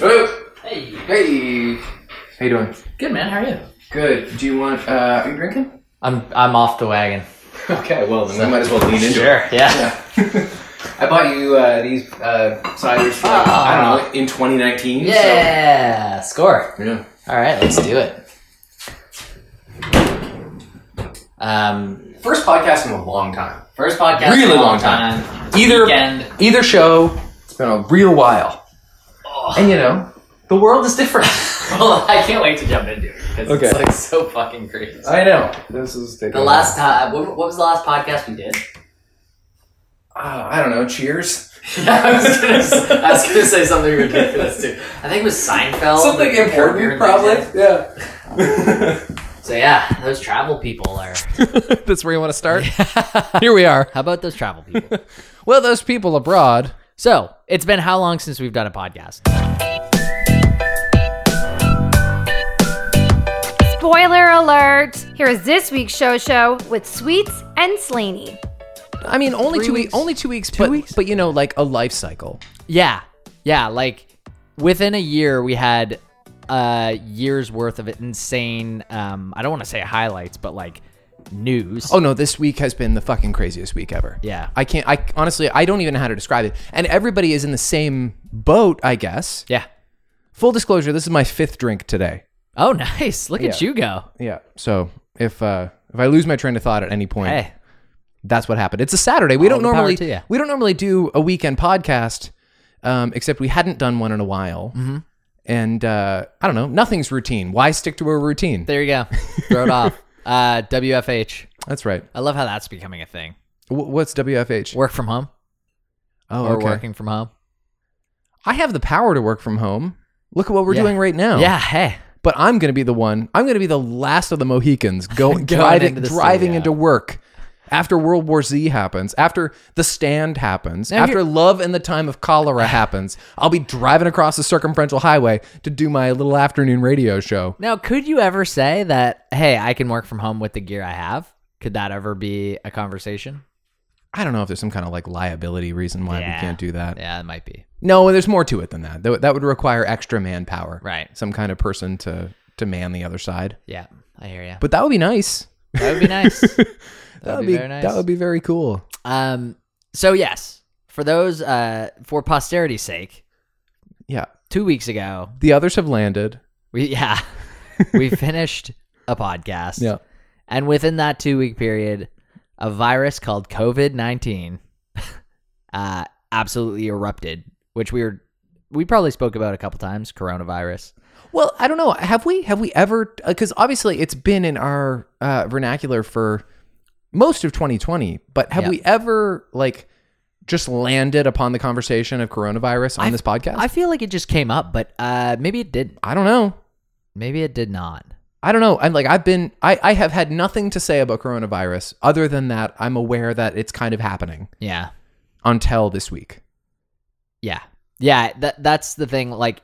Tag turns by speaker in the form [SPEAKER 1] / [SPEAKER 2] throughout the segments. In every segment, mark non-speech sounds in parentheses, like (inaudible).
[SPEAKER 1] Oh, Hey, how you doing?
[SPEAKER 2] Good man, how are you?
[SPEAKER 1] Good. Do you want? Uh, are you drinking?
[SPEAKER 2] I'm I'm off the wagon.
[SPEAKER 1] (laughs) Okay, well then we might as well lean into it.
[SPEAKER 2] Yeah.
[SPEAKER 1] Yeah. (laughs) I bought you uh, these uh, ciders. For, like, I don't know in 2019.
[SPEAKER 2] Yeah. Score.
[SPEAKER 1] So, Ah. yeah.
[SPEAKER 2] All right, let's do it. Um,
[SPEAKER 1] First podcast in a long time.
[SPEAKER 2] first podcast.
[SPEAKER 1] Really
[SPEAKER 2] in a
[SPEAKER 1] long time.
[SPEAKER 2] Either
[SPEAKER 1] Either
[SPEAKER 2] weekend.
[SPEAKER 1] either show. It's been a real while.
[SPEAKER 2] Oh.
[SPEAKER 1] And you know, the world is different.
[SPEAKER 2] (laughs) well, I can't wait to jump into it because
[SPEAKER 1] Okay.
[SPEAKER 2] it's like so fucking crazy.
[SPEAKER 1] I know. This is taking
[SPEAKER 2] The
[SPEAKER 1] a
[SPEAKER 2] last time, what, what was the last podcast we did?
[SPEAKER 1] while. Uh, I don't know. Cheers.
[SPEAKER 2] (laughs) I was gonna, s- I was gonna say something ridiculous too. I think it was Seinfeld.
[SPEAKER 1] Something
[SPEAKER 2] Weird
[SPEAKER 1] important,
[SPEAKER 2] things
[SPEAKER 1] probably.
[SPEAKER 2] like that.
[SPEAKER 1] Yeah.
[SPEAKER 2] So yeah, those travel people are.
[SPEAKER 1] (laughs)
[SPEAKER 3] (laughs) That's where you want to start.
[SPEAKER 2] (laughs)
[SPEAKER 3] Here we are.
[SPEAKER 2] How about those travel people? (laughs)
[SPEAKER 3] Well, those people abroad.
[SPEAKER 2] So it's been how long since we've done a podcast?
[SPEAKER 4] Spoiler alert! Here is this week's show show with Sweets and Slaney.
[SPEAKER 3] I mean, only two weeks. Only two weeks. but
[SPEAKER 2] weeks?
[SPEAKER 3] but you know, like a life cycle.
[SPEAKER 2] Yeah, yeah. Like within a year, we had a year's worth of insane. Um, I don't want to say highlights, but like news.
[SPEAKER 3] Oh no, this week has been the fucking craziest week ever.
[SPEAKER 2] Yeah.
[SPEAKER 3] I can't. I honestly, I don't even know how to describe it. And everybody is in the same boat, I guess.
[SPEAKER 2] yeah.
[SPEAKER 3] Full disclosure: this is my fifth drink today.
[SPEAKER 2] Oh, nice. Look at you go.
[SPEAKER 3] Yeah. So if uh if I lose my train of thought at any point,
[SPEAKER 2] Hey,
[SPEAKER 3] that's what happened. It's a Saturday. We don't
[SPEAKER 2] Eh. the power
[SPEAKER 3] normally
[SPEAKER 2] to ya.
[SPEAKER 3] we don't normally do a weekend podcast, um, except we hadn't done one in a while.
[SPEAKER 2] Mm-hmm.
[SPEAKER 3] And uh, I don't know. Nothing's routine. Why stick to a routine?
[SPEAKER 2] there you go. Throw it (laughs) off. Uh, WFH.
[SPEAKER 3] That's right.
[SPEAKER 2] I love how that's becoming a thing.
[SPEAKER 3] W- what's WFH?
[SPEAKER 2] Work from home
[SPEAKER 3] oh,
[SPEAKER 2] or
[SPEAKER 3] okay.
[SPEAKER 2] working from home.
[SPEAKER 3] I have the power to work from home. Look at what we're
[SPEAKER 2] Yeah.
[SPEAKER 3] doing right now.
[SPEAKER 2] Yeah. Hey.
[SPEAKER 3] But I'm going to be the one. I'm going to be the last of the Mohicans go,
[SPEAKER 2] (laughs) Going
[SPEAKER 3] driving
[SPEAKER 2] into the
[SPEAKER 3] driving
[SPEAKER 2] studio.
[SPEAKER 3] into work after World War Z happens, after The Stand happens,
[SPEAKER 2] Now
[SPEAKER 3] after
[SPEAKER 2] here-
[SPEAKER 3] Love in the Time of
[SPEAKER 2] (laughs)
[SPEAKER 3] Cholera happens. I'll be driving across the circumferential highway to do my little afternoon radio show.
[SPEAKER 2] Now, could you ever say that? Hey, I can work from home with the gear I have. Could that ever be a conversation?
[SPEAKER 3] I don't know if there's some kind of like liability reason why we
[SPEAKER 2] Yeah.
[SPEAKER 3] can't do that.
[SPEAKER 2] Yeah, it might be.
[SPEAKER 3] No, there's more to it than that. Tho- That would require extra manpower.
[SPEAKER 2] Right.
[SPEAKER 3] Some kind of person to to man the other side.
[SPEAKER 2] Yeah, I hear you.
[SPEAKER 3] But that would be nice.
[SPEAKER 2] That would be nice.
[SPEAKER 3] (laughs) That
[SPEAKER 2] would
[SPEAKER 3] would
[SPEAKER 2] be
[SPEAKER 3] be,
[SPEAKER 2] very nice.
[SPEAKER 3] that would be very cool.
[SPEAKER 2] um, so yes, for those uh, for posterity's sake,
[SPEAKER 3] Yeah.
[SPEAKER 2] two weeks ago,
[SPEAKER 3] The others have landed.
[SPEAKER 2] we (laughs) yeah, we
[SPEAKER 3] (laughs)
[SPEAKER 2] finished a podcast.
[SPEAKER 3] Yeah.
[SPEAKER 2] and within that two week period, a virus called COVID nineteen (laughs) uh, absolutely erupted, which we were we probably spoke about a couple times. Coronavirus.
[SPEAKER 3] Well, I don't know. Have we have we ever because obviously it's been in our uh, vernacular for most of 2020, but have
[SPEAKER 2] Yeah.
[SPEAKER 3] we ever like just landed upon the conversation of coronavirus on
[SPEAKER 2] I-
[SPEAKER 3] this podcast?
[SPEAKER 2] I feel like it just came up, but uh, maybe it didn't.
[SPEAKER 3] I don't know.
[SPEAKER 2] Maybe it did not.
[SPEAKER 3] I don't know. I'm like I've been I, I have had nothing to say about coronavirus other than that I'm aware that it's kind of happening
[SPEAKER 2] Yeah.
[SPEAKER 3] until this week.
[SPEAKER 2] Yeah. Yeah, that that's the thing like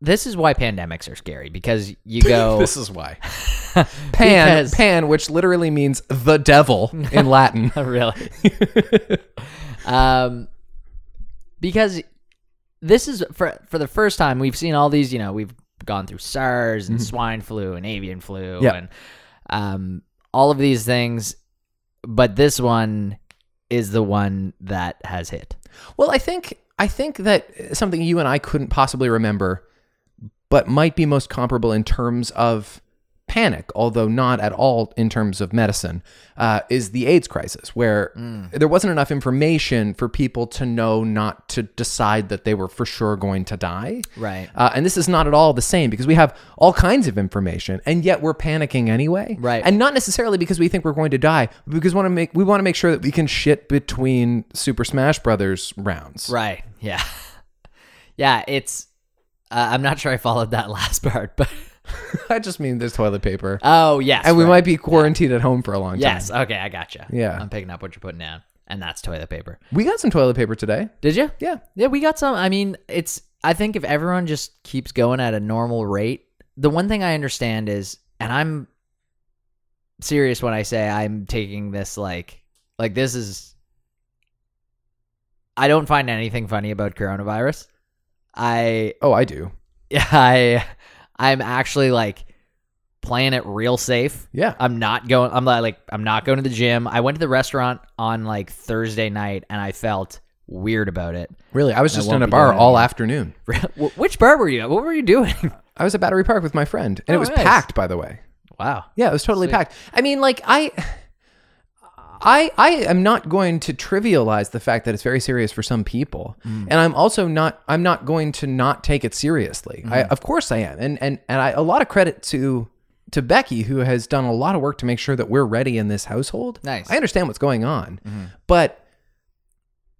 [SPEAKER 2] this is why pandemics are scary because
[SPEAKER 3] (laughs)
[SPEAKER 2] you go
[SPEAKER 3] This is why. Pan
[SPEAKER 2] Because-
[SPEAKER 3] pan which literally means the devil in Latin.
[SPEAKER 2] (laughs) really um because this is for for the first time we've seen all these, you know, we've gone through SARS and swine flu and avian flu
[SPEAKER 3] Mm-hmm. Yeah.
[SPEAKER 2] and um all of these things but this one is the one that has hit.
[SPEAKER 3] Well, I think I think that something you and I couldn't possibly remember, but might be most comparable in terms of panic, although not at all in terms of medicine, uh, is the AIDS crisis, where there wasn't enough information for people to know not to decide that they were for sure going to die.
[SPEAKER 2] Right.
[SPEAKER 3] Uh, and this is not at all the same because we have all kinds of information, and yet we're panicking anyway.
[SPEAKER 2] Right.
[SPEAKER 3] And not necessarily because we think we're going to die, but because we want to make we want to make sure that we can shit between Super Smash Brothers rounds.
[SPEAKER 2] Right. Yeah. (laughs) yeah. It's. Uh, I'm not sure I followed that (laughs) last part, but
[SPEAKER 3] (laughs) I just mean there's toilet paper,
[SPEAKER 2] oh yes,
[SPEAKER 3] and we
[SPEAKER 2] right.
[SPEAKER 3] might be quarantined at home for a long time.
[SPEAKER 2] Yes. Okay, I gotcha.
[SPEAKER 3] Yeah.
[SPEAKER 2] I'm picking up what you're putting down, and that's toilet paper.
[SPEAKER 3] We got some toilet paper today.
[SPEAKER 2] Did you?
[SPEAKER 3] Yeah.
[SPEAKER 2] Yeah, we got some. I mean, it's. I think if everyone just keeps going at a normal rate, the one thing I understand is, and I'm serious when I say I'm taking this like, like this is. I don't find anything funny about coronavirus. I
[SPEAKER 3] Oh, I do.
[SPEAKER 2] (laughs) I I'm actually like playing it real safe.
[SPEAKER 3] Yeah.
[SPEAKER 2] I'm not going. I'm not, like, I'm not going to the gym. I went to the restaurant on like Thursday night, and I felt weird about it.
[SPEAKER 3] Really, I was
[SPEAKER 2] I
[SPEAKER 3] just
[SPEAKER 2] won't
[SPEAKER 3] in a
[SPEAKER 2] be
[SPEAKER 3] bar
[SPEAKER 2] doing it
[SPEAKER 3] all
[SPEAKER 2] again.
[SPEAKER 3] afternoon.
[SPEAKER 2] (laughs) Wh- Which bar were you at? What were you doing? (laughs)
[SPEAKER 3] I was at Battery Park with my friend, and
[SPEAKER 2] Oh,
[SPEAKER 3] it was
[SPEAKER 2] nice.
[SPEAKER 3] packed, by the way.
[SPEAKER 2] wow.
[SPEAKER 3] Yeah, it was totally packed. I mean, like I, I, I am not going to trivialize the fact that it's very serious for some people,
[SPEAKER 2] Mm.
[SPEAKER 3] and I'm also not. I'm not going to not take it seriously. I,
[SPEAKER 2] Mm-hmm.
[SPEAKER 3] of course, I am, and and and I a lot of credit to to Becky who has done a lot of work to make sure that we're ready in this household.
[SPEAKER 2] Nice. Mm-hmm.
[SPEAKER 3] I understand what's going on, but.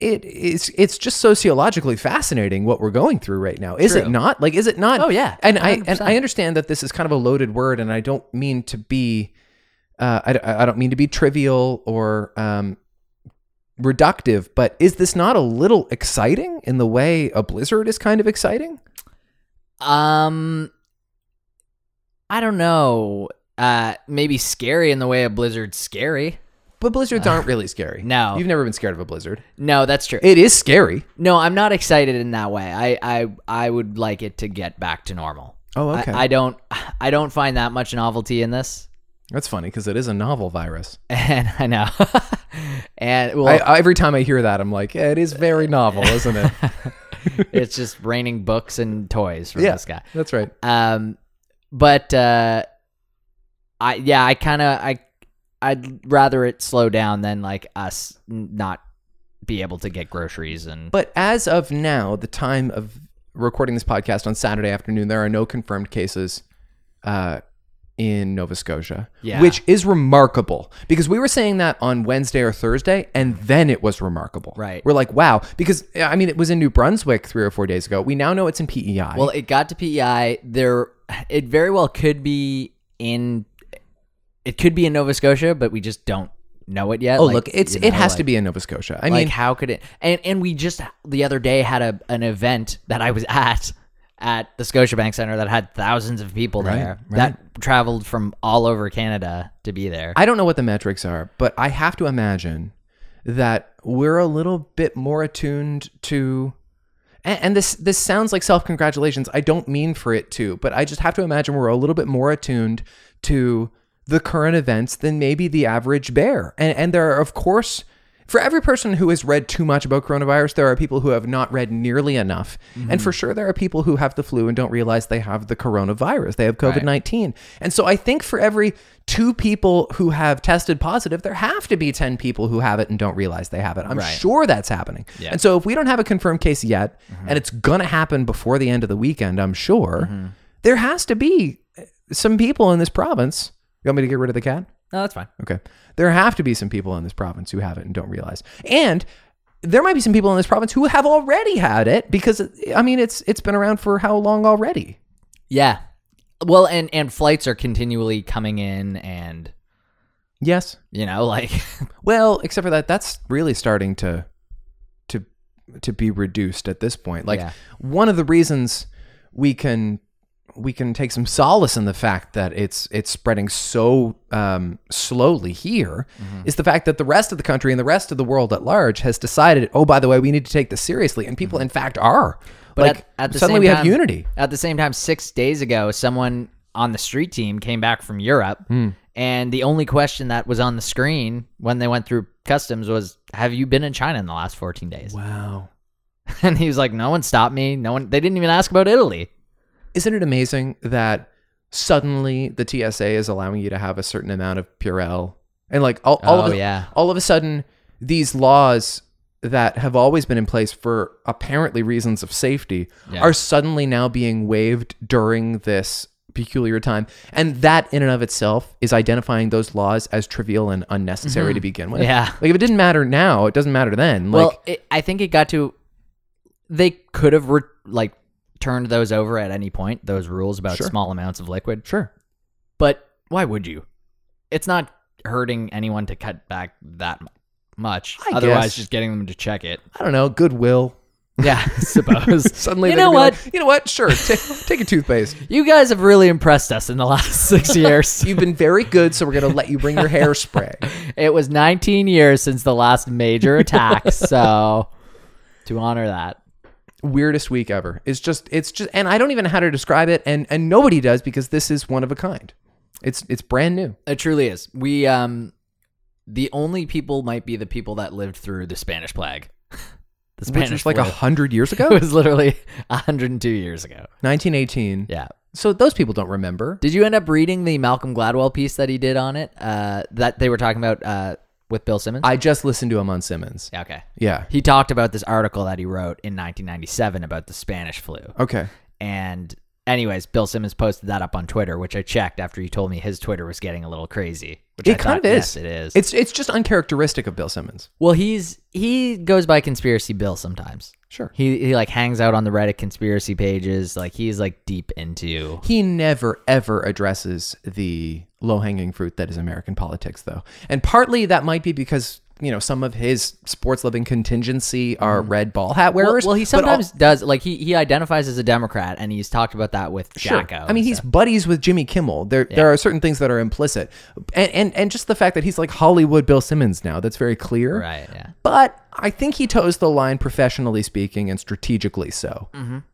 [SPEAKER 3] It is it's just sociologically fascinating what we're going through right now. Is it
[SPEAKER 2] True.
[SPEAKER 3] not? Like is it not?
[SPEAKER 2] Oh, yeah.
[SPEAKER 3] And I and
[SPEAKER 2] 100%.
[SPEAKER 3] I understand that this is kind of a loaded word and I don't mean to be uh, I, I don't mean to be trivial or um, reductive, but is this not a little exciting in the way a blizzard is kind of exciting?
[SPEAKER 2] Um, I don't know. Uh, maybe scary in the way a blizzard's scary.
[SPEAKER 3] But blizzards aren't really scary.
[SPEAKER 2] no.
[SPEAKER 3] You've never been scared of a blizzard.
[SPEAKER 2] No, that's true.
[SPEAKER 3] It is scary.
[SPEAKER 2] no, I'm not excited in that way. I, I, I would like it to get back to normal.
[SPEAKER 3] Oh,
[SPEAKER 2] I- I, don't, I don't find that much novelty in this, (laughs)
[SPEAKER 3] That's funny because it is a novel virus.
[SPEAKER 2] and I know, (laughs) and well,
[SPEAKER 3] I, I- every time I hear that, I'm like, yeah, it is very
[SPEAKER 2] Uh,
[SPEAKER 3] novel, isn't
[SPEAKER 2] (laughs)
[SPEAKER 3] it?
[SPEAKER 2] it's just raining books and toys from
[SPEAKER 3] yeah,
[SPEAKER 2] this guy.
[SPEAKER 3] that's right.
[SPEAKER 2] Um, but uh, I yeah, I kind of I I'd rather it slow down than like us n- not be able to get groceries and
[SPEAKER 3] But as of now, the time of recording this podcast on Saturday afternoon, there are no confirmed cases uh, in Nova Scotia,
[SPEAKER 2] Yeah.
[SPEAKER 3] which is remarkable because we were saying that on Wednesday or Thursday, and then it was remarkable.
[SPEAKER 2] Right.
[SPEAKER 3] We're like, wow, because I mean, it was in New Brunswick three or four days ago. We now know it's in E PEI.
[SPEAKER 2] well, it got to PEI. There, it very well could be in it could be in Nova Scotia, but we just don't know it yet.
[SPEAKER 3] oh
[SPEAKER 2] Like,
[SPEAKER 3] look, it's
[SPEAKER 2] you know,
[SPEAKER 3] it has
[SPEAKER 2] like-
[SPEAKER 3] to be in Nova Scotia. I
[SPEAKER 2] like
[SPEAKER 3] mean,
[SPEAKER 2] how could it and and we just the other day had a an event that i was at at the scotiabank center that had thousands of people
[SPEAKER 3] Right,
[SPEAKER 2] there
[SPEAKER 3] right.
[SPEAKER 2] that traveled from all over canada to be there
[SPEAKER 3] I don't know what the metrics are, but I have to imagine that we're a little bit more attuned to and, and this this sounds like self-congratulations. I don't mean for it to, but I just have to imagine we're a little bit more attuned to the current events than maybe the average bear. And and there are of course for every person who has read too much about coronavirus, there are people who have not read nearly enough. And for sure, there are people who have the flu and don't realize they have the coronavirus. They have COVID 19. And so I think for every two people who have tested positive, there have to be 10 people who have it and don't realize they have it. I'm sure that's happening. And so if we don't have a confirmed case yet, and it's going to happen before the end of the weekend, I'm sure, there has to be eh, some people in this province. You want me to get rid of the cat?
[SPEAKER 2] no that's fine
[SPEAKER 3] Okay. There have to be some people in this province who have it and don't realize. And there might be some people in this province who have already had it because eh, I mean it's it's been around for how long already?
[SPEAKER 2] yeah well and and flights are continually coming in and
[SPEAKER 3] Yes.
[SPEAKER 2] you know (laughs) like
[SPEAKER 3] Well, except for that that's really starting to to to be reduced at this point. Like
[SPEAKER 2] Yeah.
[SPEAKER 3] one of the reasons we can we can take some solace in the fact that it's it's spreading so um, slowly here is
[SPEAKER 2] Mm-hmm.
[SPEAKER 3] the fact that the rest of the country and the rest of the world at large has decided oh by the way we need to take this seriously and people in fact are
[SPEAKER 2] Mm-hmm. But
[SPEAKER 3] like
[SPEAKER 2] at, at the
[SPEAKER 3] suddenly
[SPEAKER 2] same
[SPEAKER 3] we
[SPEAKER 2] time,
[SPEAKER 3] have unity
[SPEAKER 2] At the same time, six days ago, someone on the street team came back from Europe,
[SPEAKER 3] Hmm.
[SPEAKER 2] and the only question that was on the screen when they went through customs was, "Have you been in China in the last 14 days?"
[SPEAKER 3] wow
[SPEAKER 2] (laughs) And he was like, "No one stopped me. No one. They didn't even ask about Italy."
[SPEAKER 3] isn't it amazing that suddenly the TSA is allowing you to have a certain amount of Purell and like all, all
[SPEAKER 2] Oh,
[SPEAKER 3] of a,
[SPEAKER 2] yeah.
[SPEAKER 3] all of a sudden these laws that have always been in place for apparently reasons of safety
[SPEAKER 2] Yeah.
[SPEAKER 3] are suddenly now being waived during this peculiar time and that in and of itself is identifying those laws as trivial and unnecessary to begin with
[SPEAKER 2] Mm-hmm. Yeah.
[SPEAKER 3] like if it didn't matter now it doesn't matter then like
[SPEAKER 2] well, it, I think it got to. They could have re- like turned those over at any point. Those rules about
[SPEAKER 3] Sure.
[SPEAKER 2] small amounts of liquid.
[SPEAKER 3] sure
[SPEAKER 2] But why would you? It's not hurting anyone to cut back that m- much.
[SPEAKER 3] I
[SPEAKER 2] Otherwise,
[SPEAKER 3] guess.
[SPEAKER 2] just getting them to
[SPEAKER 3] (laughs)
[SPEAKER 2] check it.
[SPEAKER 3] i don't know goodwill
[SPEAKER 2] (laughs) Yeah, I suppose.
[SPEAKER 3] suddenly
[SPEAKER 2] you
[SPEAKER 3] they're
[SPEAKER 2] know
[SPEAKER 3] gonna
[SPEAKER 2] what?
[SPEAKER 3] be like, you know what sure ta- (laughs) take a toothpaste
[SPEAKER 2] you guys have really impressed us in the
[SPEAKER 3] (laughs)
[SPEAKER 2] last (laughs) six years.
[SPEAKER 3] You've been very good, so we're gonna let you bring your hairspray. (laughs)
[SPEAKER 2] it
[SPEAKER 3] (laughs)
[SPEAKER 2] was 19 years since the last major attack, so to honor that.
[SPEAKER 3] weirdest week ever. It's just it's just and I don't even know how to describe it and and nobody does because this is one of a kind. It's it's brand new.
[SPEAKER 2] It truly is. We um the only people might be the people that lived through the Spanish plague. (laughs) the
[SPEAKER 3] Which
[SPEAKER 2] Spanish
[SPEAKER 3] was like a
[SPEAKER 2] flu.
[SPEAKER 3] hundred years ago,
[SPEAKER 2] (laughs) it was literally 102 years ago.
[SPEAKER 3] 1918.
[SPEAKER 2] Yeah.
[SPEAKER 3] So those people don't remember.
[SPEAKER 2] Did you end up reading the Malcolm Gladwell piece that he did on it? Uh that they were talking about uh with Bill Simmons?
[SPEAKER 3] I just listened to him on Simmons.
[SPEAKER 2] yeah, okay.
[SPEAKER 3] Yeah.
[SPEAKER 2] He talked about this article that he wrote in 1997 about the Spanish flu.
[SPEAKER 3] Okay.
[SPEAKER 2] And anyways, Bill Simmons posted that up on Twitter, which I checked after you told me his Twitter was getting a little crazy. Which I
[SPEAKER 3] It kind
[SPEAKER 2] thought,
[SPEAKER 3] of is.
[SPEAKER 2] Yes, it is.
[SPEAKER 3] It's it's just uncharacteristic of Bill Simmons.
[SPEAKER 2] well, he's he goes by conspiracy Bill sometimes.
[SPEAKER 3] Sure.
[SPEAKER 2] He he like hangs out on the Reddit conspiracy pages. Like he's like deep into.
[SPEAKER 3] He never ever addresses the low hanging fruit that is American politics, though, and partly that might be because you know some of his sports loving contingency are red ball hat
[SPEAKER 2] Well,
[SPEAKER 3] wearers.
[SPEAKER 2] well, he
[SPEAKER 3] but al-
[SPEAKER 2] sometimes does like he he identifies as a Democrat, and he's talked about that with Jacko.
[SPEAKER 3] I mean,
[SPEAKER 2] and
[SPEAKER 3] he's
[SPEAKER 2] stuff.
[SPEAKER 3] buddies with Jimmy Kimmel. There, there are certain things that are implicit, and, and and just the fact that he's like Hollywood Bill Simmons now. That's very clear.
[SPEAKER 2] right. Yeah.
[SPEAKER 3] But I think he toes the line professionally speaking and strategically so.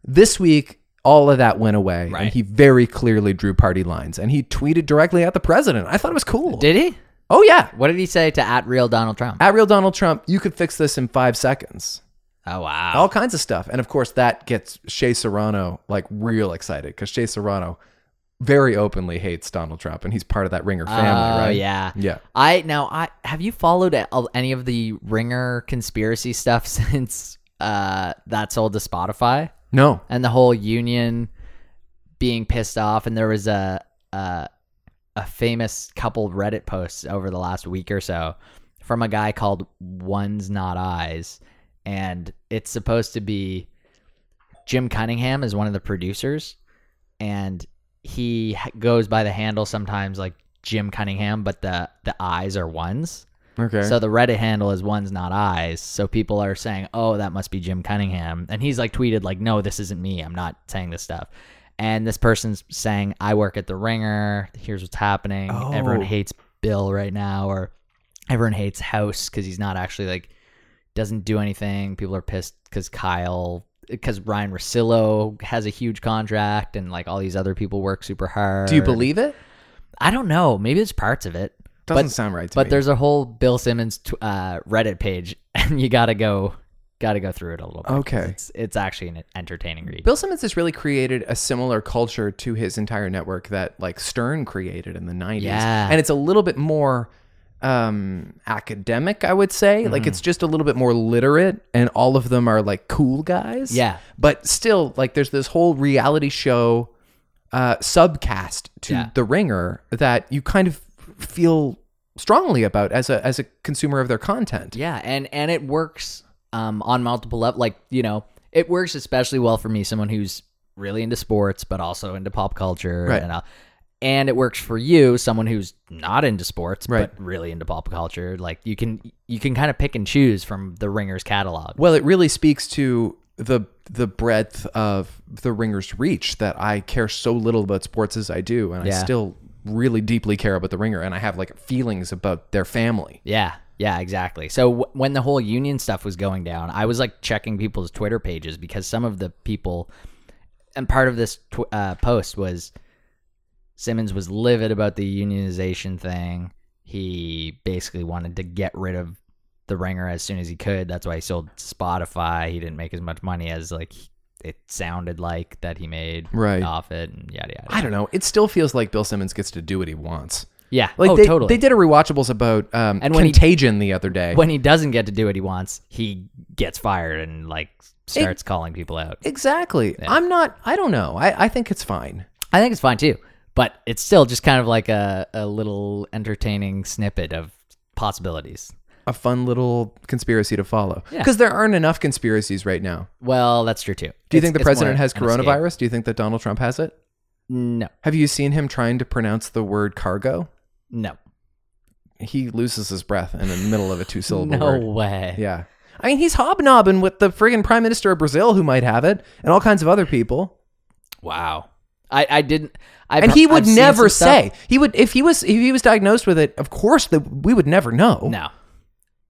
[SPEAKER 3] This week, all of that went away, and
[SPEAKER 2] Mm-hmm. Right.
[SPEAKER 3] he very clearly drew party lines. And he tweeted directly at the president. I thought it was cool.
[SPEAKER 2] Did he?
[SPEAKER 3] oh yeah,
[SPEAKER 2] What did he say to at real Donald Trump?
[SPEAKER 3] at real Donald Trump, you could fix this in five seconds.
[SPEAKER 2] oh wow.
[SPEAKER 3] All kinds of stuff, and of course that gets Shea Serrano like real excited because Shea Serrano very openly hates Donald Trump, and he's part of that Ringer family,
[SPEAKER 2] Oh
[SPEAKER 3] right?
[SPEAKER 2] yeah.
[SPEAKER 3] yeah.
[SPEAKER 2] I now I have you followed a- of any of the Ringer conspiracy stuff (laughs) since uh that sold to Spotify
[SPEAKER 3] No,
[SPEAKER 2] and the whole union being pissed off and there was a a, a famous couple Reddit posts over the last week or so from a guy called One's Not Eyes and it's supposed to be Jim Cunningham is one of the producers and he h- goes by the handle sometimes like Jim Cunningham but the the eyes are ones
[SPEAKER 3] okay.
[SPEAKER 2] so the Reddit handle is ones, not eyes. So people are saying, "Oh, that must be Jim Cunningham," and he's like tweeted, "Like, no, this isn't me. I'm not saying this stuff." And this person's saying, "I work at the Ringer. Here's what's happening. Everyone
[SPEAKER 3] Oh.
[SPEAKER 2] hates Bill right now, or everyone hates House because he's not actually like doesn't do anything. People are pissed because Kyle." Because Ryan Rossillo has a huge contract, and like all these other people work super hard.
[SPEAKER 3] Do you believe it?
[SPEAKER 2] I don't know. Maybe there's parts of it.
[SPEAKER 3] Doesn't
[SPEAKER 2] But-
[SPEAKER 3] sound right to
[SPEAKER 2] but
[SPEAKER 3] me.
[SPEAKER 2] there's a whole Bill Simmons tw- uh, Reddit page, (laughs) and you gotta go, gotta go through it a little bit. 'cause
[SPEAKER 3] Okay.
[SPEAKER 2] it's, it's actually an entertaining read.
[SPEAKER 3] Bill Simmons has really created a similar culture to his entire network that like Stern created in the 90s.
[SPEAKER 2] Yeah.
[SPEAKER 3] And it's a little bit more um academic, I would say. Like
[SPEAKER 2] Mm-hmm.
[SPEAKER 3] it's just a little bit more literate and all of them are like cool guys.
[SPEAKER 2] Yeah.
[SPEAKER 3] But still like there's this whole reality show uh subcast to
[SPEAKER 2] Yeah.
[SPEAKER 3] The Ringer that you kind of feel strongly about as a as a consumer of their content.
[SPEAKER 2] yeah, and and it works um, on multiple levels. Like you know, it works especially well for me, someone who's really into sports but also into pop culture,
[SPEAKER 3] Right.
[SPEAKER 2] and uh, and it works for you, someone who's not into sports
[SPEAKER 3] Right.
[SPEAKER 2] but really into pop culture. Like you can you can kind of pick and choose from the Ringer's catalog.
[SPEAKER 3] Well, it really speaks to the the breadth of the Ringer's reach that I care so little about sports as I do, and I
[SPEAKER 2] Yeah.
[SPEAKER 3] still really deeply care about the Ringer, and I have like feelings about their family.
[SPEAKER 2] Yeah, yeah, exactly. So w- when the whole union stuff was going down, I was like checking people's Twitter pages because some of the people, and part of this tw- uh, post was Simmons was livid about the unionization thing. He basically wanted to get rid of the ringer as soon as he could. That's why he sold Spotify. He didn't make as much money as like it sounded like that he made
[SPEAKER 3] Right.
[SPEAKER 2] off it and yada yada.
[SPEAKER 3] I don't know. It still feels like Bill Simmons gets to do what he wants.
[SPEAKER 2] yeah,
[SPEAKER 3] Like
[SPEAKER 2] oh,
[SPEAKER 3] they,
[SPEAKER 2] totally.
[SPEAKER 3] they did a rewatchables about um,
[SPEAKER 2] And when he-
[SPEAKER 3] Contagion the other day.
[SPEAKER 2] when he doesn't get to do what he wants, he gets fired and like starts calling people out.
[SPEAKER 3] exactly. I'm not. I don't know. I, I think it's fine.
[SPEAKER 2] I think it's fine too, but it's still just kind of like a, a little entertaining snippet of possibilities.
[SPEAKER 3] A fun little conspiracy to follow
[SPEAKER 2] Yeah.
[SPEAKER 3] because there aren't enough conspiracies right now.
[SPEAKER 2] Well, that's true too.
[SPEAKER 3] Do you
[SPEAKER 2] It's-
[SPEAKER 3] think the
[SPEAKER 2] it's more
[SPEAKER 3] president has
[SPEAKER 2] an escape.
[SPEAKER 3] coronavirus? Do you think that Donald Trump has it?
[SPEAKER 2] No,
[SPEAKER 3] Have you seen him trying to pronounce the word cargo?
[SPEAKER 2] no,
[SPEAKER 3] He loses his breath in the middle of a two syllable
[SPEAKER 2] no
[SPEAKER 3] word.
[SPEAKER 2] way.
[SPEAKER 3] Yeah. I mean, he's hobnobbing with the friggin' prime minister of Brazil who might have it and all kinds of other people.
[SPEAKER 2] Wow. I, I didn't. I've,
[SPEAKER 3] and he
[SPEAKER 2] I've
[SPEAKER 3] would
[SPEAKER 2] seen
[SPEAKER 3] never
[SPEAKER 2] some stuff-
[SPEAKER 3] say. He would if he was if he was diagnosed with it, of course that we would never know.
[SPEAKER 2] no,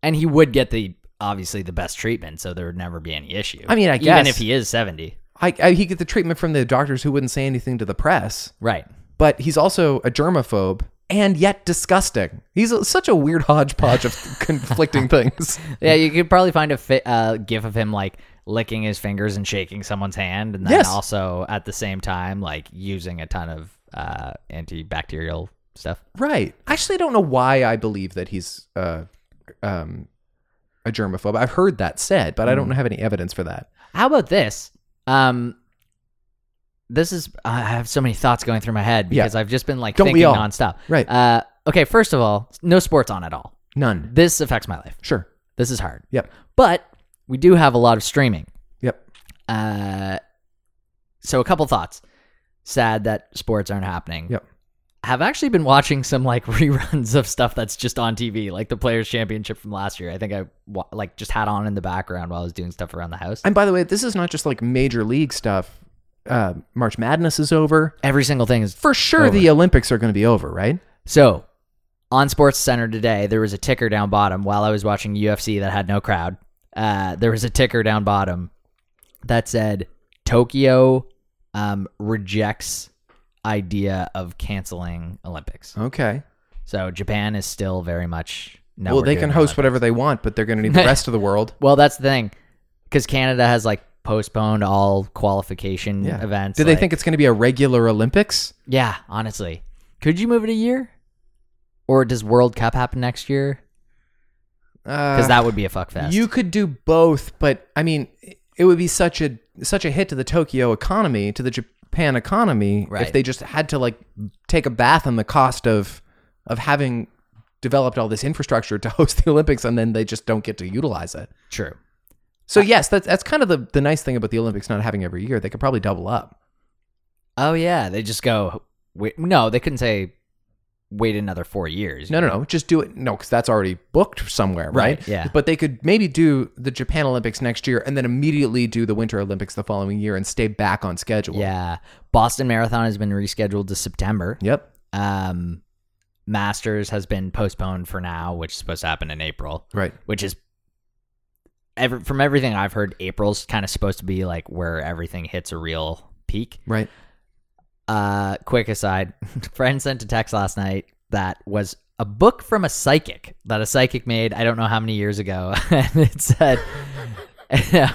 [SPEAKER 2] and he would get the obviously the best treatment, so there would never be any issue.
[SPEAKER 3] I mean, I
[SPEAKER 2] even
[SPEAKER 3] guess.
[SPEAKER 2] if he is seventy,
[SPEAKER 3] I, I he get the treatment from the doctors who wouldn't say anything to the press,
[SPEAKER 2] right?
[SPEAKER 3] but he's also a germaphobe and yet disgusting. He's a, such a weird hodgepodge
[SPEAKER 2] (laughs)
[SPEAKER 3] of conflicting things.
[SPEAKER 2] Yeah, you could probably find a fi- uh, gif of him like licking his fingers and shaking someone's hand, and then
[SPEAKER 3] Yes.
[SPEAKER 2] also at the same time like using a ton of uh, antibacterial stuff.
[SPEAKER 3] Right. Actually, I don't know why I believe that he's uh, um, a germaphobe. I've heard that said, but I don't have any evidence for that.
[SPEAKER 2] How about this? Um, this is I have so many thoughts going through my head
[SPEAKER 3] Yeah.
[SPEAKER 2] because I've just been like
[SPEAKER 3] Don't we
[SPEAKER 2] thinking
[SPEAKER 3] all?
[SPEAKER 2] nonstop.
[SPEAKER 3] Right.
[SPEAKER 2] Uh, okay, first of all, no sports on at all.
[SPEAKER 3] None.
[SPEAKER 2] This affects my life.
[SPEAKER 3] Sure.
[SPEAKER 2] This is hard.
[SPEAKER 3] Yep.
[SPEAKER 2] But we do have a lot of streaming.
[SPEAKER 3] Yep.
[SPEAKER 2] Uh, so a couple thoughts. Sad that sports aren't happening.
[SPEAKER 3] Yep.
[SPEAKER 2] Have actually been watching some like (laughs) reruns of stuff that's just on TV, like the Players Championship from last year. I think I wa- like just had on in the background while I was doing stuff around the house.
[SPEAKER 3] And by the way, this is not just like major league stuff. Uh, March Madness is over.
[SPEAKER 2] Every single thing is
[SPEAKER 3] For sure,
[SPEAKER 2] Over.
[SPEAKER 3] the Olympics are going to be over, right?
[SPEAKER 2] So on Sports Center today, there was a ticker down bottom while I was watching UFC that had no crowd. Uh, there was a ticker down bottom that said Tokyo um, rejects idea of canceling Olympics.
[SPEAKER 3] Okay.
[SPEAKER 2] So Japan is still very much no.
[SPEAKER 3] well,
[SPEAKER 2] we're
[SPEAKER 3] they
[SPEAKER 2] doing
[SPEAKER 3] can host
[SPEAKER 2] Olympics.
[SPEAKER 3] whatever they want, but they're going to (laughs) need the rest of the world.
[SPEAKER 2] Well, that's the thing, because Canada has like postponed all qualification
[SPEAKER 3] Yeah.
[SPEAKER 2] events.
[SPEAKER 3] Do they
[SPEAKER 2] like-
[SPEAKER 3] think it's going to be a regular Olympics?
[SPEAKER 2] Yeah, honestly, could you move it a year? Or does World Cup happen next year? Because
[SPEAKER 3] Because
[SPEAKER 2] that would be a fuck fest.
[SPEAKER 3] you could do both, but I mean, it would be such a such a hit to the Tokyo economy, to the Japan economy, if
[SPEAKER 2] Right.
[SPEAKER 3] they just had to like take a bath on the cost of of having developed all this infrastructure to (laughs) host the Olympics, and then they just don't get to utilize it.
[SPEAKER 2] True.
[SPEAKER 3] So yes, that's that's kind of the the nice thing about the Olympics not having every year. They could probably double up.
[SPEAKER 2] Oh yeah, they just go. Wait, no, they couldn't say wait another four years.
[SPEAKER 3] No, no, no. Just do it. No, because that's already booked somewhere, right?
[SPEAKER 2] Right, yeah.
[SPEAKER 3] But they could maybe do the Japan Olympics next year, and then immediately do the Winter Olympics the following year, and stay back on schedule.
[SPEAKER 2] Yeah, Boston Marathon has been rescheduled to September.
[SPEAKER 3] Yep.
[SPEAKER 2] Um, Masters has been postponed for now, which is supposed to happen in April.
[SPEAKER 3] Right.
[SPEAKER 2] Which is, ever from everything I've heard, April's kind of supposed to be like where everything hits a real peak.
[SPEAKER 3] Right.
[SPEAKER 2] Uh, quick aside, (laughs) friend sent a text last night that was a book from a psychic that a psychic made. I don't know how many years ago, (laughs) and it said (laughs)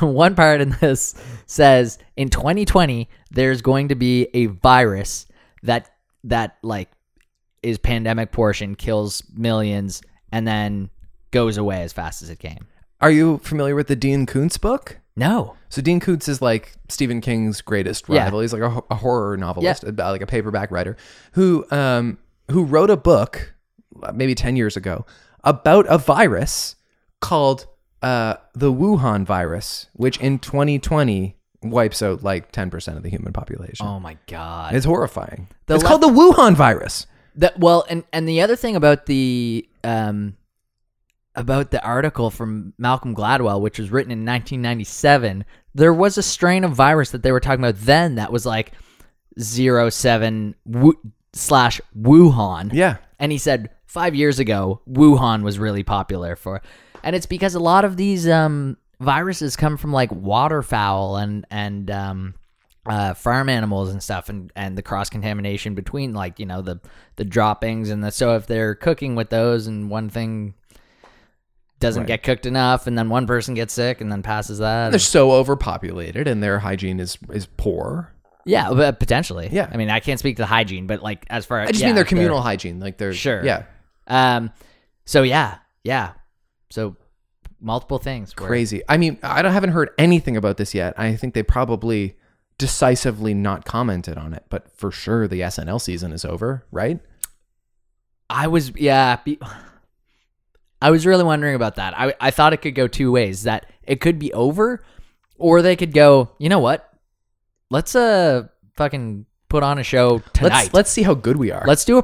[SPEAKER 2] one part in this says in 2020 there's going to be a virus that that like is pandemic portion kills millions and then goes away as fast as it came.
[SPEAKER 3] Are you familiar with the Dean Koontz book?
[SPEAKER 2] No,
[SPEAKER 3] So Dean Koontz is like Stephen King's greatest
[SPEAKER 2] Yeah.
[SPEAKER 3] rival. He's like a, ho- a horror novelist, about like a paperback writer who um who wrote a book uh, maybe 10 years ago about a virus called uh the Wuhan virus, which in 2020 wipes out like 10% of the human population.
[SPEAKER 2] oh my god.
[SPEAKER 3] It's horrifying.
[SPEAKER 2] The
[SPEAKER 3] it's
[SPEAKER 2] le-
[SPEAKER 3] called the Wuhan virus.
[SPEAKER 2] That well, and and the other thing about the um about the article from Malcolm Gladwell, which was written in 1997, there was a strain of virus that they were talking about then that was like zero seven wu- slash Wuhan,
[SPEAKER 3] Yeah.
[SPEAKER 2] and he said five years ago Wuhan was really popular for, and it's because a lot of these um viruses come from like waterfowl and and um uh, farm animals and stuff and, and the cross contamination between like you know the the droppings and the so if they're cooking with those and one thing doesn't get cooked enough and then one person gets sick and then passes that
[SPEAKER 3] They're so overpopulated and their hygiene is is poor.
[SPEAKER 2] yeah but potentially
[SPEAKER 3] Yeah.
[SPEAKER 2] i mean i can't speak to hygiene but like as far as
[SPEAKER 3] I just mean their communal hygiene, like they're
[SPEAKER 2] Sure.
[SPEAKER 3] Yeah.
[SPEAKER 2] um so yeah yeah so multiple things where-
[SPEAKER 3] crazy. I mean, I don't, haven't heard anything about this yet. I think they probably decisively not commented on it, but for sure the SNL season is over, right?
[SPEAKER 2] I was yeah. Be, (sighs) I was really wondering about that. I I thought it could go two ways. That it could be over, or they could go. You know what? Let's uh fucking put on a show tonight.
[SPEAKER 3] Let's let's see how good we are.
[SPEAKER 2] Let's do a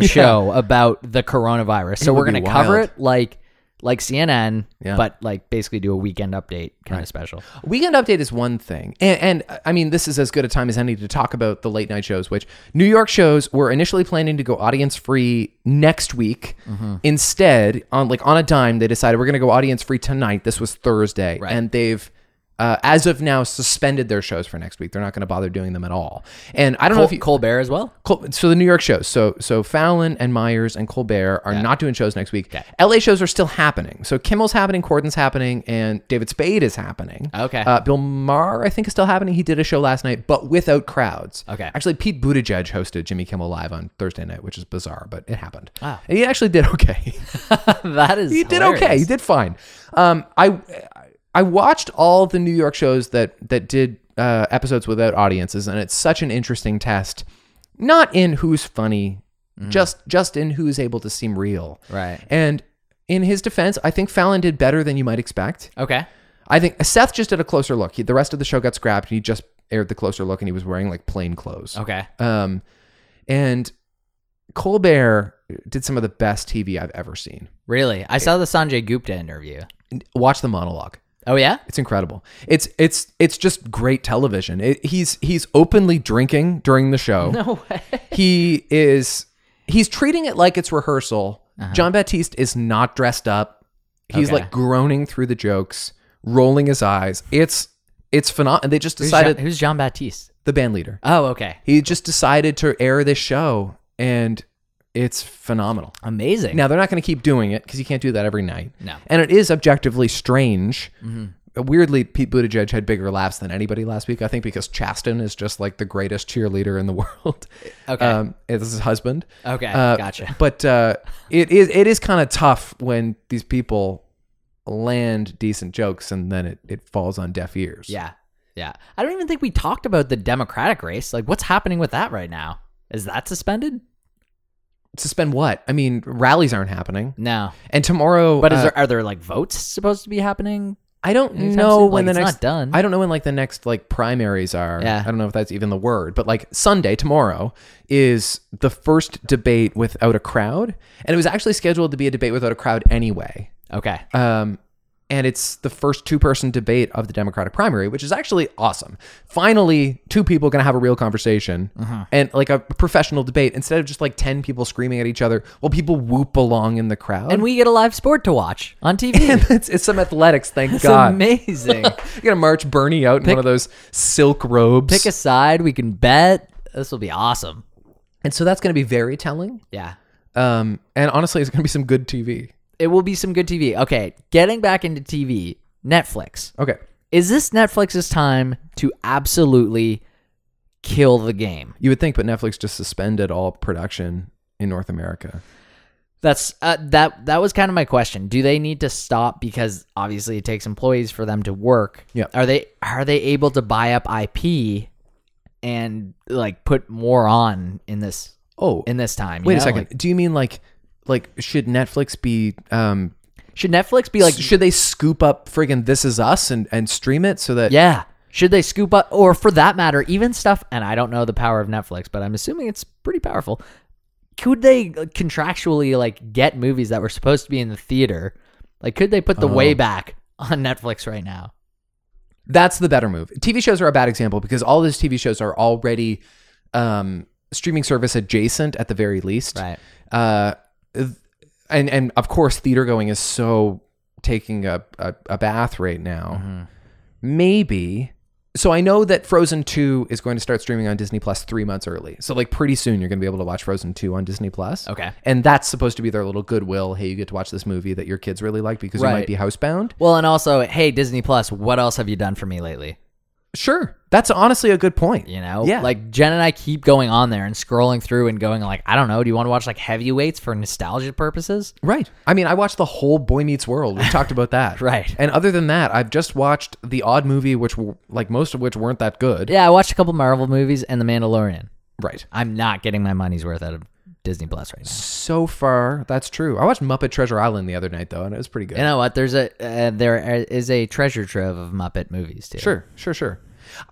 [SPEAKER 3] (laughs) Yeah.
[SPEAKER 2] show about the coronavirus. So
[SPEAKER 3] It would
[SPEAKER 2] we're gonna
[SPEAKER 3] be
[SPEAKER 2] cover
[SPEAKER 3] wild.
[SPEAKER 2] it like like CNN,
[SPEAKER 3] Yeah.
[SPEAKER 2] but like basically do a weekend update kind of special.
[SPEAKER 3] Weekend Update is one thing. And, and I mean, this is as good a time as any to talk about the late night shows, which New York shows were initially planning to go audience free next week. Instead, on like on a dime, they decided we're going to go audience free tonight. This was Thursday. And they've, uh, as of now, suspended their shows for next week. They're not going to bother doing them at all. And I don't know
[SPEAKER 2] Col-
[SPEAKER 3] if you.
[SPEAKER 2] Colbert as well. (laughs)
[SPEAKER 3] Col- so the New York shows. So so Fallon and Myers and Colbert are not doing shows next week. LA shows are still happening. So Kimmel's happening, Corden's happening, and David Spade is happening.
[SPEAKER 2] Okay.
[SPEAKER 3] Uh, Bill Maher, I think, is still happening. He did a show last night, but without crowds.
[SPEAKER 2] Okay.
[SPEAKER 3] Actually, Pete Buttigieg hosted Jimmy Kimmel live on Thursday night, which is bizarre, but it happened.
[SPEAKER 2] Wow.
[SPEAKER 3] And he actually did (laughs) okay.
[SPEAKER 2] that is
[SPEAKER 3] he did okay. He did fine. Um, I I watched all the New York shows that that did uh, episodes without audiences, and it's such an interesting test. Not in who's funny, just just in who's able to seem real.
[SPEAKER 2] Right.
[SPEAKER 3] And in his defense, I think Fallon did better than you might expect.
[SPEAKER 2] Okay.
[SPEAKER 3] I think Seth just did a closer look. He, the rest of the show got scrapped. And he just aired the closer look, and he was wearing like plain clothes.
[SPEAKER 2] Okay.
[SPEAKER 3] Um, and Colbert did some of the best TV I've ever seen.
[SPEAKER 2] Really? I saw the Sanjay Gupta interview.
[SPEAKER 3] Watch the monologue.
[SPEAKER 2] Oh yeah?
[SPEAKER 3] It's incredible. It's it's it's just great television. It, he's he's openly drinking during the show.
[SPEAKER 2] No way.
[SPEAKER 3] He is he's treating it like it's rehearsal. John Baptiste is not dressed up. He's
[SPEAKER 2] Uh-huh. Okay.
[SPEAKER 3] like groaning through the jokes, rolling his eyes. It's it's phenomenal. They just
[SPEAKER 2] Who's Jean,
[SPEAKER 3] decided
[SPEAKER 2] who's Jean Baptiste?
[SPEAKER 3] the band leader.
[SPEAKER 2] Oh, okay.
[SPEAKER 3] He just decided to air this show, and it's phenomenal.
[SPEAKER 2] Amazing.
[SPEAKER 3] Now they're not going to keep doing it because you can't do that every night.
[SPEAKER 2] No. Mm-hmm.
[SPEAKER 3] and it is objectively strange. Weirdly, Pete Buttigieg had bigger laughs than anybody last week. I think because Chasten is just like the greatest cheerleader in the (laughs) world.
[SPEAKER 2] Okay.
[SPEAKER 3] um, this is his husband.
[SPEAKER 2] Okay,
[SPEAKER 3] Uh,
[SPEAKER 2] gotcha.
[SPEAKER 3] (laughs) But uh, it is it is kind of tough when these people land decent jokes and then it, it falls on deaf ears.
[SPEAKER 2] Yeah. Yeah. I don't even think we talked about the Democratic race. Like what's happening with that right now? Is that suspended?
[SPEAKER 3] suspend what? I mean, rallies aren't happening.
[SPEAKER 2] No.
[SPEAKER 3] And tomorrow,
[SPEAKER 2] But is
[SPEAKER 3] uh,
[SPEAKER 2] there are there like votes supposed to be happening?
[SPEAKER 3] I don't
[SPEAKER 2] Anytime
[SPEAKER 3] know
[SPEAKER 2] soon?
[SPEAKER 3] when
[SPEAKER 2] Like,
[SPEAKER 3] the
[SPEAKER 2] it's
[SPEAKER 3] next
[SPEAKER 2] not done.
[SPEAKER 3] I don't know when like the next like primaries are.
[SPEAKER 2] Yeah.
[SPEAKER 3] I don't know if that's even the word, but like Sunday tomorrow is the first debate without a crowd, and it was actually scheduled to be a debate without a crowd anyway.
[SPEAKER 2] Okay.
[SPEAKER 3] Um, and it's the first two-person debate of the Democratic primary, which is actually awesome. Finally, two people going to have a real conversation
[SPEAKER 2] Uh-huh.
[SPEAKER 3] and like a professional debate instead of just like ten people screaming at each other while people whoop along in the crowd. (laughs)
[SPEAKER 2] And we get a live sport to watch on TV.
[SPEAKER 3] it's, it's some athletics, thank
[SPEAKER 2] (laughs) It's
[SPEAKER 3] God. (laughs)
[SPEAKER 2] amazing.
[SPEAKER 3] You're gonna march Bernie out in one of those silk robes.
[SPEAKER 2] Pick a side, we can bet. This will be awesome.
[SPEAKER 3] and so that's gonna be very telling.
[SPEAKER 2] Yeah.
[SPEAKER 3] Um, and honestly, it's gonna be some good TV.
[SPEAKER 2] It will be some good TV. Okay, getting back into TV, Netflix.
[SPEAKER 3] Okay.
[SPEAKER 2] Is this Netflix's time to absolutely kill the game?
[SPEAKER 3] You would think, but Netflix just suspended all production in North America.
[SPEAKER 2] That's uh, that that was kind of my question. Do they need to stop because obviously it takes employees for them to work?
[SPEAKER 3] Yeah.
[SPEAKER 2] Are they are they able to buy up IP and like put more on in this
[SPEAKER 3] Oh,
[SPEAKER 2] in this time? you
[SPEAKER 3] wait a
[SPEAKER 2] know?
[SPEAKER 3] second.
[SPEAKER 2] Like,
[SPEAKER 3] Do you mean like, like should Netflix be, um,
[SPEAKER 2] should Netflix be like
[SPEAKER 3] like, should they scoop up friggin' This Is Us and and stream it so that
[SPEAKER 2] Yeah. Should they scoop up, or for that matter, even stuff? And I don't know the power of Netflix, but I'm assuming it's pretty powerful. Could they uh, contractually like get movies that were supposed to be in the theater? Like, could they put the way back on Netflix right now?
[SPEAKER 3] That's the better move. TV shows are a bad example because all those TV shows are already um, streaming service adjacent at the very least.
[SPEAKER 2] Right.
[SPEAKER 3] Uh, th- and and of course, theater going is so taking a, a, a bath right now.
[SPEAKER 2] Mm-hmm.
[SPEAKER 3] Maybe. So I know that Frozen 2 is going to start streaming on Disney Plus 3 months early. So like pretty soon you're going to be able to watch Frozen 2 on Disney Plus.
[SPEAKER 2] Okay.
[SPEAKER 3] And that's supposed to be their little goodwill, hey, you get to watch this movie that your kids really like because you
[SPEAKER 2] Right.
[SPEAKER 3] might be housebound.
[SPEAKER 2] Well, and also, hey, Disney Plus, what else have you done for me lately?
[SPEAKER 3] Sure. That's honestly a good point.
[SPEAKER 2] You know,
[SPEAKER 3] Yeah.
[SPEAKER 2] Like Jen and I keep going on there and scrolling through and going like, I don't know, do you want to watch like heavyweights for nostalgia purposes?
[SPEAKER 3] Right. I mean, I watched the whole Boy Meets World. We talked about that.
[SPEAKER 2] (laughs) Right.
[SPEAKER 3] And other than that, I've just watched the odd movie, which were, like most of which weren't that good.
[SPEAKER 2] Yeah, I watched a couple Marvel movies and The Mandalorian.
[SPEAKER 3] Right.
[SPEAKER 2] I'm not getting my money's worth out of Disney Plus right now.
[SPEAKER 3] So far, that's true. I watched Muppet Treasure Island the other night though, and it was pretty good.
[SPEAKER 2] You know what? There's a uh, there is a treasure trove of Muppet movies too.
[SPEAKER 3] Sure, sure, sure.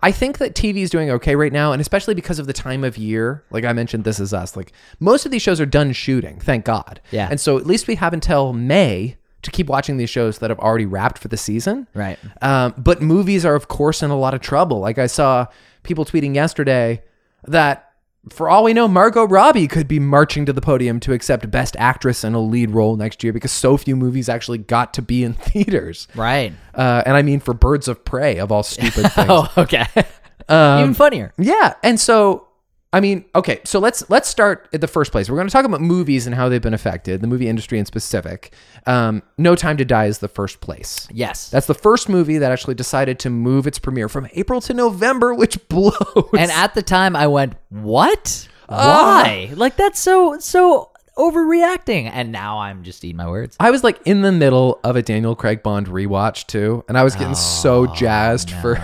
[SPEAKER 3] I think that TV is doing okay right now, and especially because of the time of year. Like I mentioned, This Is Us. Like most of these shows are done shooting, thank God.
[SPEAKER 2] Yeah.
[SPEAKER 3] And so at least we have until May to keep watching these shows that have already wrapped for the season.
[SPEAKER 2] Right.
[SPEAKER 3] Um, but movies are, of course, in a lot of trouble. Like I saw people tweeting yesterday that, for all we know, Margot Robbie could be marching to the podium to accept Best Actress in a lead role next year because so few movies actually got to be in (laughs) theaters.
[SPEAKER 2] Right.
[SPEAKER 3] Uh, and I mean for Birds of Prey, of all stupid things.
[SPEAKER 2] Oh, okay. (laughs)
[SPEAKER 3] Um,
[SPEAKER 2] Even funnier.
[SPEAKER 3] Yeah, and so I mean, okay, so let's let's start at the first place. We're going to talk about movies and how they've been affected, the movie industry in specific. Um, no Time to Die is the first place.
[SPEAKER 2] Yes.
[SPEAKER 3] That's the first movie that actually decided to move its premiere from April to November, which (laughs) blows.
[SPEAKER 2] and at the time, I went, "What?
[SPEAKER 3] Uh,
[SPEAKER 2] Why? Like that's so so overreacting." And now I'm just eating my words.
[SPEAKER 3] I was like in the middle of a Daniel Craig Bond rewatch too, and I was getting so jazzed for (laughs)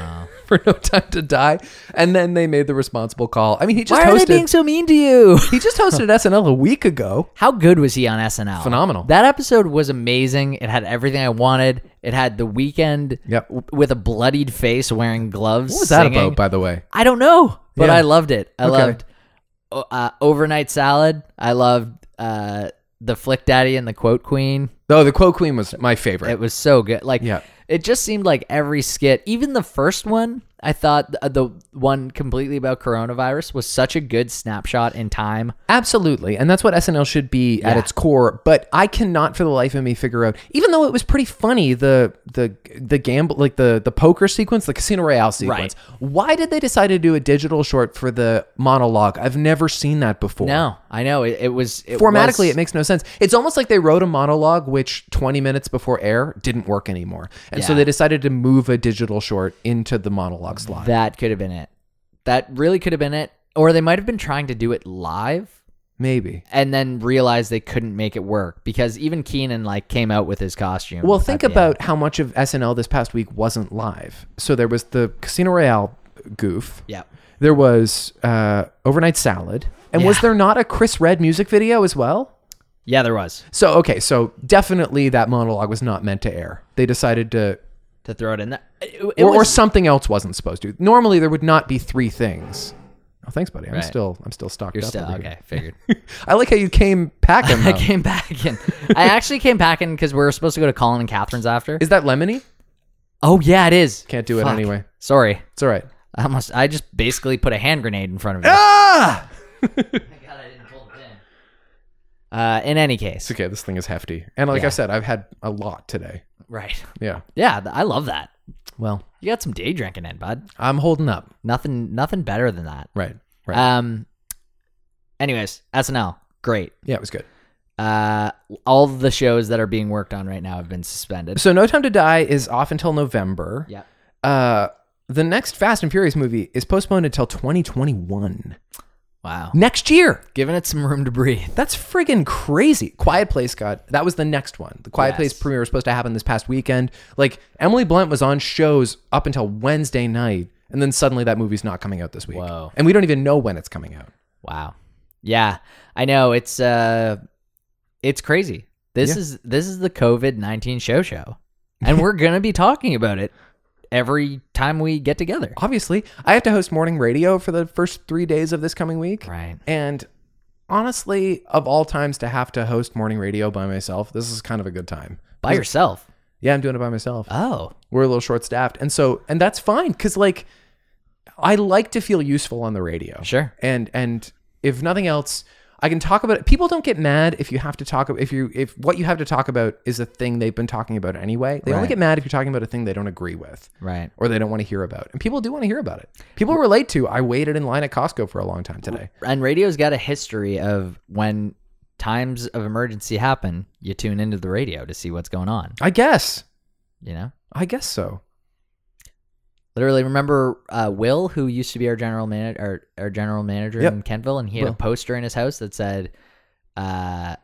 [SPEAKER 3] for No Time to Die, and then they made the responsible call. I mean, he just
[SPEAKER 2] Why are
[SPEAKER 3] hosted
[SPEAKER 2] they being so mean to you? (laughs)
[SPEAKER 3] he just (laughs) hosted SNL a week ago.
[SPEAKER 2] How good was he on SNL?
[SPEAKER 3] Phenomenal.
[SPEAKER 2] That episode was amazing. It had everything I wanted. It had the weekend
[SPEAKER 3] Yep.
[SPEAKER 2] w- with a bloodied face wearing gloves.
[SPEAKER 3] What was that
[SPEAKER 2] singing.
[SPEAKER 3] about, by the way?
[SPEAKER 2] I don't know, but
[SPEAKER 3] Yeah.
[SPEAKER 2] I loved it. I
[SPEAKER 3] Okay.
[SPEAKER 2] loved o- uh, overnight salad. I loved uh, the flick daddy and the quote queen.
[SPEAKER 3] Oh, the quote queen was my favorite.
[SPEAKER 2] It was so good. Like,
[SPEAKER 3] Yeah.
[SPEAKER 2] it just seemed like every skit, even the first one, I thought the, the one completely about coronavirus was such a good snapshot in time.
[SPEAKER 3] Absolutely. And that's what SNL should be at
[SPEAKER 2] Yeah.
[SPEAKER 3] its core. But I cannot for the life of me figure out, even though it was pretty funny, the the the gamble like the the poker sequence, the casino royale sequence. Why did they decide to do a digital short for the monologue? I've never seen that before.
[SPEAKER 2] No, I know it, it was it
[SPEAKER 3] Formatically, it
[SPEAKER 2] was-
[SPEAKER 3] makes no sense. It's almost like they wrote a monologue which 20 minutes before air didn't work anymore. And so
[SPEAKER 2] Yeah.
[SPEAKER 3] they decided to move a digital short into the monologue slot.
[SPEAKER 2] that could have been it. That really could have been it, or they might have been trying to do it live.
[SPEAKER 3] Maybe.
[SPEAKER 2] and then realized they couldn't make it work because even Keenan like came out with his costume.
[SPEAKER 3] Well,
[SPEAKER 2] at
[SPEAKER 3] think
[SPEAKER 2] the end.
[SPEAKER 3] about how much of SNL this past week wasn't live. So there was the Casino Royale goof.
[SPEAKER 2] yeah,
[SPEAKER 3] There was uh, Overnight Salad. And was
[SPEAKER 2] Yeah.
[SPEAKER 3] there not a Chris Red music video as well?
[SPEAKER 2] yeah, there was
[SPEAKER 3] So, okay, so definitely that monologue was not meant to air. They decided to,
[SPEAKER 2] to throw it in there. Uh, It, it
[SPEAKER 3] or, or
[SPEAKER 2] was-
[SPEAKER 3] something else wasn't supposed to. Normally there would not be three things. Oh, thanks, buddy. I'm
[SPEAKER 2] Right.
[SPEAKER 3] still, I'm still stocked
[SPEAKER 2] You're
[SPEAKER 3] up.
[SPEAKER 2] still
[SPEAKER 3] over here.
[SPEAKER 2] okay.
[SPEAKER 3] (laughs)
[SPEAKER 2] Figured.
[SPEAKER 3] I like how you came packing.
[SPEAKER 2] (laughs) I
[SPEAKER 3] though.
[SPEAKER 2] came
[SPEAKER 3] (laughs)
[SPEAKER 2] back in. I actually came back in because we were supposed to go to Colin and Catherine's after.
[SPEAKER 3] Is that lemony?
[SPEAKER 2] oh yeah, it is.
[SPEAKER 3] Can't do it
[SPEAKER 2] Fuck.
[SPEAKER 3] anyway.
[SPEAKER 2] Sorry,
[SPEAKER 3] It's all right.
[SPEAKER 2] I almost. I just basically put a hand grenade in front of you. Oh
[SPEAKER 3] Ah!
[SPEAKER 2] God, I didn't pull it in. Uh, in any case,
[SPEAKER 3] It's okay. This thing is hefty. And like I said, I've had a lot today.
[SPEAKER 2] right?
[SPEAKER 3] Yeah.
[SPEAKER 2] Yeah, th- I love that.
[SPEAKER 3] Well,
[SPEAKER 2] You got some day drinking in, bud.
[SPEAKER 3] I'm holding up.
[SPEAKER 2] Nothing, nothing better than that.
[SPEAKER 3] Right. Right.
[SPEAKER 2] Um. Anyways, SNL, great.
[SPEAKER 3] yeah, it was good.
[SPEAKER 2] Uh, all the shows that are being worked on right now have been suspended.
[SPEAKER 3] So No Time to Die is off until November.
[SPEAKER 2] Yeah.
[SPEAKER 3] Uh the next Fast and Furious movie is postponed until 2021.
[SPEAKER 2] Wow.
[SPEAKER 3] Next year.
[SPEAKER 2] Giving it some room to breathe.
[SPEAKER 3] That's friggin' crazy. Quiet Place got that was the next one. The Quiet Place
[SPEAKER 2] Yes.
[SPEAKER 3] premiere was supposed to happen this past weekend. Like Emily Blunt was on shows up until Wednesday night, and then suddenly that movie's not coming out this week.
[SPEAKER 2] Whoa.
[SPEAKER 3] And we don't even know when it's coming out.
[SPEAKER 2] Wow. Yeah, I know it's uh, it's crazy. This
[SPEAKER 3] Yeah.
[SPEAKER 2] is this is the COVID nineteen show show, and (laughs) we're gonna be talking about it every time we get together.
[SPEAKER 3] Obviously, I have to host morning radio for the first three days of this coming week.
[SPEAKER 2] Right.
[SPEAKER 3] And honestly, of all times to have to host morning radio by myself, this is kind of a good time.
[SPEAKER 2] By yourself.
[SPEAKER 3] Yeah, I'm doing it by myself.
[SPEAKER 2] Oh.
[SPEAKER 3] We're a little short staffed. And so, and that's fine because like I like to feel useful on the radio.
[SPEAKER 2] Sure.
[SPEAKER 3] And, and if nothing else, I can talk about it. People don't get mad if you have to talk if you if what you have to talk about is a thing they've been talking about anyway. They only
[SPEAKER 2] Right.
[SPEAKER 3] get mad if you're talking about a thing they don't agree with
[SPEAKER 2] Right.
[SPEAKER 3] or they don't want to hear about. And people do want to hear about it. People relate to. I waited in line at Costco for a long time today.
[SPEAKER 2] and radio's got a history of when times of emergency happen, you tune into the radio to see what's going on.
[SPEAKER 3] I guess.
[SPEAKER 2] You know,
[SPEAKER 3] I guess so.
[SPEAKER 2] literally remember uh, Will, who used to be our general manager, our, our general manager
[SPEAKER 3] Yep.
[SPEAKER 2] in Kentville, and he had
[SPEAKER 3] Will.
[SPEAKER 2] a poster in his house that said, uh,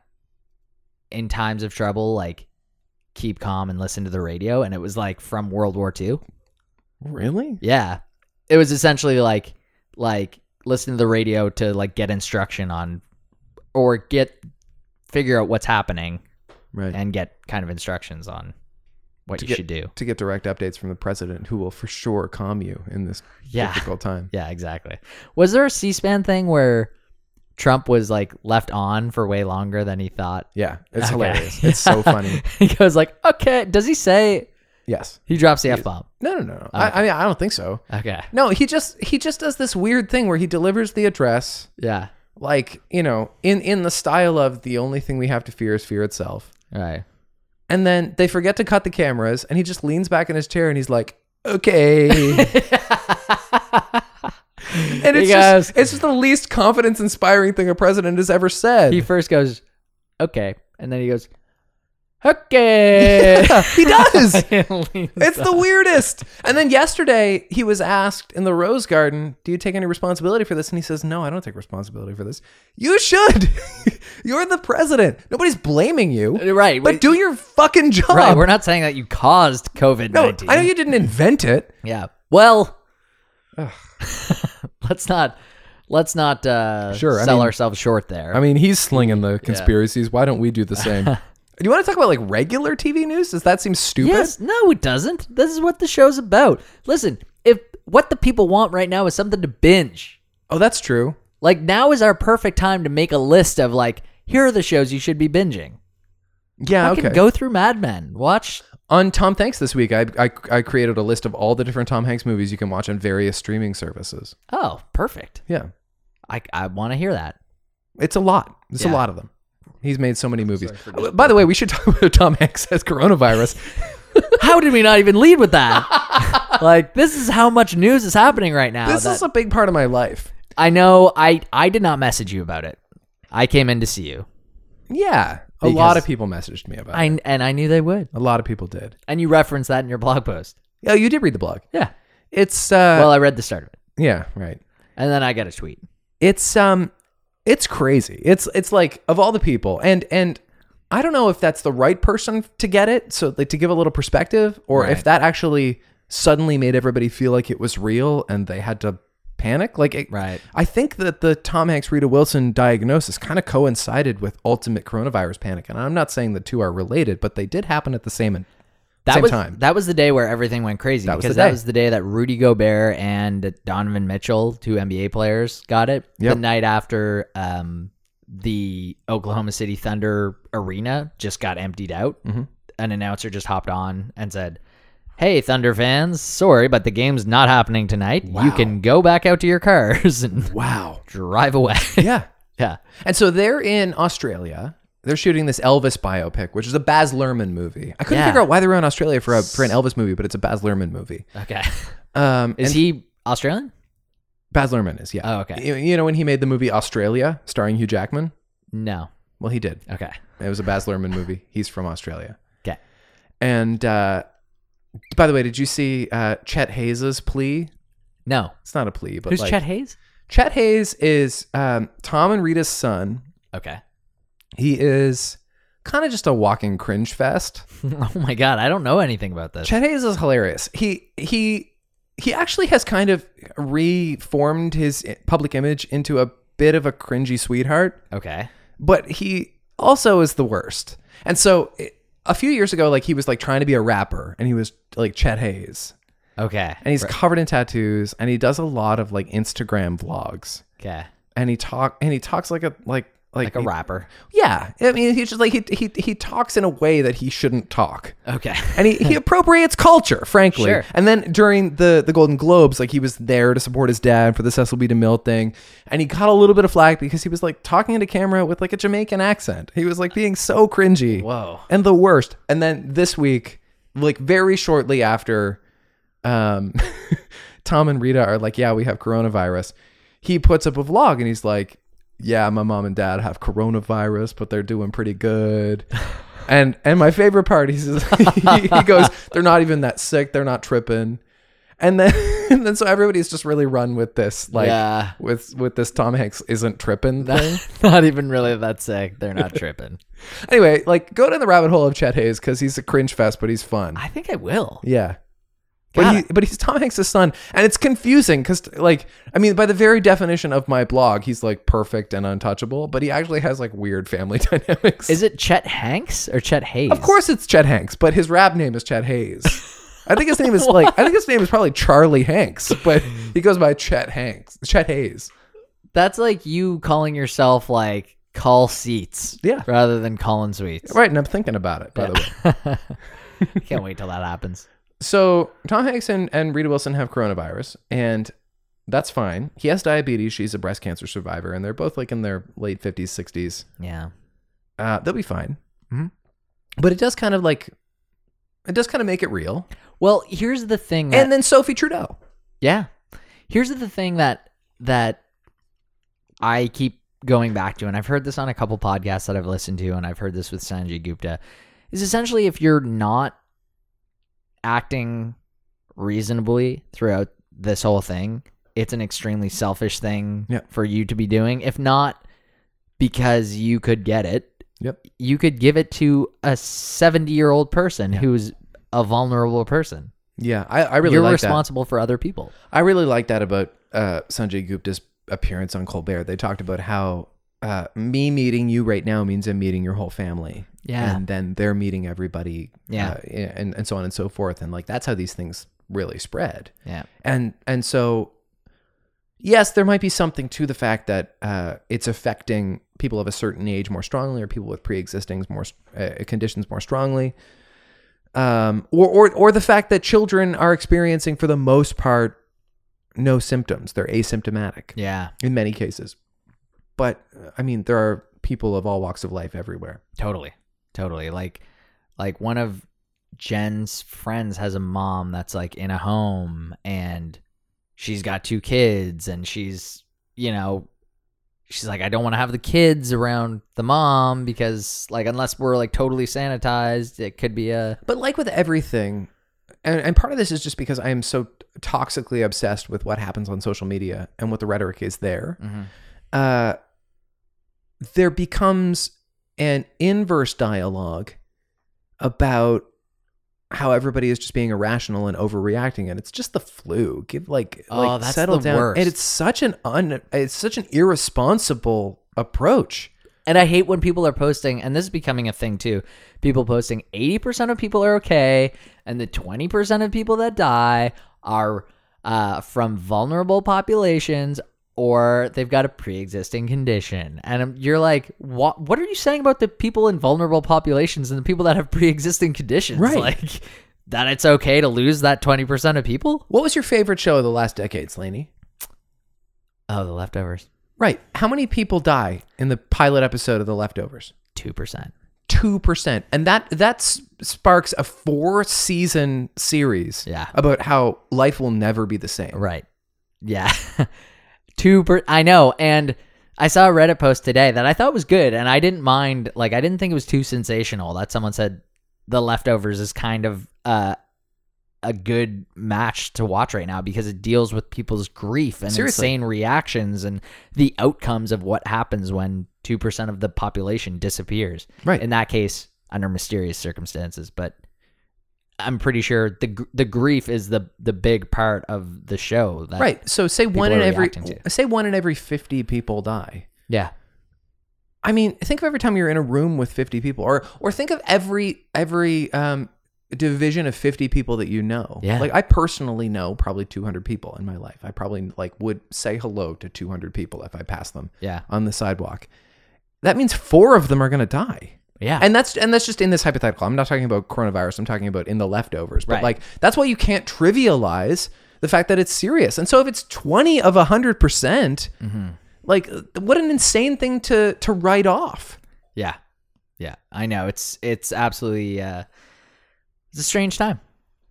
[SPEAKER 2] "In times of trouble, like keep calm and listen to the radio," and it was like from World War II.
[SPEAKER 3] Really?
[SPEAKER 2] Yeah, it was essentially like like listen to the radio to like get instruction on or get figure out what's happening
[SPEAKER 3] Right.
[SPEAKER 2] and get kind of instructions on what
[SPEAKER 3] To
[SPEAKER 2] you
[SPEAKER 3] get-
[SPEAKER 2] should do.
[SPEAKER 3] to get direct updates from the president, who will for sure calm you in this
[SPEAKER 2] Yeah. (laughs)
[SPEAKER 3] difficult time.
[SPEAKER 2] Yeah, exactly. Was there a C-SPAN thing where Trump was like left on for way longer than he thought.
[SPEAKER 3] Yeah, it's
[SPEAKER 2] Okay.
[SPEAKER 3] hilarious. It's
[SPEAKER 2] (laughs)
[SPEAKER 3] so funny.
[SPEAKER 2] he goes like, "Okay." Does he say
[SPEAKER 3] Yes.
[SPEAKER 2] he drops the f bomb?
[SPEAKER 3] No, no, no, no. I, I mean, I don't think so.
[SPEAKER 2] Okay.
[SPEAKER 3] No, he just he just does this weird thing where he delivers the address
[SPEAKER 2] Yeah.
[SPEAKER 3] like you know in in the style of the only thing we have to fear is fear itself.
[SPEAKER 2] All right.
[SPEAKER 3] And then they forget to cut the cameras, and he just leans back in his chair and he's like,
[SPEAKER 2] (laughs)
[SPEAKER 3] "Okay." And
[SPEAKER 2] He
[SPEAKER 3] it's
[SPEAKER 2] goes-
[SPEAKER 3] just, it's just the least confidence inspiring thing a president has ever said.
[SPEAKER 2] He first goes, "Okay," and then he goes, (laughs)
[SPEAKER 3] (laughs)
[SPEAKER 2] "Okay."
[SPEAKER 3] (laughs) Yeah, he does.
[SPEAKER 2] And leans
[SPEAKER 3] It's the weirdest. And then yesterday, he was asked in the Rose Garden, "Do you take any responsibility for this?" And he says, "No, I don't take responsibility for this. You should. (laughs) You're the president. Nobody's blaming you,
[SPEAKER 2] Right,
[SPEAKER 3] But
[SPEAKER 2] we-
[SPEAKER 3] do your fucking job.
[SPEAKER 2] Right, we're not saying that you caused COVID
[SPEAKER 3] no,
[SPEAKER 2] nineteen.
[SPEAKER 3] I know you didn't invent it.
[SPEAKER 2] Yeah. Well, (laughs) let's not let's not uh,
[SPEAKER 3] Sure, I
[SPEAKER 2] sell
[SPEAKER 3] mean-
[SPEAKER 2] ourselves short there.
[SPEAKER 3] I mean, he's slinging the conspiracies. Why don't we do the
[SPEAKER 2] (laughs)
[SPEAKER 3] same? do you want to talk about like regular TV news? Does that seem stupid?
[SPEAKER 2] yes, no, it doesn't. This is what the show's about. Listen, if what the people want right now is something to binge,
[SPEAKER 3] Oh, that's true.
[SPEAKER 2] like now is our perfect time to make a list of like here are the shows you should be binging.
[SPEAKER 3] Yeah.
[SPEAKER 2] I can
[SPEAKER 3] Ah, okay.
[SPEAKER 2] go through Mad Men, watch.
[SPEAKER 3] on Tom Hanks this week, I, I I created a list of all the different Tom Hanks movies you can watch on various streaming services.
[SPEAKER 2] Oh, perfect.
[SPEAKER 3] Yeah.
[SPEAKER 2] I I want to
[SPEAKER 3] (laughs)
[SPEAKER 2] hear that.
[SPEAKER 3] It's a lot. It's
[SPEAKER 2] Yeah.
[SPEAKER 3] a lot of them. He's made so many movies. Oh, By the way, we should talk (laughs) about Tom Hanks has
[SPEAKER 2] (laughs)
[SPEAKER 3] coronavirus.
[SPEAKER 2] How did we not even lead with
[SPEAKER 3] (laughs)
[SPEAKER 2] that? like this is how much news is happening right now.
[SPEAKER 3] this
[SPEAKER 2] that-
[SPEAKER 3] is a big part of my life.
[SPEAKER 2] I know I I did not message you about it. I came in to see you.
[SPEAKER 3] Yeah, a
[SPEAKER 2] Because-
[SPEAKER 3] lot of people messaged me about it.
[SPEAKER 2] I and I knew they would.
[SPEAKER 3] A lot of people did.
[SPEAKER 2] And you referenced that in your blog post.
[SPEAKER 3] Oh, you did read the blog.
[SPEAKER 2] Yeah.
[SPEAKER 3] It's uh,
[SPEAKER 2] Well, I read the start of it.
[SPEAKER 3] yeah, right.
[SPEAKER 2] And then I got a tweet.
[SPEAKER 3] It's um, it's crazy. It's it's like of all the people, and and I don't know if that's the right person to get it. So like to give a little perspective, or if that actually suddenly made everybody feel like it was real and they had to panic. Like it,
[SPEAKER 2] Right.
[SPEAKER 3] I think that the Tom Hanks Rita Wilson diagnosis kind of coincided with ultimate coronavirus panic, and I'm not saying the two are related, but they did happen at the same.
[SPEAKER 2] That
[SPEAKER 3] Same
[SPEAKER 2] was
[SPEAKER 3] time.
[SPEAKER 2] that was the day where everything went crazy
[SPEAKER 3] was
[SPEAKER 2] because
[SPEAKER 3] the
[SPEAKER 2] that
[SPEAKER 3] day.
[SPEAKER 2] was the day that Rudy Gobert and Donovan Mitchell, two NBA players, got it
[SPEAKER 3] Yep.
[SPEAKER 2] the night after um, the Oklahoma City Thunder arena just got emptied out.
[SPEAKER 3] Mm-hmm.
[SPEAKER 2] An announcer just hopped on and said, "Hey Thunder fans, sorry, but the game's not happening tonight. You can go back out to your cars and
[SPEAKER 3] (laughs) Wow.
[SPEAKER 2] drive away." (laughs)
[SPEAKER 3] Yeah. (laughs)
[SPEAKER 2] yeah.
[SPEAKER 3] And so they're in Australia. They're shooting this Elvis biopic, which is a Baz Luhrmann movie. I couldn't
[SPEAKER 2] Yeah.
[SPEAKER 3] figure out why they were in Australia for a, for an Elvis movie, but it's a Baz Luhrmann movie.
[SPEAKER 2] Okay.
[SPEAKER 3] Um,
[SPEAKER 2] Is
[SPEAKER 3] and
[SPEAKER 2] he Australian?
[SPEAKER 3] Baz Luhrmann is yeah.
[SPEAKER 2] Oh, okay.
[SPEAKER 3] You, you know when he made the movie Australia starring Hugh Jackman?
[SPEAKER 2] No.
[SPEAKER 3] Well, he did.
[SPEAKER 2] Okay.
[SPEAKER 3] It was a Baz Luhrmann movie. He's from Australia.
[SPEAKER 2] Okay.
[SPEAKER 3] And uh, by the way, did you see uh, Chet Hayes's plea?
[SPEAKER 2] No.
[SPEAKER 3] It's not a plea, but
[SPEAKER 2] Who's
[SPEAKER 3] like,
[SPEAKER 2] Chet Hayes?
[SPEAKER 3] Chet Hayes is um, Tom and Rita's son.
[SPEAKER 2] Okay.
[SPEAKER 3] He is kind of just a walking cringe fest.
[SPEAKER 2] (laughs) oh my god, I don't know anything about this.
[SPEAKER 3] Chet Hayes is hilarious. He he he actually has kind of reformed his i- public image into a bit of a cringy sweetheart,
[SPEAKER 2] Okay.
[SPEAKER 3] but he also is the worst. And so i- a few years ago, like he was like trying to be a rapper, and he was like Chet Hayes,
[SPEAKER 2] Okay.
[SPEAKER 3] and he's covered in tattoos, and he does a lot of like Instagram vlogs,
[SPEAKER 2] Okay.
[SPEAKER 3] and he talk and he talks like a like like,
[SPEAKER 2] Like a
[SPEAKER 3] he-
[SPEAKER 2] rapper.
[SPEAKER 3] Yeah, I mean he's just like he he he talks in a way that he shouldn't talk
[SPEAKER 2] Okay. (laughs)
[SPEAKER 3] and he, he appropriates culture, frankly.
[SPEAKER 2] Sure.
[SPEAKER 3] And then during the the Golden Globes, like he was there to support his dad for the Cecil B. DeMille thing, and he got a little bit of flack because he was like talking into camera with like a Jamaican accent. He was like being so cringy, (laughs)
[SPEAKER 2] Whoa.
[SPEAKER 3] and the worst. And then this week, like very shortly after, um, (laughs) Tom and Rita are like, "Yeah, we have coronavirus." He puts up a vlog and he's like, "Yeah, my mom and dad have coronavirus, but they're doing pretty
[SPEAKER 2] (laughs)
[SPEAKER 3] good." and and my favorite part, he says, (laughs) he, he goes, "They're not even that sick. They're not tripping." And then (laughs) and then so everybody's just really run with this, like
[SPEAKER 2] Yeah.
[SPEAKER 3] with with this Tom Hanks isn't tripping thing.
[SPEAKER 2] (laughs) not even really that sick. They're not
[SPEAKER 3] (laughs)
[SPEAKER 2] tripping.
[SPEAKER 3] anyway, like go down the rabbit hole of Chet Hayes because he's a cringe fest, but he's fun.
[SPEAKER 2] I think I will.
[SPEAKER 3] Yeah.
[SPEAKER 2] Got
[SPEAKER 3] But, he, but he's Tom Hanks' son, and it's confusing because, like, I mean, by the very definition of my blog, he's like perfect and untouchable, but he actually has like weird family (laughs) dynamics.
[SPEAKER 2] Is it Chet Hanks or Chet Hayes?
[SPEAKER 3] of course, it's Chet Hanks, but his rap name is Chet Hayes. I think his name is like I think his name is probably Charlie Hanks, but he goes by Chet Hanks, Chet Hayes.
[SPEAKER 2] That's like you calling yourself like call seats,
[SPEAKER 3] Yeah.
[SPEAKER 2] rather than calling sweets.
[SPEAKER 3] Right, and I'm thinking about it, by the way.
[SPEAKER 2] Right. (laughs) Can't wait till that happens.
[SPEAKER 3] So Tom Hanks and, and Rita Wilson have coronavirus, and that's fine. He has diabetes. She's a breast cancer survivor, and they're both like in their late 50s, 60s. (laughs)
[SPEAKER 2] Yeah.
[SPEAKER 3] Uh, they'll be fine.
[SPEAKER 2] Mhm.
[SPEAKER 3] But it does kind of like, it does kind of make it real.
[SPEAKER 2] Well, here's the thing. That,
[SPEAKER 3] And then Sophie Trudeau.
[SPEAKER 2] yeah, here's the thing that that I keep going back to, and I've heard this on a couple podcasts that I've listened to, and I've heard this with Sanjay Gupta. Is essentially if you're not acting reasonably throughout this whole thing, it's an extremely selfish thing
[SPEAKER 3] Yeah.
[SPEAKER 2] for you to be doing. If not because you could get it,
[SPEAKER 3] Yep.
[SPEAKER 2] you could give it to a 70 year old person who's a vulnerable person.
[SPEAKER 3] Yeah, I, I really
[SPEAKER 2] You're
[SPEAKER 3] like that.
[SPEAKER 2] responsible for other people.
[SPEAKER 3] I really like that about uh, Sanjay Gupta's appearance on Colbert. They talked about how uh, me meeting you right now means I'm meeting your whole family.
[SPEAKER 2] Yeah.
[SPEAKER 3] And then they're meeting everybody.
[SPEAKER 2] Yeah.
[SPEAKER 3] uh, and, and so on and so forth. And like that's how these things really spread.
[SPEAKER 2] Yeah.
[SPEAKER 3] And and so yes, there might be something to the fact that uh, it's affecting people of a certain age more strongly, or people with pre-existing more uh, conditions more strongly, um, or or or the fact that children are experiencing for the most part no symptoms; they're asymptomatic
[SPEAKER 2] Yeah.
[SPEAKER 3] in many cases. But uh, I mean, there are people of all walks of life everywhere.
[SPEAKER 2] Totally. Totally. Like like one of Jen's friends has a mom that's like in a home and she's got two kids and she's, you know, she's like I don't want to have the kids around the mom because like unless we're like totally sanitized, it could be a
[SPEAKER 3] But like with everything, and, and part of this is just because I am so toxically obsessed with what happens on social media and what the rhetoric is there. uh, there becomes an inverse dialogue about how everybody is just being irrational and overreacting and it's just the flu give like
[SPEAKER 2] Oh,
[SPEAKER 3] like
[SPEAKER 2] that's
[SPEAKER 3] settle
[SPEAKER 2] the
[SPEAKER 3] down
[SPEAKER 2] worst.
[SPEAKER 3] and it's such an un it's such an irresponsible approach
[SPEAKER 2] And I hate when people are posting, and this is becoming a thing too. People posting 80% of people are okay, and the 20% of people that die are uh, from vulnerable populations or they've got a pre existing condition. And I'm- you're like, what, what are you saying about the people in vulnerable populations and the people that have pre existing conditions?
[SPEAKER 3] Right.
[SPEAKER 2] Like, that it's okay to lose that 20% of people?
[SPEAKER 3] what was your favorite show of the last decade Slaney
[SPEAKER 2] Oh, the leftovers.
[SPEAKER 3] right how many people die in the pilot episode of the leftovers
[SPEAKER 2] 2%.
[SPEAKER 3] two percent, and that that s- sparks a four season series
[SPEAKER 2] Yeah.
[SPEAKER 3] about how life will never be the same.
[SPEAKER 2] Right. Yeah. (laughs) Two per I know, and I saw a Reddit post today that I thought was good and I didn't mind like I didn't think it was too sensational that someone said the leftovers is kind of uh a good match to watch right now because it deals with people's grief and
[SPEAKER 3] Seriously.
[SPEAKER 2] insane reactions and the outcomes of what happens when 2% of the population disappears.
[SPEAKER 3] Right.
[SPEAKER 2] In that case, under mysterious circumstances, but I'm pretty sure the gr- the grief is the the big part of the show. That,
[SPEAKER 3] Right. So say one
[SPEAKER 2] are
[SPEAKER 3] in every
[SPEAKER 2] reacting to.
[SPEAKER 3] say one in every fifty people die.
[SPEAKER 2] Yeah.
[SPEAKER 3] I mean, think of every time you're in a room with fifty people, or or think of every every um, division of fifty people that you know.
[SPEAKER 2] Yeah.
[SPEAKER 3] Like I personally know probably two hundred people in my life. I probably like would say hello to two hundred people if I passed them
[SPEAKER 2] Yeah.
[SPEAKER 3] on the sidewalk. That means four of them are going to die.
[SPEAKER 2] Yeah.
[SPEAKER 3] and that's and that's just in this hypothetical. I'm not talking about coronavirus. I'm talking about in the leftovers. But
[SPEAKER 2] Right.
[SPEAKER 3] like that's why you can't trivialize the fact that it's serious. And so if it's 20 of 100 percent,
[SPEAKER 2] Mm-hmm.
[SPEAKER 3] like what an insane thing to to write off.
[SPEAKER 2] yeah. Yeah. I know. It's it's absolutely uh it's a strange time.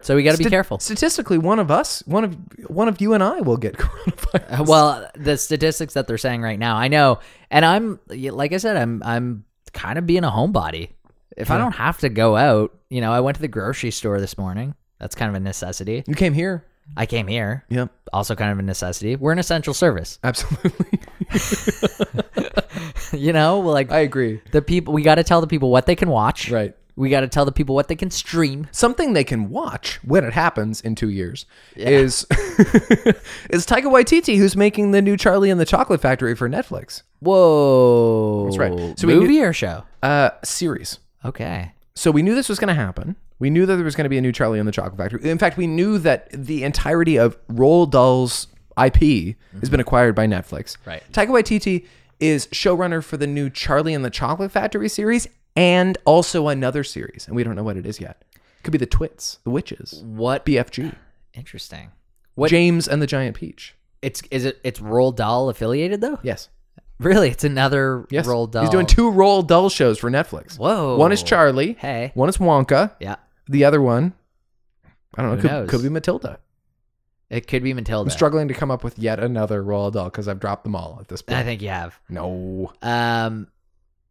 [SPEAKER 2] So we got to be
[SPEAKER 3] Sta-
[SPEAKER 2] careful.
[SPEAKER 3] Statistically, one of us, one of one of you and I will get (laughs) coronavirus.
[SPEAKER 2] Uh, well, the statistics that they're saying right now, I know, and I'm like I said, I'm I'm kind of being a homebody. If I don't have to go out, you know, I went to the grocery store this morning. That's kind of a necessity.
[SPEAKER 3] You came here.
[SPEAKER 2] I came here,
[SPEAKER 3] Yep,
[SPEAKER 2] also kind of a necessity. We're an essential service, (laughs)
[SPEAKER 3] absolutely.
[SPEAKER 2] you know. Like
[SPEAKER 3] I agree.
[SPEAKER 2] the people, we got to tell the people what they can watch.
[SPEAKER 3] Right.
[SPEAKER 2] We got to tell the people what they can stream.
[SPEAKER 3] something they can watch when it happens in two years is (laughs) is Taika Waititi, who's making the new Charlie and the Chocolate Factory for Netflix
[SPEAKER 2] Whoa. That's
[SPEAKER 3] right. So
[SPEAKER 2] So
[SPEAKER 3] we
[SPEAKER 2] movie or show?
[SPEAKER 3] uh, series.
[SPEAKER 2] Okay.
[SPEAKER 3] So we knew this was going to happen. We knew that there was going to be a new Charlie and the Chocolate Factory. In fact, we knew that the entirety of Roald Dahl's IP has been acquired by Netflix.
[SPEAKER 2] Right.
[SPEAKER 3] Taika Waititi is showrunner for the new Charlie and the Chocolate Factory series and also another series, and we don't know what it is yet. Could be the Twits, the Witches,
[SPEAKER 2] What?
[SPEAKER 3] BFG,
[SPEAKER 2] Interesting. What-
[SPEAKER 3] James and the Giant Peach.
[SPEAKER 2] It's is it? It's Roll Doll affiliated though.
[SPEAKER 3] Yes.
[SPEAKER 2] Really, it's another
[SPEAKER 3] Yes.
[SPEAKER 2] Roll Doll.
[SPEAKER 3] He's doing two Roll Dull shows for Netflix.
[SPEAKER 2] Whoa.
[SPEAKER 3] One is Charlie.
[SPEAKER 2] Hey.
[SPEAKER 3] One is Wonka.
[SPEAKER 2] Yeah.
[SPEAKER 3] The other one, I don't know,
[SPEAKER 2] Who
[SPEAKER 3] could,
[SPEAKER 2] knows?
[SPEAKER 3] could be Matilda.
[SPEAKER 2] It could be Matilda.
[SPEAKER 3] I'm struggling to come up with yet another Roald Dahl because I've dropped them all at this point.
[SPEAKER 2] I think you have.
[SPEAKER 3] no.
[SPEAKER 2] Um,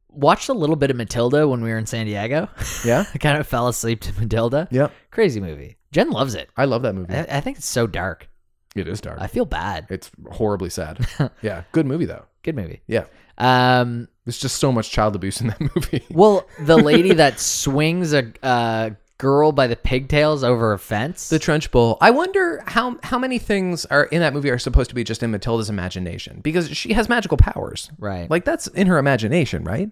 [SPEAKER 2] watched a little bit of Matilda when we were in San Diego. (laughs)
[SPEAKER 3] Yeah?
[SPEAKER 2] I kind of fell asleep to Matilda.
[SPEAKER 3] Yeah.
[SPEAKER 2] Crazy movie. Jen loves it.
[SPEAKER 3] I love that movie.
[SPEAKER 2] I, I think it's so dark.
[SPEAKER 3] It is dark.
[SPEAKER 2] I feel bad.
[SPEAKER 3] it's horribly (laughs) sad. yeah. Good movie, though.
[SPEAKER 2] Good movie.
[SPEAKER 3] Yeah.
[SPEAKER 2] Um,
[SPEAKER 3] There's just so much child abuse in that (laughs) movie.
[SPEAKER 2] well, the lady that swings a uh, girl by the pigtails over a fence.
[SPEAKER 3] The Trench Bowl. I wonder how how many things are in that movie are supposed to be just in Matilda's imagination because she has magical powers.
[SPEAKER 2] right.
[SPEAKER 3] Like that's in her imagination, right?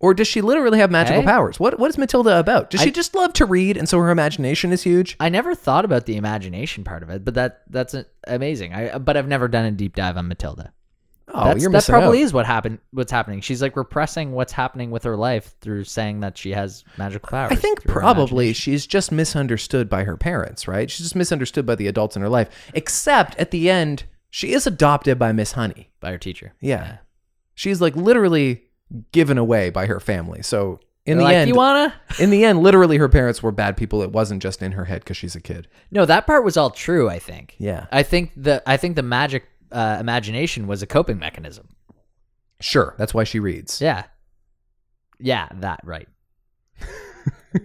[SPEAKER 3] Or does she literally have magical
[SPEAKER 2] Hey.
[SPEAKER 3] powers? What what is Matilda about? Does
[SPEAKER 2] I-
[SPEAKER 3] she just love to read and so her imagination is huge?
[SPEAKER 2] I never thought about the imagination part of it, but that that's a- amazing. I but I've never done a deep dive on Matilda.
[SPEAKER 3] Oh,
[SPEAKER 2] That's-
[SPEAKER 3] you're
[SPEAKER 2] that
[SPEAKER 3] missing
[SPEAKER 2] probably
[SPEAKER 3] out.
[SPEAKER 2] is what happened. What's happening? She's like repressing what's happening with her life through saying that she has magical powers.
[SPEAKER 3] I think
[SPEAKER 2] through her
[SPEAKER 3] probably
[SPEAKER 2] imagination.
[SPEAKER 3] she's just misunderstood by her parents, right? She's just misunderstood by the adults in her life. Except at the end, she is adopted by Miss Honey.
[SPEAKER 2] by her teacher.
[SPEAKER 3] Yeah. She's like literally given away by her family. So in
[SPEAKER 2] They're
[SPEAKER 3] the
[SPEAKER 2] like,
[SPEAKER 3] end,
[SPEAKER 2] you wanna?
[SPEAKER 3] in the end, literally her parents were bad people. It wasn't just in her head because she's a kid.
[SPEAKER 2] No, that part was all true. I think.
[SPEAKER 3] Yeah.
[SPEAKER 2] I think the I think the magic uh, imagination was a coping mechanism.
[SPEAKER 3] Sure, that's why she reads.
[SPEAKER 2] Yeah. Yeah, that
[SPEAKER 3] (laughs)
[SPEAKER 2] right.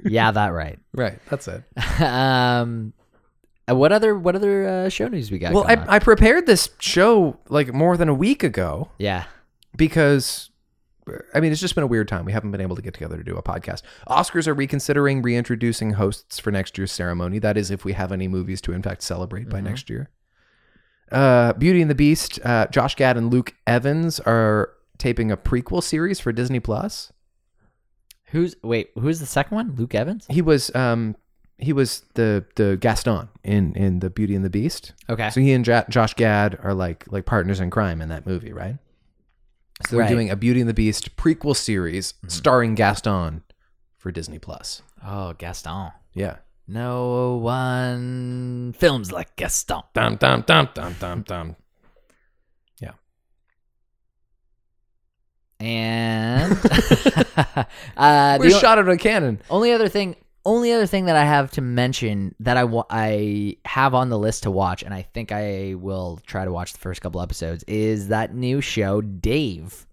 [SPEAKER 2] yeah, that right.
[SPEAKER 3] Right, that's it.
[SPEAKER 2] um, uh, what other what other uh, show news we got?
[SPEAKER 3] Well,
[SPEAKER 2] going on?
[SPEAKER 3] I, I prepared this show like more than a week ago
[SPEAKER 2] yeah,
[SPEAKER 3] because I mean it's just been a weird time. We haven't been able to get together to do a podcast. Oscars are reconsidering reintroducing hosts for next year's ceremony. That is, if we have any movies to in fact celebrate by next year. Uh, Beauty and the Beast. Uh, Josh Gad and Luke Evans are taping a prequel series for Disney Plus.
[SPEAKER 2] who's wait who's the second one? Luke Evans.
[SPEAKER 3] He was um he was the the Gaston in in the Beauty and the Beast.
[SPEAKER 2] Okay,
[SPEAKER 3] So he and ja- Josh Gad are like like partners in crime in that movie, right? So they're
[SPEAKER 2] Right.
[SPEAKER 3] doing a Beauty and the Beast prequel series starring Gaston for Disney Plus.
[SPEAKER 2] Oh, Gaston.
[SPEAKER 3] Yeah.
[SPEAKER 2] No one films like Gaston.
[SPEAKER 3] Dum dum dum dum dum (laughs) dum.
[SPEAKER 2] And (laughs) uh,
[SPEAKER 3] We're
[SPEAKER 2] the o-
[SPEAKER 3] shot out of a cannon.
[SPEAKER 2] only other thing, only other thing that I have to mention that I wa- I have on the list to watch, and I think I will try to watch the first couple episodes is that new show Dave.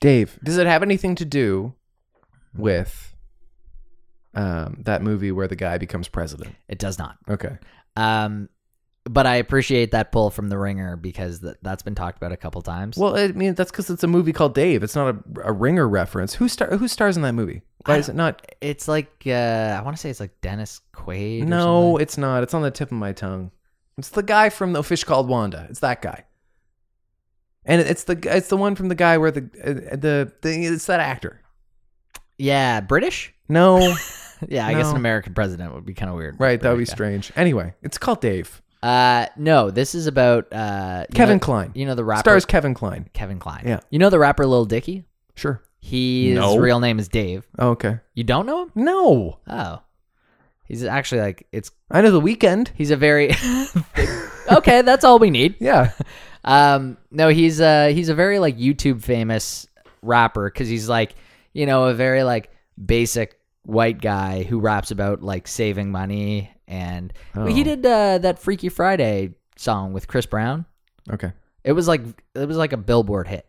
[SPEAKER 3] Dave, does it have anything to do with um, that movie where the guy becomes president?
[SPEAKER 2] It does not.
[SPEAKER 3] Okay.
[SPEAKER 2] Um, but I appreciate that pull from the Ringer because th- that's been talked about a couple times.
[SPEAKER 3] Well, I mean that's because it's a movie called Dave. It's not a, a Ringer reference. Who star Who stars in that movie? Why is it not?
[SPEAKER 2] it's like uh, I want to say it's like Dennis Quaid. or something.
[SPEAKER 3] No, it's not. It's on the tip of my tongue. It's the guy from The Fish Called Wanda. It's that guy. And it's the it's the one from the guy where the uh, the thing it's that actor.
[SPEAKER 2] yeah, British.
[SPEAKER 3] No,
[SPEAKER 2] (laughs) Yeah, I guess an
[SPEAKER 3] No.
[SPEAKER 2] American president would be kind of weird.
[SPEAKER 3] right? That would be
[SPEAKER 2] Yeah.
[SPEAKER 3] strange. Anyway, it's called Dave.
[SPEAKER 2] Uh, no, this is about uh, you
[SPEAKER 3] Kevin
[SPEAKER 2] know-
[SPEAKER 3] Kline.
[SPEAKER 2] You know the rapper
[SPEAKER 3] Stars Kevin Klein.
[SPEAKER 2] Kevin Klein.
[SPEAKER 3] Yeah.
[SPEAKER 2] You know the rapper Lil Dicky.
[SPEAKER 3] Sure.
[SPEAKER 2] His
[SPEAKER 3] No.
[SPEAKER 2] real name is Dave.
[SPEAKER 3] Oh, okay.
[SPEAKER 2] You don't know him?
[SPEAKER 3] No,
[SPEAKER 2] Oh, he's actually like it's.
[SPEAKER 3] I know the weekend.
[SPEAKER 2] He's a very (laughs) okay. That's all we need.
[SPEAKER 3] Yeah. (laughs)
[SPEAKER 2] Um, no, he's uh he's a very like YouTube famous rapper because he's like you know a very like basic white guy who raps about like saving money and
[SPEAKER 3] Oh.
[SPEAKER 2] he did uh, that Freaky Friday song with Chris Brown.
[SPEAKER 3] Okay.
[SPEAKER 2] It was like it was like a Billboard hit.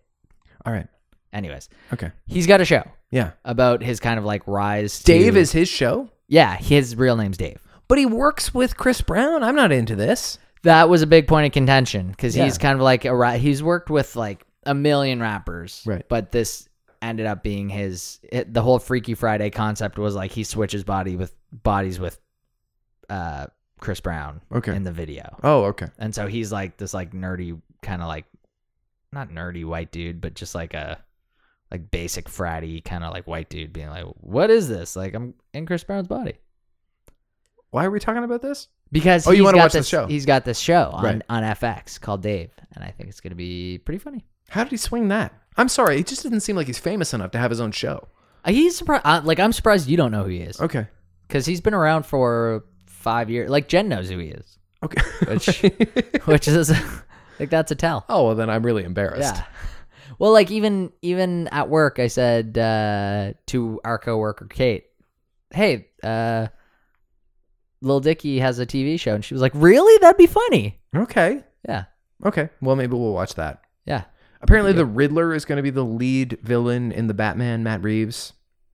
[SPEAKER 3] All right.
[SPEAKER 2] Anyways,
[SPEAKER 3] Okay.
[SPEAKER 2] he's got a show
[SPEAKER 3] Yeah.
[SPEAKER 2] about his kind of like rise. to-
[SPEAKER 3] Dave is his show,
[SPEAKER 2] yeah, his real name's Dave.
[SPEAKER 3] but he works with Chris Brown. I'm not into this.
[SPEAKER 2] That was a big point of contention because
[SPEAKER 3] Yeah.
[SPEAKER 2] he's kind of like a ra- he's worked with like a million rappers,
[SPEAKER 3] Right.
[SPEAKER 2] But this ended up being his. It, the whole Freaky Friday concept was like he switches body with bodies with uh Chris Brown,
[SPEAKER 3] Okay.
[SPEAKER 2] in the video,
[SPEAKER 3] Oh, okay.
[SPEAKER 2] and so he's like this like nerdy kind of like not nerdy white dude, but just like a like basic fratty kind of like white dude being like, "What is this? Like I'm in Chris Brown's body."
[SPEAKER 3] Why are we talking about this?
[SPEAKER 2] because
[SPEAKER 3] Oh, you
[SPEAKER 2] he's
[SPEAKER 3] wanna
[SPEAKER 2] got
[SPEAKER 3] watch
[SPEAKER 2] this,
[SPEAKER 3] this show.
[SPEAKER 2] He's got this show on,
[SPEAKER 3] Right.
[SPEAKER 2] on FX called Dave, and I think it's going to be pretty funny.
[SPEAKER 3] How did he swing that? I'm sorry, it just didn't seem like he's famous enough to have his own show.
[SPEAKER 2] Uh, He's surprised. Uh, like I'm surprised you don't know who he is
[SPEAKER 3] Okay.
[SPEAKER 2] because he's been around for five years. Like Jen knows who he is,
[SPEAKER 3] Okay.
[SPEAKER 2] which which is (laughs) like that's a tell.
[SPEAKER 3] (laughs) oh well, then I'm really embarrassed.
[SPEAKER 2] Yeah. Well, like even even at work, I said uh, to our coworker Kate, "Hey, uh, Lil Dicky has a TV show," and she was like, "Really? That'd be funny."
[SPEAKER 3] Okay.
[SPEAKER 2] Yeah,
[SPEAKER 3] Okay. Well, maybe we'll watch that.
[SPEAKER 2] yeah.
[SPEAKER 3] Apparently, the Riddler is going to be the lead villain in the Batman. Matt Reeves.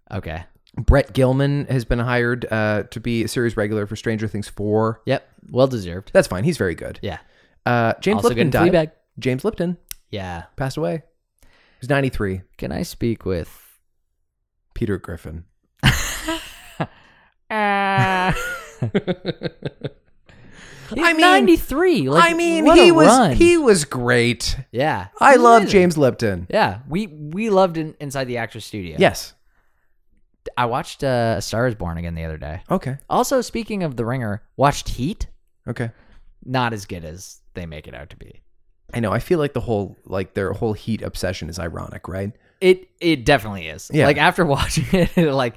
[SPEAKER 2] Okay.
[SPEAKER 3] Brett Gilman has been hired uh, to be a series regular for Stranger Things four.
[SPEAKER 2] Yep. Well deserved.
[SPEAKER 3] That's fine. He's very good.
[SPEAKER 2] Yeah.
[SPEAKER 3] Uh, James
[SPEAKER 2] Also
[SPEAKER 3] Lipton
[SPEAKER 2] good
[SPEAKER 3] died.
[SPEAKER 2] in Fleabag.
[SPEAKER 3] James Lipton
[SPEAKER 2] Yeah.
[SPEAKER 3] passed away. He's 93.
[SPEAKER 2] Can I speak with?
[SPEAKER 3] Peter Griffin.
[SPEAKER 2] (laughs)
[SPEAKER 3] (laughs)
[SPEAKER 4] Uh,
[SPEAKER 2] He's
[SPEAKER 3] I mean-
[SPEAKER 2] 93. Like,
[SPEAKER 3] I mean,
[SPEAKER 2] what
[SPEAKER 3] he
[SPEAKER 2] a
[SPEAKER 3] was
[SPEAKER 2] run.
[SPEAKER 3] he was great.
[SPEAKER 2] Yeah.
[SPEAKER 3] I
[SPEAKER 2] He's
[SPEAKER 3] love
[SPEAKER 2] amazing.
[SPEAKER 3] James Lipton.
[SPEAKER 2] Yeah, we we loved in, inside the actor's studio.
[SPEAKER 3] Yes.
[SPEAKER 2] I watched uh, A Star Is Born again the other day.
[SPEAKER 3] Okay.
[SPEAKER 2] Also, speaking of The Ringer, watched Heat.
[SPEAKER 3] Okay.
[SPEAKER 2] Not as good as they make it out to be.
[SPEAKER 3] I know. I feel like the whole like their whole heat obsession is ironic, right?
[SPEAKER 2] It it definitely is.
[SPEAKER 3] Yeah.
[SPEAKER 2] Like after (laughs) watching it, like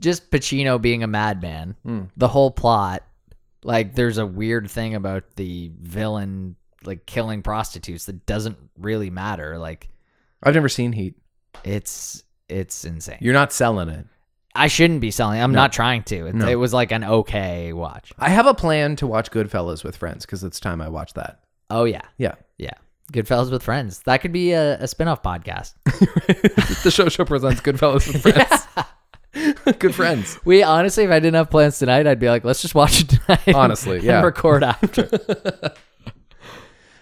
[SPEAKER 2] just Pacino being a madman,
[SPEAKER 3] Mm.
[SPEAKER 2] the whole plot. Like there's a weird thing about the villain like killing prostitutes that doesn't really matter. Like
[SPEAKER 3] I've never seen heat.
[SPEAKER 2] it's it's insane.
[SPEAKER 3] You're not selling it.
[SPEAKER 2] I shouldn't be selling. I'm
[SPEAKER 3] No.
[SPEAKER 2] not trying to. It,
[SPEAKER 3] No.
[SPEAKER 2] it was like an okay watch.
[SPEAKER 3] I have a plan to watch Goodfellas with friends because it's time I watch that.
[SPEAKER 2] Oh yeah,
[SPEAKER 3] Yeah.
[SPEAKER 2] yeah. Goodfellas with friends. That could be a, a spin-off podcast.
[SPEAKER 3] (laughs) the show show presents Goodfellas with (laughs) friends. Good friends.
[SPEAKER 2] (laughs) we honestly, if I didn't have plans tonight, I'd be like, let's just watch it tonight.
[SPEAKER 3] Honestly,
[SPEAKER 2] (laughs) and
[SPEAKER 3] yeah. (laughs)
[SPEAKER 2] record after.
[SPEAKER 3] (laughs)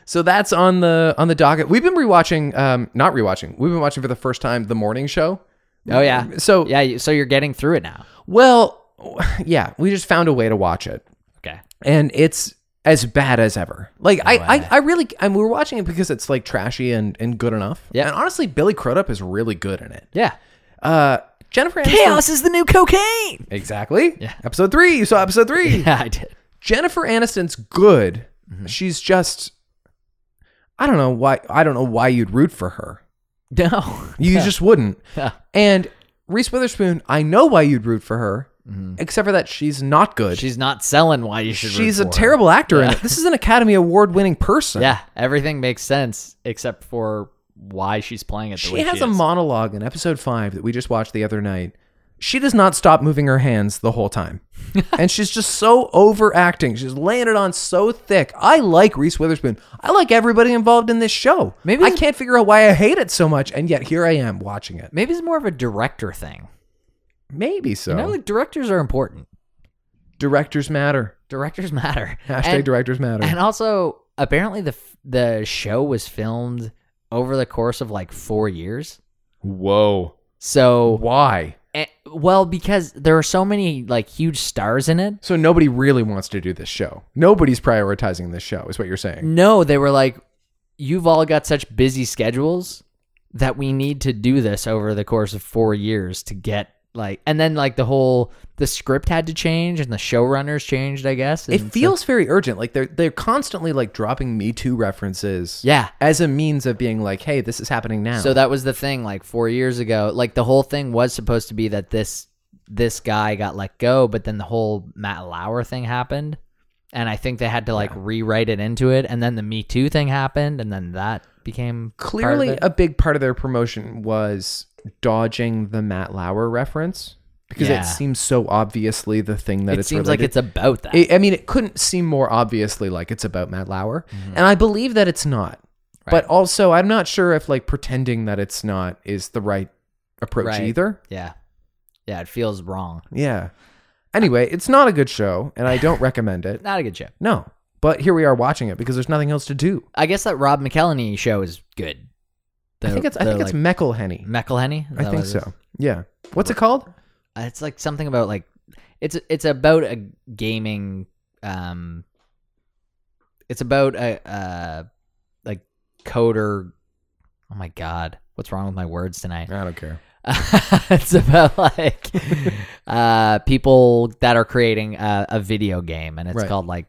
[SPEAKER 3] So that's on the on the docket. We've been rewatching, um, not rewatching. We've been watching for the first time the morning show.
[SPEAKER 2] oh yeah.
[SPEAKER 3] So
[SPEAKER 2] yeah. you- So you're getting through it now.
[SPEAKER 3] well, yeah, we just found a way to watch it.
[SPEAKER 2] Okay.
[SPEAKER 3] and it's as bad as ever. Like I, I, I really, I mean, we're watching it because it's like trashy and, and good enough.
[SPEAKER 2] Yeah.
[SPEAKER 3] And honestly, Billy Crudup is really good in it.
[SPEAKER 2] Yeah.
[SPEAKER 3] Uh, Jennifer Aniston.
[SPEAKER 2] is the new cocaine.
[SPEAKER 3] Exactly.
[SPEAKER 2] Yeah.
[SPEAKER 3] Episode three. You saw episode three.
[SPEAKER 2] (laughs) Yeah, Mm-hmm. I did.
[SPEAKER 3] Jennifer Aniston's good. She's just, I don't know why. I don't know why you'd root for her.
[SPEAKER 2] No. (laughs)
[SPEAKER 3] You just wouldn't.
[SPEAKER 2] Yeah.
[SPEAKER 3] And Reese Witherspoon, I know why you'd root for her, except for that she's not good.
[SPEAKER 2] She's not selling. Why you Mm-hmm. should? root
[SPEAKER 3] She's a
[SPEAKER 2] for her.
[SPEAKER 3] terrible actor in it. This is an Academy Award
[SPEAKER 2] (laughs)
[SPEAKER 3] winning person.
[SPEAKER 2] Yeah. Everything makes sense except for why she's playing it. The
[SPEAKER 3] She
[SPEAKER 2] way
[SPEAKER 3] has
[SPEAKER 2] she
[SPEAKER 3] a
[SPEAKER 2] is.
[SPEAKER 3] monologue in episode five that we just watched the other night. She does not stop moving her hands the whole
[SPEAKER 2] (laughs)
[SPEAKER 3] time. and she's just so overacting. She's laying it on so thick. I like Reese Witherspoon. I like everybody involved in this show.
[SPEAKER 2] Maybe-
[SPEAKER 3] I can't figure out why I hate it so much, and yet here I am watching it.
[SPEAKER 2] Maybe it's more of a director thing.
[SPEAKER 3] Maybe so.
[SPEAKER 2] You know, like directors are important.
[SPEAKER 3] directors matter.
[SPEAKER 2] Directors matter.
[SPEAKER 3] Hashtag
[SPEAKER 2] and,
[SPEAKER 3] directors matter.
[SPEAKER 2] And also, apparently the f- the show was filmed over the course of like four years.
[SPEAKER 3] Whoa.
[SPEAKER 2] So,
[SPEAKER 3] Why?
[SPEAKER 2] eh, well, because there are so many like huge stars in it.
[SPEAKER 3] So nobody really wants to do this show. Nobody's prioritizing this show, is what you're saying.
[SPEAKER 2] No, they were like, you've all got such busy schedules that we need to do this over the course of four years to get like, and then like the whole the script had to change and the showrunners changed, I guess.
[SPEAKER 3] It
[SPEAKER 2] and so-
[SPEAKER 3] feels very urgent. Like they're they're constantly like dropping Me Too references.
[SPEAKER 2] yeah.
[SPEAKER 3] as a means of being like, hey, this is happening now.
[SPEAKER 2] So that was the thing like 4 years ago. Like the whole thing was supposed to be that this this guy got let go, but then the whole Matt Lauer thing happened. And I think they had to like rewrite it into it and then the Me Too thing happened and then that became part of
[SPEAKER 3] clearly uh,
[SPEAKER 2] it.
[SPEAKER 3] a big part of their promotion was dodging the Matt Lauer reference because
[SPEAKER 2] Yeah.
[SPEAKER 3] it seems so obviously the thing that
[SPEAKER 2] it
[SPEAKER 3] it's
[SPEAKER 2] seems like
[SPEAKER 3] related.
[SPEAKER 2] it's about that.
[SPEAKER 3] I I mean, it couldn't seem more obviously like it's about Matt Lauer,
[SPEAKER 2] Mm-hmm.
[SPEAKER 3] and I believe that it's not. But also, I'm not sure if like pretending that it's not is the right approach
[SPEAKER 2] Right.
[SPEAKER 3] either.
[SPEAKER 2] Yeah. Yeah, it feels wrong.
[SPEAKER 3] Yeah. Anyway, it's not a good show, and I don't recommend it.
[SPEAKER 2] Not a good show.
[SPEAKER 3] No, but here we are watching it because there's nothing else to do.
[SPEAKER 2] I guess that Rob McElhenney show is good.
[SPEAKER 3] I think it's I think it's McElhenney.
[SPEAKER 2] McElhenney. Is
[SPEAKER 3] I
[SPEAKER 2] that
[SPEAKER 3] think
[SPEAKER 2] what it is?
[SPEAKER 3] so. Yeah. What's it called?
[SPEAKER 2] Uh, It's like something about like it's it's about a gaming um it's about a uh like coder Oh my god. What's wrong with my words tonight?
[SPEAKER 3] I don't care.
[SPEAKER 2] (laughs) it's about like uh, people that are creating a, a video game, and it's
[SPEAKER 3] Right.
[SPEAKER 2] called like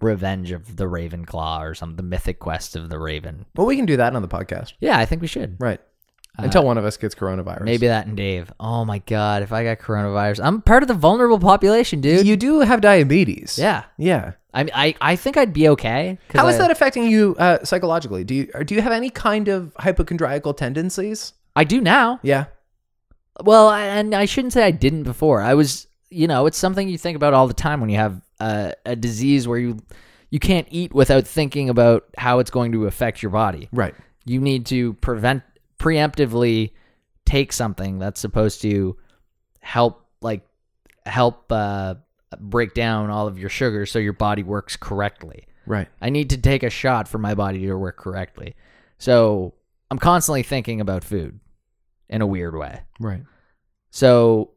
[SPEAKER 2] Revenge of the Ravenclaw or something, the Mythic Quest of the Raven.
[SPEAKER 3] Well, we can do that on the podcast.
[SPEAKER 2] Yeah, I think we should.
[SPEAKER 3] Right. Until one of us gets coronavirus.
[SPEAKER 2] Uh, Maybe that and Dave. Oh my god, if I got coronavirus, I'm part of the vulnerable population, dude.
[SPEAKER 3] You do have diabetes.
[SPEAKER 2] yeah,
[SPEAKER 3] Yeah.
[SPEAKER 2] I mean, I I think I'd be okay. 'cause
[SPEAKER 3] How is
[SPEAKER 2] I-
[SPEAKER 3] that affecting you uh, psychologically? Do you or do you have any kind of hypochondriacal tendencies?
[SPEAKER 2] I do now.
[SPEAKER 3] Yeah.
[SPEAKER 2] Well, I- and I shouldn't say I didn't before. I was, you know, it's something you think about all the time when you have a, a disease where you you can't eat without thinking about how it's going to affect your body.
[SPEAKER 3] Right.
[SPEAKER 2] You need to prevent preemptively take something that's supposed to help like help uh, break down all of your sugars so your body works correctly.
[SPEAKER 3] Right.
[SPEAKER 2] I need to take a shot for my body to work correctly. So I'm constantly thinking about food in a weird way.
[SPEAKER 3] Right.
[SPEAKER 2] So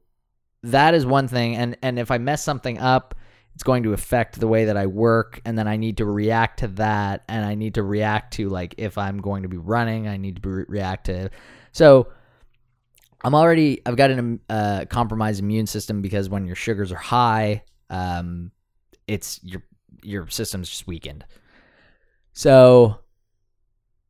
[SPEAKER 2] that is one thing and and if I mess something up, it's going to affect the way that I work and then I need to react to that and I need to react to like if I'm going to be running, I need to be react to. So I'm already I've got an uh, compromised immune system because when your sugars are high, um it's your your system's just weakened. So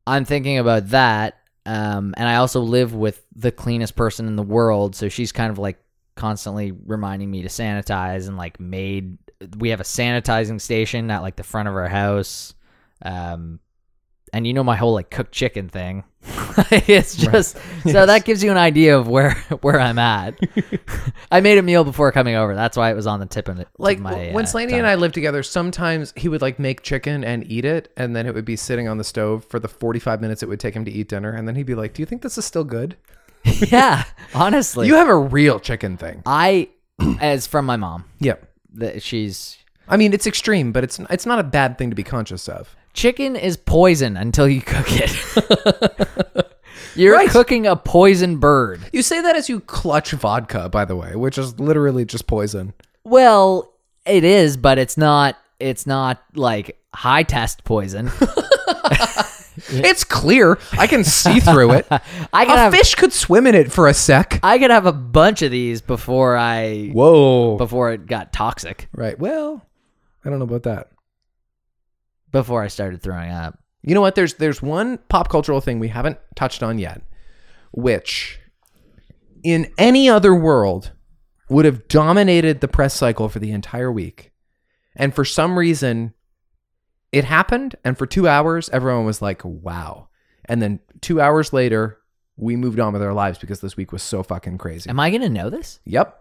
[SPEAKER 2] I'm thinking about that. Um, and I also live with the cleanest person in the world. So she's kind of like constantly reminding me to sanitize and like made. We have a sanitizing station at like the front of our house. Um, and you know my whole like cooked chicken thing. (laughs) it's
[SPEAKER 3] Right.
[SPEAKER 2] just so
[SPEAKER 3] Yes.
[SPEAKER 2] that gives you an idea of where (laughs) where
[SPEAKER 3] (laughs)
[SPEAKER 2] I'm at. I made a meal before coming over. That's why it was on the tip of the,
[SPEAKER 3] Like
[SPEAKER 2] of my,
[SPEAKER 3] w- when
[SPEAKER 2] uh,
[SPEAKER 3] Slaney
[SPEAKER 2] tongue.
[SPEAKER 3] and I lived together, sometimes he would like make chicken and eat it, and then it would be sitting on the stove for the forty-five minutes it would take him to eat dinner, and then he'd be like, "Do you think this is still good?
[SPEAKER 2] yeah, (laughs) honestly,
[SPEAKER 3] you have a real chicken thing."
[SPEAKER 2] I as from my mom
[SPEAKER 3] Yep.
[SPEAKER 2] that she's
[SPEAKER 3] I mean, it's extreme, but it's it's not a bad thing to be conscious of.
[SPEAKER 2] chicken is poison until you cook it. (laughs) You're
[SPEAKER 3] Right.
[SPEAKER 2] cooking a poison bird.
[SPEAKER 3] You say that as you clutch vodka, by the way, which is literally just poison.
[SPEAKER 2] Well, it is, but it's not. It's not like high test poison.
[SPEAKER 3] It's clear. I can see through it.
[SPEAKER 2] (laughs) I could
[SPEAKER 3] a
[SPEAKER 2] have.
[SPEAKER 3] fish could swim in it for a sec.
[SPEAKER 2] I could have a bunch of these before I
[SPEAKER 3] Whoa.
[SPEAKER 2] before it got toxic.
[SPEAKER 3] right. Well, I don't know about that.
[SPEAKER 2] Before I started throwing up.
[SPEAKER 3] You know what? There's there's one pop cultural thing we haven't touched on yet, which in any other world would have dominated the press cycle for the entire week. And for some reason it happened and for 2 hours everyone was like, "Wow." And then 2 hours later, we moved on with our lives because this week was so fucking crazy.
[SPEAKER 2] Am I gonna know this?
[SPEAKER 3] Yep.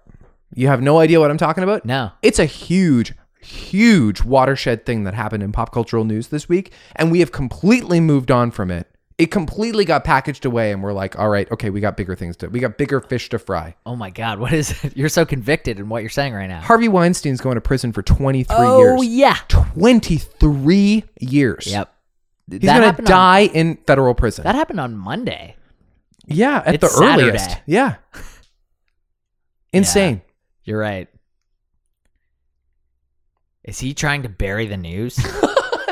[SPEAKER 3] You have no idea what I'm talking about?
[SPEAKER 2] No.
[SPEAKER 3] It's a huge, huge watershed thing that happened in pop cultural news this week, and we have completely moved on from it. It completely got packaged away, and we're like, all right, okay, we got bigger things to, we got bigger fish to fry.
[SPEAKER 2] Oh my god, what is it? (laughs) You're so convicted in what you're saying right now.
[SPEAKER 3] Harvey Weinstein's going to prison for 23
[SPEAKER 2] oh
[SPEAKER 3] years.
[SPEAKER 2] yeah.
[SPEAKER 3] 23 years.
[SPEAKER 2] Yep. He's
[SPEAKER 3] He's going to die in federal prison.
[SPEAKER 2] that happened on Monday.
[SPEAKER 3] yeah, at
[SPEAKER 2] It's
[SPEAKER 3] the earliest.
[SPEAKER 2] Saturday. (laughs)
[SPEAKER 3] Yeah. Insane. (laughs)
[SPEAKER 2] You're right. Is he trying to bury
[SPEAKER 3] (laughs)
[SPEAKER 2] the news?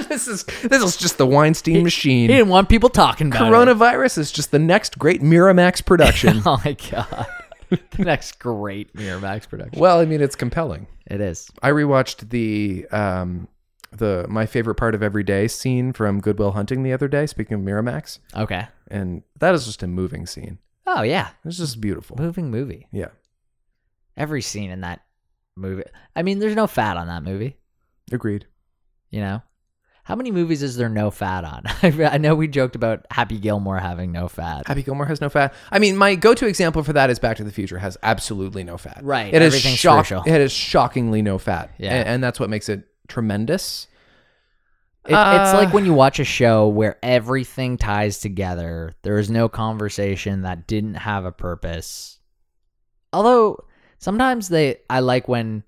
[SPEAKER 3] this is this is just the Weinstein
[SPEAKER 2] he
[SPEAKER 3] machine.
[SPEAKER 2] didn't want people talking about it.
[SPEAKER 3] Coronavirus is just the next great Miramax production.
[SPEAKER 2] (laughs) Oh my god. (laughs) the next great Miramax production.
[SPEAKER 3] well, I mean, it's compelling.
[SPEAKER 2] It is.
[SPEAKER 3] I rewatched the um, the my favorite part of every day scene from Goodwill Hunting the other day. Speaking of Miramax,
[SPEAKER 2] Okay.
[SPEAKER 3] and that is just a moving scene.
[SPEAKER 2] Oh yeah.
[SPEAKER 3] It's just beautiful.
[SPEAKER 2] Moving movie.
[SPEAKER 3] Yeah,
[SPEAKER 2] Every scene in that movie. I mean, there's no fat on that movie,
[SPEAKER 3] agreed.
[SPEAKER 2] you know? How many movies is there no fat on? (laughs) I know we joked about Happy Gilmore having no fat.
[SPEAKER 3] Happy Gilmore has no fat. I mean, my go-to example for that is Back to the Future has absolutely no fat.
[SPEAKER 2] Right,
[SPEAKER 3] It is
[SPEAKER 2] everything's
[SPEAKER 3] shock-
[SPEAKER 2] crucial.
[SPEAKER 3] It is shockingly no fat.
[SPEAKER 2] Yeah.
[SPEAKER 3] and, and that's what makes it tremendous.
[SPEAKER 2] It, it's
[SPEAKER 3] Uh,
[SPEAKER 2] like when you watch a show where everything ties together. There is no conversation that didn't have a purpose. Although sometimes they, I like when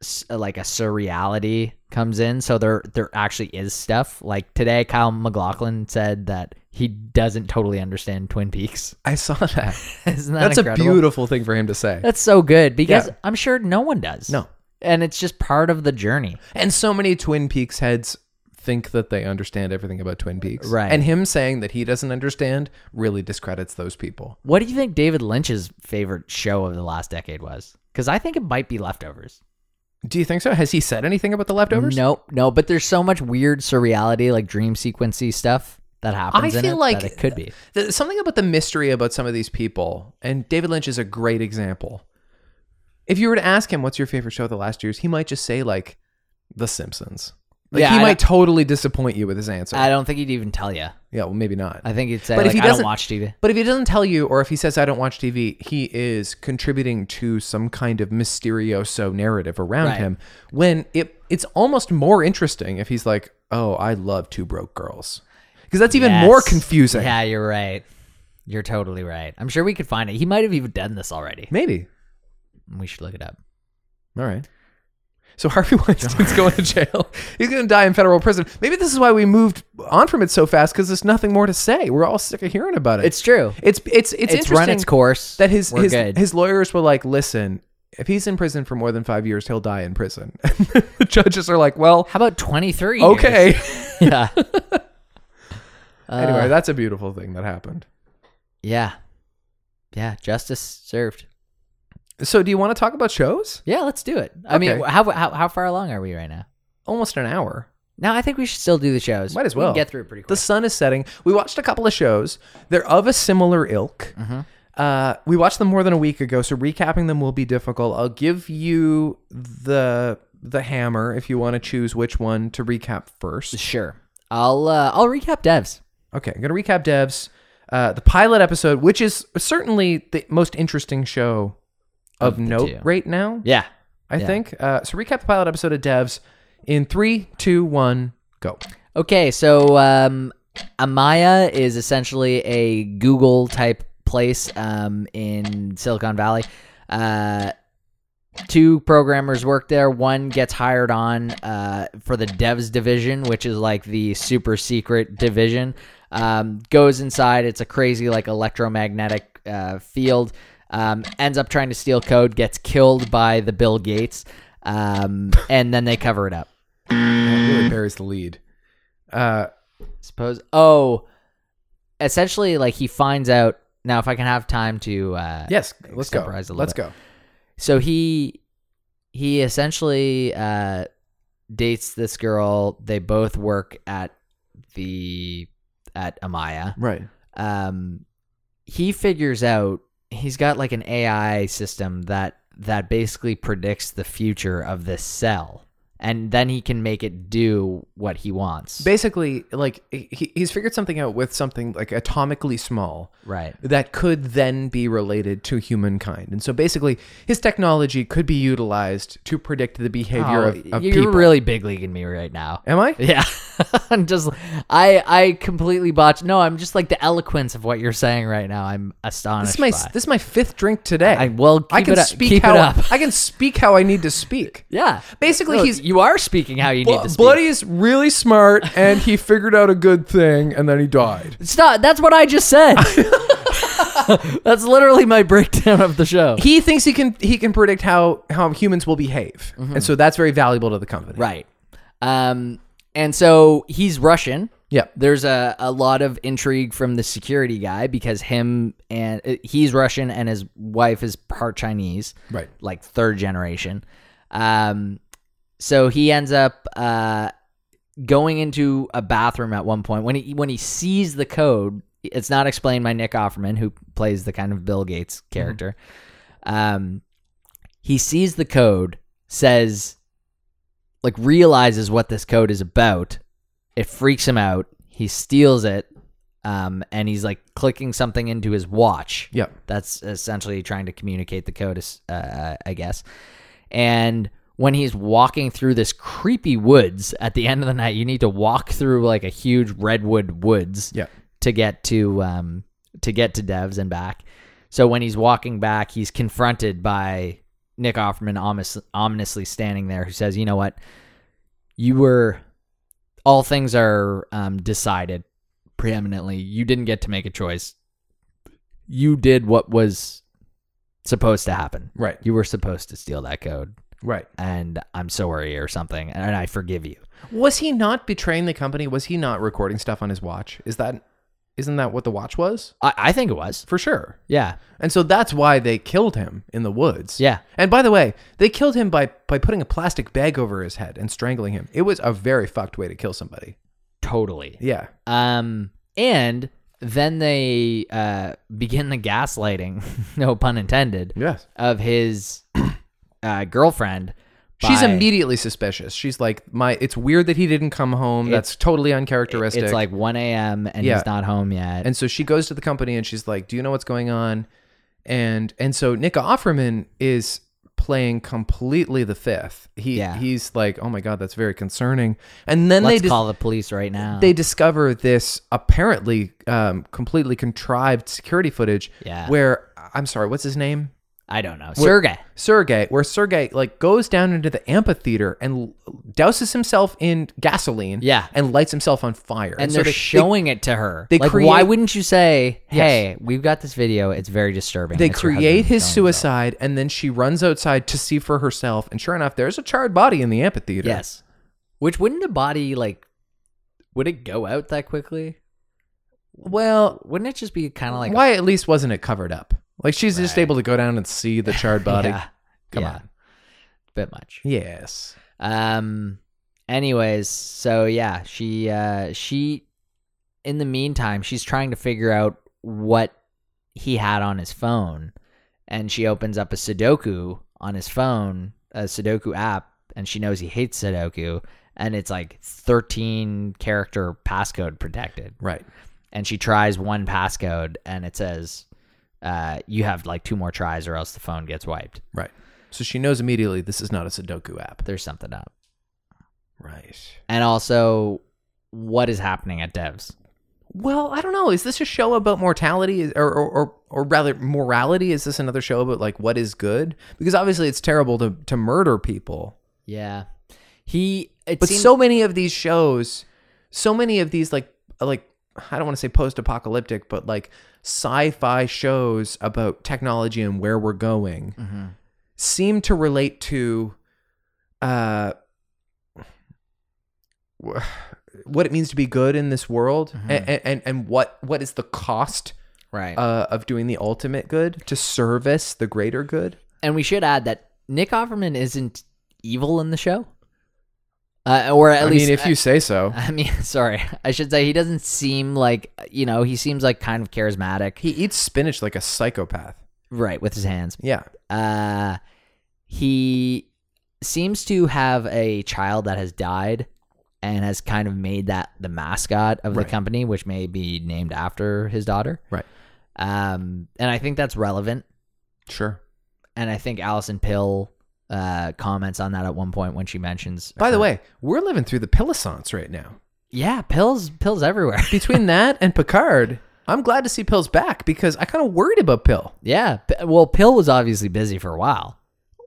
[SPEAKER 2] s- like a surreality comes in. So there, there actually is stuff. Like today, Kyle McLaughlin said that he doesn't totally understand Twin Peaks. (laughs)
[SPEAKER 3] I saw that.
[SPEAKER 2] Isn't that
[SPEAKER 3] That's
[SPEAKER 2] incredible?
[SPEAKER 3] a beautiful thing for him to say.
[SPEAKER 2] That's so good because
[SPEAKER 3] Yeah.
[SPEAKER 2] I'm sure no one does.
[SPEAKER 3] No.
[SPEAKER 2] and it's just part of the journey.
[SPEAKER 3] And so many Twin Peaks heads think that they understand everything about Twin Peaks.
[SPEAKER 2] Right.
[SPEAKER 3] And him saying that he doesn't understand really discredits those people.
[SPEAKER 2] What do you think David Lynch's favorite show of the last decade was? Because I think it might be Leftovers.
[SPEAKER 3] Do you think so? Has he said anything about the leftovers?
[SPEAKER 2] Nope, no. But there's so much weird surreality, like dream sequency stuff that happens. in
[SPEAKER 3] feel
[SPEAKER 2] it
[SPEAKER 3] like-
[SPEAKER 2] that it could be.
[SPEAKER 3] Th- something about the mystery about some of these people, and David Lynch is a great example. If you were to ask him what's your favorite show of the last years, he might just say like The Simpsons. Like
[SPEAKER 2] Yeah,
[SPEAKER 3] he
[SPEAKER 2] I
[SPEAKER 3] might totally disappoint you with his answer.
[SPEAKER 2] I don't think he'd even tell you.
[SPEAKER 3] yeah, well maybe not.
[SPEAKER 2] I think he'd say,
[SPEAKER 3] But if
[SPEAKER 2] like,
[SPEAKER 3] he
[SPEAKER 2] "I don't
[SPEAKER 3] doesn't-
[SPEAKER 2] watch TV."
[SPEAKER 3] But if he doesn't tell you, or if he says, I don't watch TV, he is contributing to some kind of mysterioso narrative around
[SPEAKER 2] Right.
[SPEAKER 3] him when it it's almost more interesting if he's like, oh, I love Two Broke Girls. Because that's even more
[SPEAKER 2] Yes.
[SPEAKER 3] confusing.
[SPEAKER 2] Yeah, you're right. You're totally right. I'm sure we could find it. He might have even done this already.
[SPEAKER 3] Maybe.
[SPEAKER 2] We should look it up.
[SPEAKER 3] All right. So Harvey (laughs) Weinstein's going to jail. He's going to die in federal prison. Maybe this is why we moved on from it so fast because there's nothing more to say. We're all sick of hearing about it.
[SPEAKER 2] It's true.
[SPEAKER 3] it's it's it's,
[SPEAKER 2] It's,
[SPEAKER 3] interesting
[SPEAKER 2] run its course.
[SPEAKER 3] that his
[SPEAKER 2] We're
[SPEAKER 3] his,
[SPEAKER 2] good.
[SPEAKER 3] his lawyers were like, listen, if he's in prison for more than five years, he'll die in prison. (laughs) the judges are like, well,
[SPEAKER 2] How about 23? years?
[SPEAKER 3] okay.
[SPEAKER 2] (laughs) yeah.
[SPEAKER 3] (laughs)
[SPEAKER 2] Uh,
[SPEAKER 3] anyway, that's a beautiful thing that happened.
[SPEAKER 2] Yeah. Yeah. Justice served.
[SPEAKER 3] So, do you want to talk about shows?
[SPEAKER 2] Yeah, let's do it. I mean,
[SPEAKER 3] Okay.
[SPEAKER 2] how, how how far along are we right now?
[SPEAKER 3] Almost an hour.
[SPEAKER 2] No, I think we should still do the shows.
[SPEAKER 3] Might as
[SPEAKER 2] We can
[SPEAKER 3] well.
[SPEAKER 2] get through it pretty quick.
[SPEAKER 3] The sun is setting. We watched a couple of shows. They're of a similar ilk.
[SPEAKER 2] Mm-hmm.
[SPEAKER 3] Uh, we watched them more than a week ago, so recapping them will be difficult. I'll give you the the hammer if you want to choose which one to recap first.
[SPEAKER 2] Sure. I'll uh, I'll recap devs.
[SPEAKER 3] Okay, I'm gonna recap devs. Uh, the pilot episode, which is certainly the most interesting show of,
[SPEAKER 2] Of the
[SPEAKER 3] note
[SPEAKER 2] two.
[SPEAKER 3] right now,
[SPEAKER 2] Yeah.
[SPEAKER 3] I think. Uh, so recap the pilot episode of devs in three, two, one, go.
[SPEAKER 2] Okay, so um, Amaya is essentially a Google type place um, in Silicon Valley. Uh, two programmers work there. One gets hired on uh, for the devs division, which is like the super secret division. Um, goes inside. It's a crazy like electromagnetic uh, field. Um, ends up trying to steal code. Gets killed by the Bill Gates, um, and then they cover it up.
[SPEAKER 3] Really buries the lead. Uh,
[SPEAKER 2] suppose oh essentially like he finds out now if i can have time to uh
[SPEAKER 3] yes, let's go.
[SPEAKER 2] Extemporize a little
[SPEAKER 3] Let's
[SPEAKER 2] bit.
[SPEAKER 3] go.
[SPEAKER 2] so he he essentially uh dates this girl they both work at the at amaya
[SPEAKER 3] Right.
[SPEAKER 2] um, he figures out he's got like an AI system that that basically predicts the future of this cell, and then he can make it do what he wants.
[SPEAKER 3] Basically, like he, he's figured something out with something like atomically small.
[SPEAKER 2] right.
[SPEAKER 3] that could then be related to humankind. And so basically, his technology could be utilized to predict the behavior
[SPEAKER 2] Oh,
[SPEAKER 3] of, of
[SPEAKER 2] you're
[SPEAKER 3] people.
[SPEAKER 2] really big leaguing me right now.
[SPEAKER 3] Am I?
[SPEAKER 2] (laughs) Yeah, I'm just I I completely botched. No, I'm just like the eloquence of what you're saying right now. I'm astonished.
[SPEAKER 3] This is my
[SPEAKER 2] by.
[SPEAKER 3] this is my fifth drink today.
[SPEAKER 2] I- well,
[SPEAKER 3] I
[SPEAKER 2] keep
[SPEAKER 3] can
[SPEAKER 2] it up-
[SPEAKER 3] speak
[SPEAKER 2] keep it
[SPEAKER 3] how (laughs)
[SPEAKER 2] up.
[SPEAKER 3] I can speak how I need to (laughs) speak.
[SPEAKER 2] (laughs) yeah.
[SPEAKER 3] Basically,
[SPEAKER 2] No,
[SPEAKER 3] he's
[SPEAKER 2] you are speaking how you need to speak.
[SPEAKER 3] Bloody is really smart, and he figured out a good thing, and then he died.
[SPEAKER 2] It's not. That's what I
[SPEAKER 3] (laughs)
[SPEAKER 2] just said. (laughs) that's literally my breakdown of the show.
[SPEAKER 3] He thinks he can he can predict how how humans will behave, and so that's very valuable to the company.
[SPEAKER 2] Right. Um, and so he's Russian.
[SPEAKER 3] Yep.
[SPEAKER 2] There's a, a lot of intrigue from the security guy because him and uh, he's Russian and his wife is part Chinese,
[SPEAKER 3] Right.
[SPEAKER 2] like third generation. Um, so he ends up uh, going into a bathroom at one point when he when he sees the code. It's not explained by Nick Offerman, who plays the kind of Bill Gates character. Um, he sees the code, says, like realizes what this code is about. It freaks him out. He steals it, um, and he's like clicking something into his watch.
[SPEAKER 3] Yep.
[SPEAKER 2] That's essentially trying to communicate the code, uh, I guess. And when he's walking through this creepy woods at the end of the night, you need to walk through like a huge redwood woods
[SPEAKER 3] Yeah.
[SPEAKER 2] to get to um, to get to Devs and back. So when he's walking back, he's confronted by Nick Offerman ominous, ominously standing there, who says, "You know what? You were all things are um, decided preeminently. You didn't get to make a choice. You did what was supposed to happen.
[SPEAKER 3] Right.
[SPEAKER 2] You were supposed to steal that code.
[SPEAKER 3] Right.
[SPEAKER 2] and I'm sorry or something, and I forgive you.
[SPEAKER 3] Was he not betraying the company? Was he not recording stuff on his watch? Is that isn't that what the watch was?
[SPEAKER 2] I, I think it was.
[SPEAKER 3] For sure.
[SPEAKER 2] Yeah.
[SPEAKER 3] And so that's why they killed him in the woods.
[SPEAKER 2] Yeah.
[SPEAKER 3] And by the way, they killed him by by putting a plastic bag over his head and strangling him. It was a very fucked way to kill somebody.
[SPEAKER 2] Totally.
[SPEAKER 3] Yeah.
[SPEAKER 2] Um, and then they uh, begin the gaslighting, (laughs) no pun intended,
[SPEAKER 3] Yes.
[SPEAKER 2] of his (clears throat) uh, girlfriend.
[SPEAKER 3] She's
[SPEAKER 2] by-
[SPEAKER 3] immediately suspicious. She's like, "My, it's weird that he didn't come home. That's totally uncharacteristic."
[SPEAKER 2] It's like 1 a.m. and
[SPEAKER 3] Yeah.
[SPEAKER 2] he's not home yet.
[SPEAKER 3] And so she goes to the company and she's like, "Do you know what's going on?" And and so Nika Offerman is playing completely the fifth. He
[SPEAKER 2] Yeah.
[SPEAKER 3] he's like, "Oh my god, that's very concerning." And then
[SPEAKER 2] Let's
[SPEAKER 3] they dis-
[SPEAKER 2] call the police right now.
[SPEAKER 3] they discover this apparently um, completely contrived security footage
[SPEAKER 2] Yeah.
[SPEAKER 3] where I'm sorry, what's his name?
[SPEAKER 2] I don't know. Sergey.
[SPEAKER 3] Sergey, where Sergey like goes down into the amphitheater and l- douses himself in gasoline,
[SPEAKER 2] Yeah.
[SPEAKER 3] and lights himself on fire.
[SPEAKER 2] And they're
[SPEAKER 3] they-
[SPEAKER 2] showing it to her.
[SPEAKER 3] they
[SPEAKER 2] like, why
[SPEAKER 3] create-
[SPEAKER 2] wouldn't you say, "Hey, we've got this video. It's very disturbing."
[SPEAKER 3] They
[SPEAKER 2] It's your
[SPEAKER 3] create
[SPEAKER 2] husband
[SPEAKER 3] his
[SPEAKER 2] killing
[SPEAKER 3] suicide, and then she runs outside to see for herself. And sure enough, there's a charred body in the amphitheater.
[SPEAKER 2] Yes. Which wouldn't a body like would it go out that quickly?
[SPEAKER 3] Well,
[SPEAKER 2] Wouldn't it just be kind of like (laughs)
[SPEAKER 3] why at least wasn't it covered up? Like she's just
[SPEAKER 2] Right.
[SPEAKER 3] able to go down and see the charred body.
[SPEAKER 2] (laughs) Yeah.
[SPEAKER 3] Come
[SPEAKER 2] Yeah.
[SPEAKER 3] on.
[SPEAKER 2] Bit much.
[SPEAKER 3] Yes.
[SPEAKER 2] Um anyways, so yeah, she uh she in the meantime, she's trying to figure out what he had on his phone and she opens up a Sudoku on his phone, a Sudoku app, and she knows he hates Sudoku and it's like 13 character passcode protected.
[SPEAKER 3] Right.
[SPEAKER 2] and she tries one passcode and it says uh, you have like two more tries or else the phone gets wiped
[SPEAKER 3] Right. So she knows immediately this is not a Sudoku app.
[SPEAKER 2] there's something up
[SPEAKER 3] Right.
[SPEAKER 2] and also what is happening at devs
[SPEAKER 3] Well, I don't know. Is this a show about mortality, Is- or or, or, or rather morality? Is this another show about like what is good? Because obviously it's terrible to to murder people.
[SPEAKER 2] yeah he it
[SPEAKER 3] but
[SPEAKER 2] seemed-
[SPEAKER 3] so many of these shows so many of these like like i don't want to say post-apocalyptic but like sci-fi shows about technology and where we're going
[SPEAKER 2] Mhm.
[SPEAKER 3] seem to relate to uh wh- what it means to be good in this world
[SPEAKER 2] Mm-hmm.
[SPEAKER 3] a- a- and, and what what is the cost
[SPEAKER 2] right
[SPEAKER 3] uh, of doing the ultimate good to service the greater good
[SPEAKER 2] and we should add that nick offerman isn't evil in the show uh, or at
[SPEAKER 3] i
[SPEAKER 2] least
[SPEAKER 3] mean if you say so
[SPEAKER 2] (laughs) I mean, sorry. I should say he doesn't seem like you know. He seems like kind of charismatic,
[SPEAKER 3] he eats spinach like a psychopath
[SPEAKER 2] right, with his hands.
[SPEAKER 3] yeah
[SPEAKER 2] uh, he seems to have a child that has died and has kind of made that the mascot of
[SPEAKER 3] Right.
[SPEAKER 2] the company, which may be named after his daughter.
[SPEAKER 3] Right.
[SPEAKER 2] Um, and I think that's relevant.
[SPEAKER 3] sure
[SPEAKER 2] And I think Allison Pill uh, comments on that at one point when she mentions.
[SPEAKER 3] By the
[SPEAKER 2] her-
[SPEAKER 3] way, we're living through the Pillissance right now.
[SPEAKER 2] yeah, pills, pills everywhere. (laughs)
[SPEAKER 3] Between (laughs) that and Picard, I'm glad to see Pill's back because I kind of worried about Pill.
[SPEAKER 2] yeah. P- well, Pill was obviously busy for a while.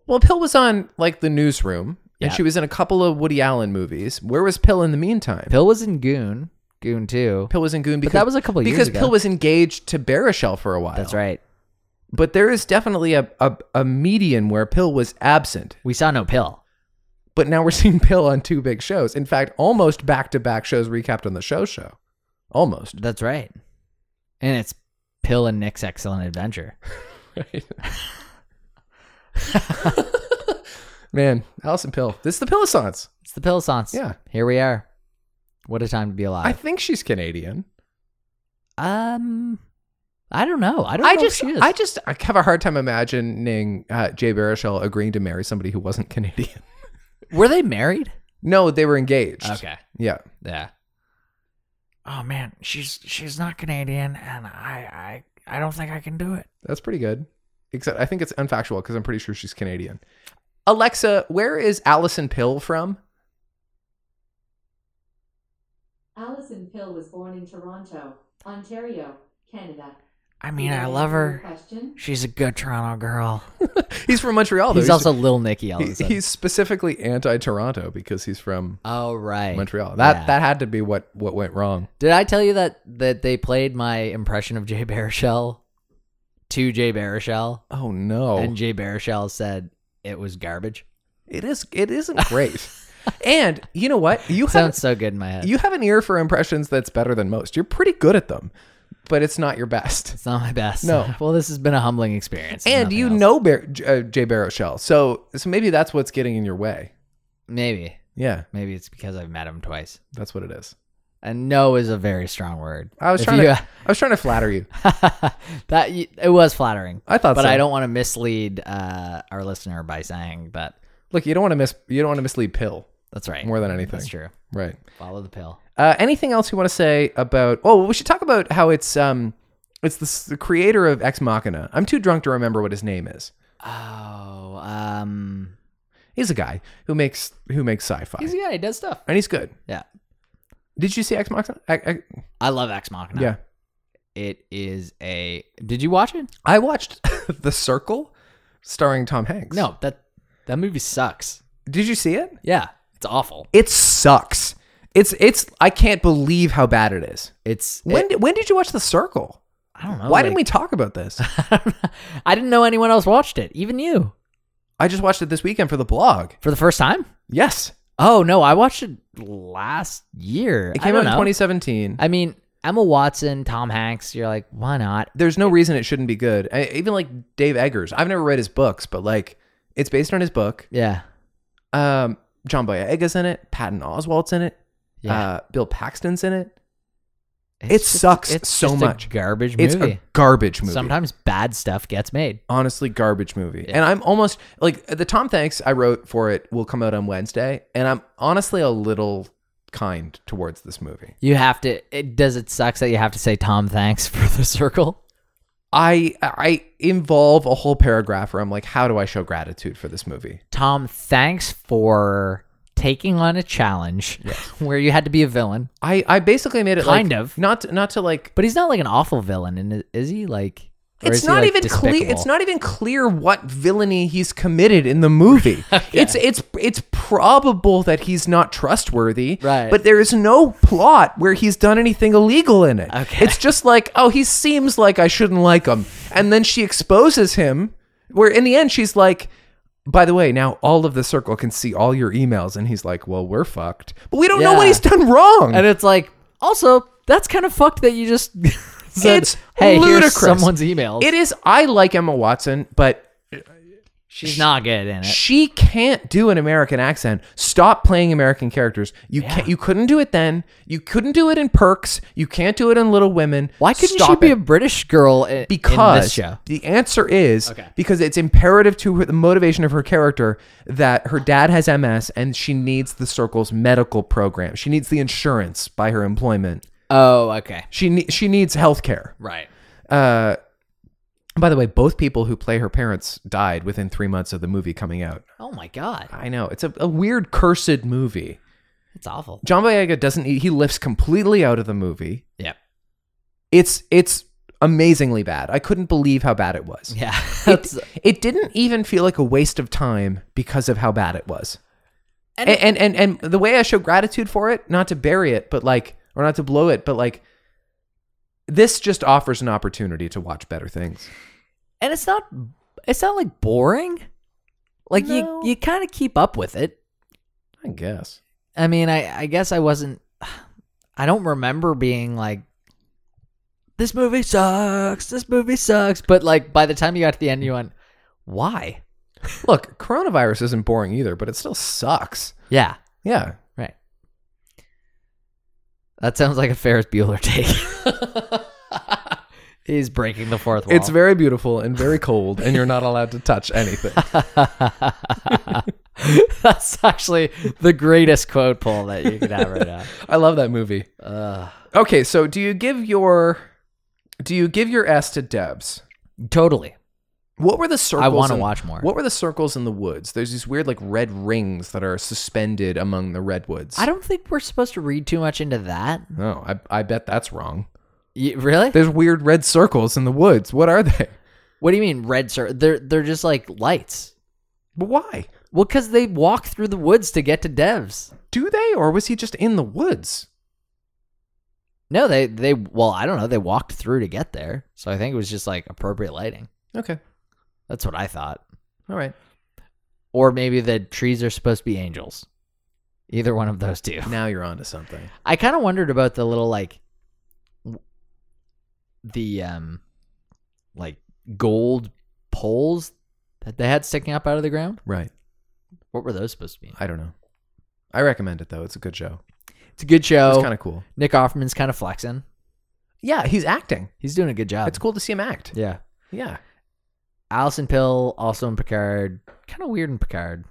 [SPEAKER 3] Well, Pill was on like the newsroom, and
[SPEAKER 2] Yeah.
[SPEAKER 3] she was in a couple of Woody Allen movies. Where was Pill in the meantime? Pill,
[SPEAKER 2] Pill was in Goon, Goon too.
[SPEAKER 3] was in Goon because
[SPEAKER 2] that was a couple years
[SPEAKER 3] because
[SPEAKER 2] ago.
[SPEAKER 3] Pill was engaged to Baruchel for a while.
[SPEAKER 2] That's right.
[SPEAKER 3] But there is definitely a, a a median where Pill was absent.
[SPEAKER 2] We saw no Pill.
[SPEAKER 3] But now we're (laughs) seeing Pill on two big shows. In fact, almost back to back shows recapped on the show show. Almost.
[SPEAKER 2] That's right. And it's Pill and Nick's Excellent Adventure.
[SPEAKER 3] Man, Allison Pill. This is the Pillissance.
[SPEAKER 2] It's the Pill Sans.
[SPEAKER 3] Yeah.
[SPEAKER 2] Here we are. What a time to be
[SPEAKER 3] I
[SPEAKER 2] alive.
[SPEAKER 3] think she's Canadian.
[SPEAKER 2] um, I don't know. I don't
[SPEAKER 3] I
[SPEAKER 2] know
[SPEAKER 3] just,
[SPEAKER 2] if she is.
[SPEAKER 3] I just, I have a hard time imagining uh, Jay Baruchel agreeing to marry somebody who wasn't (laughs) Canadian.
[SPEAKER 2] Were they married?
[SPEAKER 3] No, they were engaged. Yeah.
[SPEAKER 2] Yeah. Oh man, she's she's not Canadian, and I I I don't think I can do it.
[SPEAKER 3] That's pretty good. Except I think it's unfactual because I'm pretty sure she's Canadian. Alexa, where is Allison Pill from? (laughs)
[SPEAKER 5] Alison Pill was born in Toronto, Ontario, Canada.
[SPEAKER 2] I
[SPEAKER 5] Did
[SPEAKER 2] mean, I
[SPEAKER 5] answer
[SPEAKER 2] love
[SPEAKER 5] your
[SPEAKER 2] her.
[SPEAKER 5] Question?
[SPEAKER 2] She's a good Toronto girl.
[SPEAKER 3] He's from Montreal. though.
[SPEAKER 2] he's also Lil Nicky. All of
[SPEAKER 3] he-
[SPEAKER 2] Oh, a sudden.
[SPEAKER 3] he's specifically anti-Toronto because he's from
[SPEAKER 2] oh right,
[SPEAKER 3] Montreal. That
[SPEAKER 2] Yeah.
[SPEAKER 3] that had to be what what went wrong.
[SPEAKER 2] Did I tell you that that they played my impression of Jay Baruchel to Jay Baruchel,
[SPEAKER 3] Oh no.
[SPEAKER 2] and Jay Baruchel said it was garbage?
[SPEAKER 3] It is. It isn't
[SPEAKER 2] (laughs)
[SPEAKER 3] great. and you know what? You have
[SPEAKER 2] Sounds so good in my head.
[SPEAKER 3] you have an ear for impressions that's better than most. You're pretty good at them, but it's not your best.
[SPEAKER 2] it's not my best.
[SPEAKER 3] No.
[SPEAKER 2] (laughs) Well, this has been a humbling experience. if
[SPEAKER 3] And
[SPEAKER 2] nothing
[SPEAKER 3] you
[SPEAKER 2] else.
[SPEAKER 3] know Bar- J- uh, Jay Baruchel, so so maybe that's what's getting in your way.
[SPEAKER 2] maybe
[SPEAKER 3] Yeah,
[SPEAKER 2] maybe it's because I've met him twice.
[SPEAKER 3] that's what it is.
[SPEAKER 2] And no is a very strong word.
[SPEAKER 3] I was
[SPEAKER 2] If
[SPEAKER 3] trying
[SPEAKER 2] you-
[SPEAKER 3] to I was trying to flatter you.
[SPEAKER 2] (laughs) that y- it was flattering,
[SPEAKER 3] I thought,
[SPEAKER 2] but
[SPEAKER 3] so.
[SPEAKER 2] I don't want to mislead uh, our listener by saying. But
[SPEAKER 3] look. You don't want to miss. You don't want to mislead Pill
[SPEAKER 2] that's right.
[SPEAKER 3] more than anything.
[SPEAKER 2] That's true.
[SPEAKER 3] Right.
[SPEAKER 2] Follow the pill.
[SPEAKER 3] Uh, anything else you want to say about? Oh, we should talk about how it's um, it's the, s- the creator of Ex Machina. I'm too drunk to remember what his name is.
[SPEAKER 2] Oh, um,
[SPEAKER 3] He's a guy who makes who makes sci-fi,
[SPEAKER 2] he's yeah, he does stuff.
[SPEAKER 3] and he's good.
[SPEAKER 2] Yeah,
[SPEAKER 3] Did you see Ex Machina? I, I,
[SPEAKER 2] I love Ex Machina.
[SPEAKER 3] Yeah,
[SPEAKER 2] it is a. Did you watch it?
[SPEAKER 3] I watched (laughs) The Circle, starring Tom Hanks.
[SPEAKER 2] No, that that movie sucks.
[SPEAKER 3] did you see it?
[SPEAKER 2] Yeah, it's awful.
[SPEAKER 3] It sucks. It's it's. I can't believe how bad it is.
[SPEAKER 2] It's
[SPEAKER 3] When
[SPEAKER 2] it-
[SPEAKER 3] did when did you watch The Circle?
[SPEAKER 2] I don't know.
[SPEAKER 3] Why didn't we talk about this?
[SPEAKER 2] we? (laughs) I didn't know anyone else watched it, even you,
[SPEAKER 3] I just watched it this weekend for the blog.
[SPEAKER 2] for the first time.
[SPEAKER 3] Yes,
[SPEAKER 2] Oh no, I watched it last year.
[SPEAKER 3] it
[SPEAKER 2] I
[SPEAKER 3] came
[SPEAKER 2] don't
[SPEAKER 3] out in
[SPEAKER 2] know.
[SPEAKER 3] 2017.
[SPEAKER 2] I mean, Emma Watson, Tom Hanks. You're like, why not?
[SPEAKER 3] there's no reason it shouldn't be good. I, even like Dave Eggers, I've never read his books, but like it's based on his book.
[SPEAKER 2] Yeah,
[SPEAKER 3] Um, John Boyega's in it, Patton Oswalt's in it,
[SPEAKER 2] yeah.
[SPEAKER 3] uh, Bill Paxton's in it.
[SPEAKER 2] It's
[SPEAKER 3] it sucks so
[SPEAKER 2] just a
[SPEAKER 3] much.
[SPEAKER 2] garbage
[SPEAKER 3] It's
[SPEAKER 2] movie.
[SPEAKER 3] a garbage movie.
[SPEAKER 2] Sometimes bad stuff gets made.
[SPEAKER 3] honestly garbage movie.
[SPEAKER 2] Yeah.
[SPEAKER 3] And I'm almost like the Tom Thanks I wrote for it will come out on Wednesday, and I'm honestly a little kind towards this movie.
[SPEAKER 2] You have to. It, does it sucks that you have to say Tom thanks (laughs) for the circle?
[SPEAKER 3] I I involve a whole paragraph where I'm like, how do I show gratitude for this movie?
[SPEAKER 2] Tom thanks for taking on a challenge (laughs) where you had to be a villain,
[SPEAKER 3] I I basically made it
[SPEAKER 2] Kind
[SPEAKER 3] like,
[SPEAKER 2] of.
[SPEAKER 3] not to, not to like
[SPEAKER 2] but he's not like an awful villain, and is he like? or
[SPEAKER 3] It's
[SPEAKER 2] is he,
[SPEAKER 3] not
[SPEAKER 2] like,
[SPEAKER 3] even clear.
[SPEAKER 2] despicable?
[SPEAKER 3] It's not even clear what villainy he's committed in the
[SPEAKER 2] (laughs)
[SPEAKER 3] movie. It's it's it's probable that he's not trustworthy.
[SPEAKER 2] Right.
[SPEAKER 3] But there is no plot where he's done anything illegal in it.
[SPEAKER 2] Okay.
[SPEAKER 3] It's just like, oh, he seems like I shouldn't like him, and then she exposes him. Where in the end, she's like. By the way, now all of the circle can see all your emails, and he's like, "Well, we're fucked." But we don't know what
[SPEAKER 2] Yeah.
[SPEAKER 3] he's done wrong.
[SPEAKER 2] And it's like, also, that's kind of fucked that you just (laughs) said,
[SPEAKER 3] It's
[SPEAKER 2] "Hey,
[SPEAKER 3] ludicrous.
[SPEAKER 2] here's someone's email."
[SPEAKER 3] it is. I like Emma Watson, but
[SPEAKER 2] She's not good in it.
[SPEAKER 3] Uh, she can't do an American accent. Stop playing American characters. You can't. You couldn't do it then. You couldn't do it in Perks. You can't do it in Little Women.
[SPEAKER 2] Why couldn't
[SPEAKER 3] Stop
[SPEAKER 2] she be
[SPEAKER 3] it.
[SPEAKER 2] a British girl i- in,
[SPEAKER 3] because
[SPEAKER 2] this show?
[SPEAKER 3] the answer is
[SPEAKER 2] Okay.
[SPEAKER 3] because it's imperative to her, the motivation of her character that her dad has MS and she needs the Circle's medical program. She needs the insurance by her employment.
[SPEAKER 2] Oh, okay,
[SPEAKER 3] She ne- she needs health care.
[SPEAKER 2] right.
[SPEAKER 3] Uh, by the way, both people who play her parents died within three months of the movie coming out.
[SPEAKER 2] Oh my god,
[SPEAKER 3] I know it's a, a weird cursed movie.
[SPEAKER 2] it's awful.
[SPEAKER 3] John Boyega doesn't he he lifts completely out of the movie.
[SPEAKER 2] Yep.
[SPEAKER 3] It's it's amazingly bad. I couldn't believe how bad it was.
[SPEAKER 2] Yeah, (laughs)
[SPEAKER 3] It,
[SPEAKER 2] that's-
[SPEAKER 3] it didn't even feel like a waste of time because of how bad it was. And and, and and the way I show gratitude for it, not to bury it, but like or not to blow it, but like this just offers an opportunity to watch better things.
[SPEAKER 2] and it's not. It's not like boring. Like
[SPEAKER 3] No.
[SPEAKER 2] you, you kind of keep up with it.
[SPEAKER 3] I guess.
[SPEAKER 2] I mean, I, I guess I wasn't. (sighs) I don't remember being like, this movie sucks. This movie sucks. But like, by the time you got to the end, you went, why?
[SPEAKER 3] Look, coronavirus isn't boring either, but it still sucks.
[SPEAKER 2] Yeah,
[SPEAKER 3] Yeah.
[SPEAKER 2] right. That sounds like a Ferris Bueller take. (laughs) He's breaking the fourth wall.
[SPEAKER 3] It's very beautiful and very cold, and you're not allowed to touch
[SPEAKER 2] (laughs)
[SPEAKER 3] anything.
[SPEAKER 2] That's actually the greatest quote poll that you could have right now.
[SPEAKER 3] I love that movie.
[SPEAKER 2] Ugh.
[SPEAKER 3] Okay, so do you give your do you give your S to Debs?
[SPEAKER 2] totally.
[SPEAKER 3] What were the circles?
[SPEAKER 2] I want to
[SPEAKER 3] in-
[SPEAKER 2] watch more.
[SPEAKER 3] What were the circles in the woods? There's these weird like red rings that are suspended among the redwoods.
[SPEAKER 2] I don't think we're supposed to read too much into that.
[SPEAKER 3] No, I I bet that's wrong.
[SPEAKER 2] You, really?
[SPEAKER 3] There's weird red circles in the woods. What are they?
[SPEAKER 2] What do you mean red sir? They're they're just like lights.
[SPEAKER 3] But why?
[SPEAKER 2] Well, because they walk through the woods to get to devs.
[SPEAKER 3] Do they, or was he just in the woods?
[SPEAKER 2] No, they they well, I don't know. They walked through to get there, so I think it was just like appropriate lighting.
[SPEAKER 3] Okay,
[SPEAKER 2] That's what I thought.
[SPEAKER 3] all right.
[SPEAKER 2] or maybe the trees are supposed to be angels. Either one of those two.
[SPEAKER 3] Now you're onto something.
[SPEAKER 2] I kind of wondered about the little like w- the um like gold poles that they had sticking up out of the ground.
[SPEAKER 3] Right.
[SPEAKER 2] What were those supposed to be?
[SPEAKER 3] I don't know. I recommend it though. It's a good show.
[SPEAKER 2] It's a good show.
[SPEAKER 3] It's kind of cool.
[SPEAKER 2] Nick Offerman's kind of flexing.
[SPEAKER 3] Yeah, he's acting.
[SPEAKER 2] He's doing a good job.
[SPEAKER 3] It's cool to see him act.
[SPEAKER 2] Yeah.
[SPEAKER 3] Yeah.
[SPEAKER 2] Allison Pill also in Picard. Kind of weird in Picard.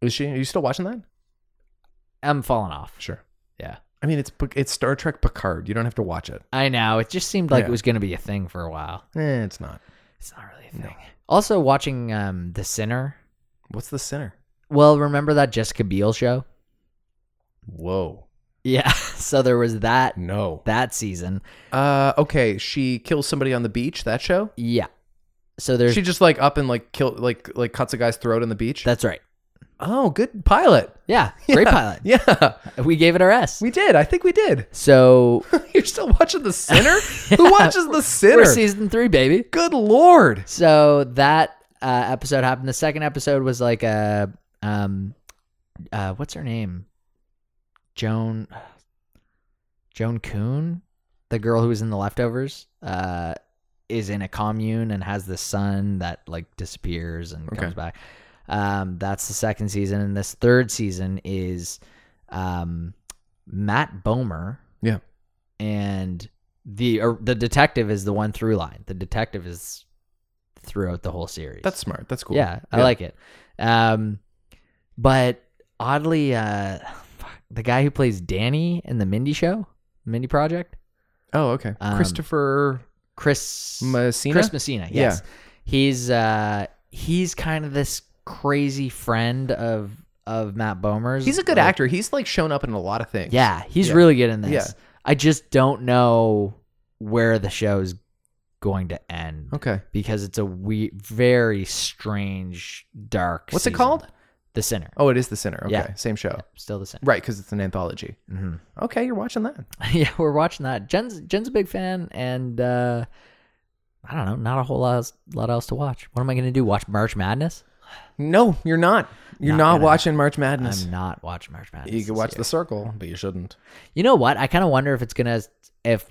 [SPEAKER 3] Is she? Are you still watching that?
[SPEAKER 2] I'm falling off.
[SPEAKER 3] Sure.
[SPEAKER 2] Yeah.
[SPEAKER 3] I mean, it's Pic- it's Star Trek Picard. You don't have to watch it.
[SPEAKER 2] I know. It just seemed like
[SPEAKER 3] Yeah.
[SPEAKER 2] it was going to be a thing for a while.
[SPEAKER 3] Eh, it's not.
[SPEAKER 2] It's not really a
[SPEAKER 3] No.
[SPEAKER 2] thing. Also watching um The Sinner.
[SPEAKER 3] What's the sinner?
[SPEAKER 2] Well, remember that Jessica Biel show?
[SPEAKER 3] Whoa.
[SPEAKER 2] Yeah. (laughs) So there was that
[SPEAKER 3] No.
[SPEAKER 2] that season.
[SPEAKER 3] Uh, okay. She kills somebody on the beach. That show.
[SPEAKER 2] Yeah. So there's
[SPEAKER 3] she just like up and like kill like like cuts a guy's throat on the beach.
[SPEAKER 2] that's right.
[SPEAKER 3] oh, good pilot.
[SPEAKER 2] Yeah.
[SPEAKER 3] (laughs)
[SPEAKER 2] Great
[SPEAKER 3] Yeah.
[SPEAKER 2] pilot.
[SPEAKER 3] Yeah,
[SPEAKER 2] We gave it our S.
[SPEAKER 3] we did. I think we did. (laughs)
[SPEAKER 2] so
[SPEAKER 3] You're still watching the (laughs) sinner? Who watches the sinner?
[SPEAKER 2] we're season three, baby.
[SPEAKER 3] good lord.
[SPEAKER 2] So that uh, episode happened. The second episode was like a um, uh, what's her name? Joan Joan Coon, the girl who was in the leftovers, uh, is in a commune and has this son that like disappears and
[SPEAKER 3] Okay.
[SPEAKER 2] comes back. Um, that's the second season, and this third season is um, Matt Bomer.
[SPEAKER 3] Yeah.
[SPEAKER 2] and the or the detective is the one through line. The detective is throughout the whole series.
[SPEAKER 3] That's smart. That's cool.
[SPEAKER 2] Yeah, I like it. Um, but oddly, uh, fuck, the guy who plays Danny in the Mindy show, Mindy Project,
[SPEAKER 3] Oh, okay.
[SPEAKER 2] Um,
[SPEAKER 3] Christopher
[SPEAKER 2] Chris
[SPEAKER 3] Messina.
[SPEAKER 2] Chris Messina. Yes, he's uh, he's kind of this crazy friend of of Matt Bomer's.
[SPEAKER 3] He's a good
[SPEAKER 2] like-
[SPEAKER 3] actor. He's like shown up in a lot of things.
[SPEAKER 2] Yeah, he's
[SPEAKER 3] Yeah.
[SPEAKER 2] really good in this.
[SPEAKER 3] Yeah.
[SPEAKER 2] I just don't know where the show's going to end
[SPEAKER 3] Okay.
[SPEAKER 2] because it's a we- very strange, dark.
[SPEAKER 3] What's it
[SPEAKER 2] season.
[SPEAKER 3] called?
[SPEAKER 2] The Sinner.
[SPEAKER 3] Oh, it is the sinner. Okay.
[SPEAKER 2] Yeah.
[SPEAKER 3] Same show.
[SPEAKER 2] Still the Sinner.
[SPEAKER 3] Right, because it's an anthology.
[SPEAKER 2] Mm-hmm. (laughs)
[SPEAKER 3] Okay, you're watching that.
[SPEAKER 2] yeah, we're watching that. Jen's Jen's a big fan, and uh, I don't know, not a whole lot else, lot else to watch. What am I going to do? Watch March Madness?
[SPEAKER 3] No, you're not. You're
[SPEAKER 2] Not
[SPEAKER 3] not,
[SPEAKER 2] gonna-
[SPEAKER 3] watching March Madness.
[SPEAKER 2] I'm not watching March Madness.
[SPEAKER 3] You can
[SPEAKER 2] this
[SPEAKER 3] watch
[SPEAKER 2] year.
[SPEAKER 3] The Circle, but you shouldn't.
[SPEAKER 2] You know what? I kind of wonder if it's gonna if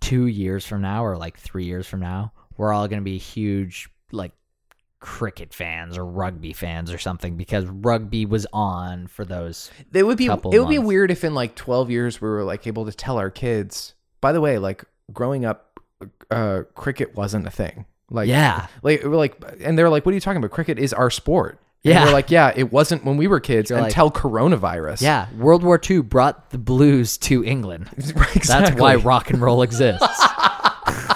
[SPEAKER 2] two years from now or like three years from now, we're all gonna be huge like cricket fans or rugby fans or something because rugby was on for those.
[SPEAKER 3] It would be it
[SPEAKER 2] Couple
[SPEAKER 3] would be
[SPEAKER 2] months.
[SPEAKER 3] weird if in like 12 years we were like able to tell our kids. By the way, like growing up, uh, cricket wasn't a thing. Like
[SPEAKER 2] yeah,
[SPEAKER 3] like we're like, and they're like, "What are you talking about? Cricket is our sport." And
[SPEAKER 2] Yeah.
[SPEAKER 3] we're like, "Yeah, it wasn't when we were kids
[SPEAKER 2] You're like-
[SPEAKER 3] until coronavirus."
[SPEAKER 2] yeah. World War II brought the blues to England.
[SPEAKER 3] (laughs) Right, exactly.
[SPEAKER 2] That's why rock and roll
[SPEAKER 3] (laughs)
[SPEAKER 2] exists. (laughs)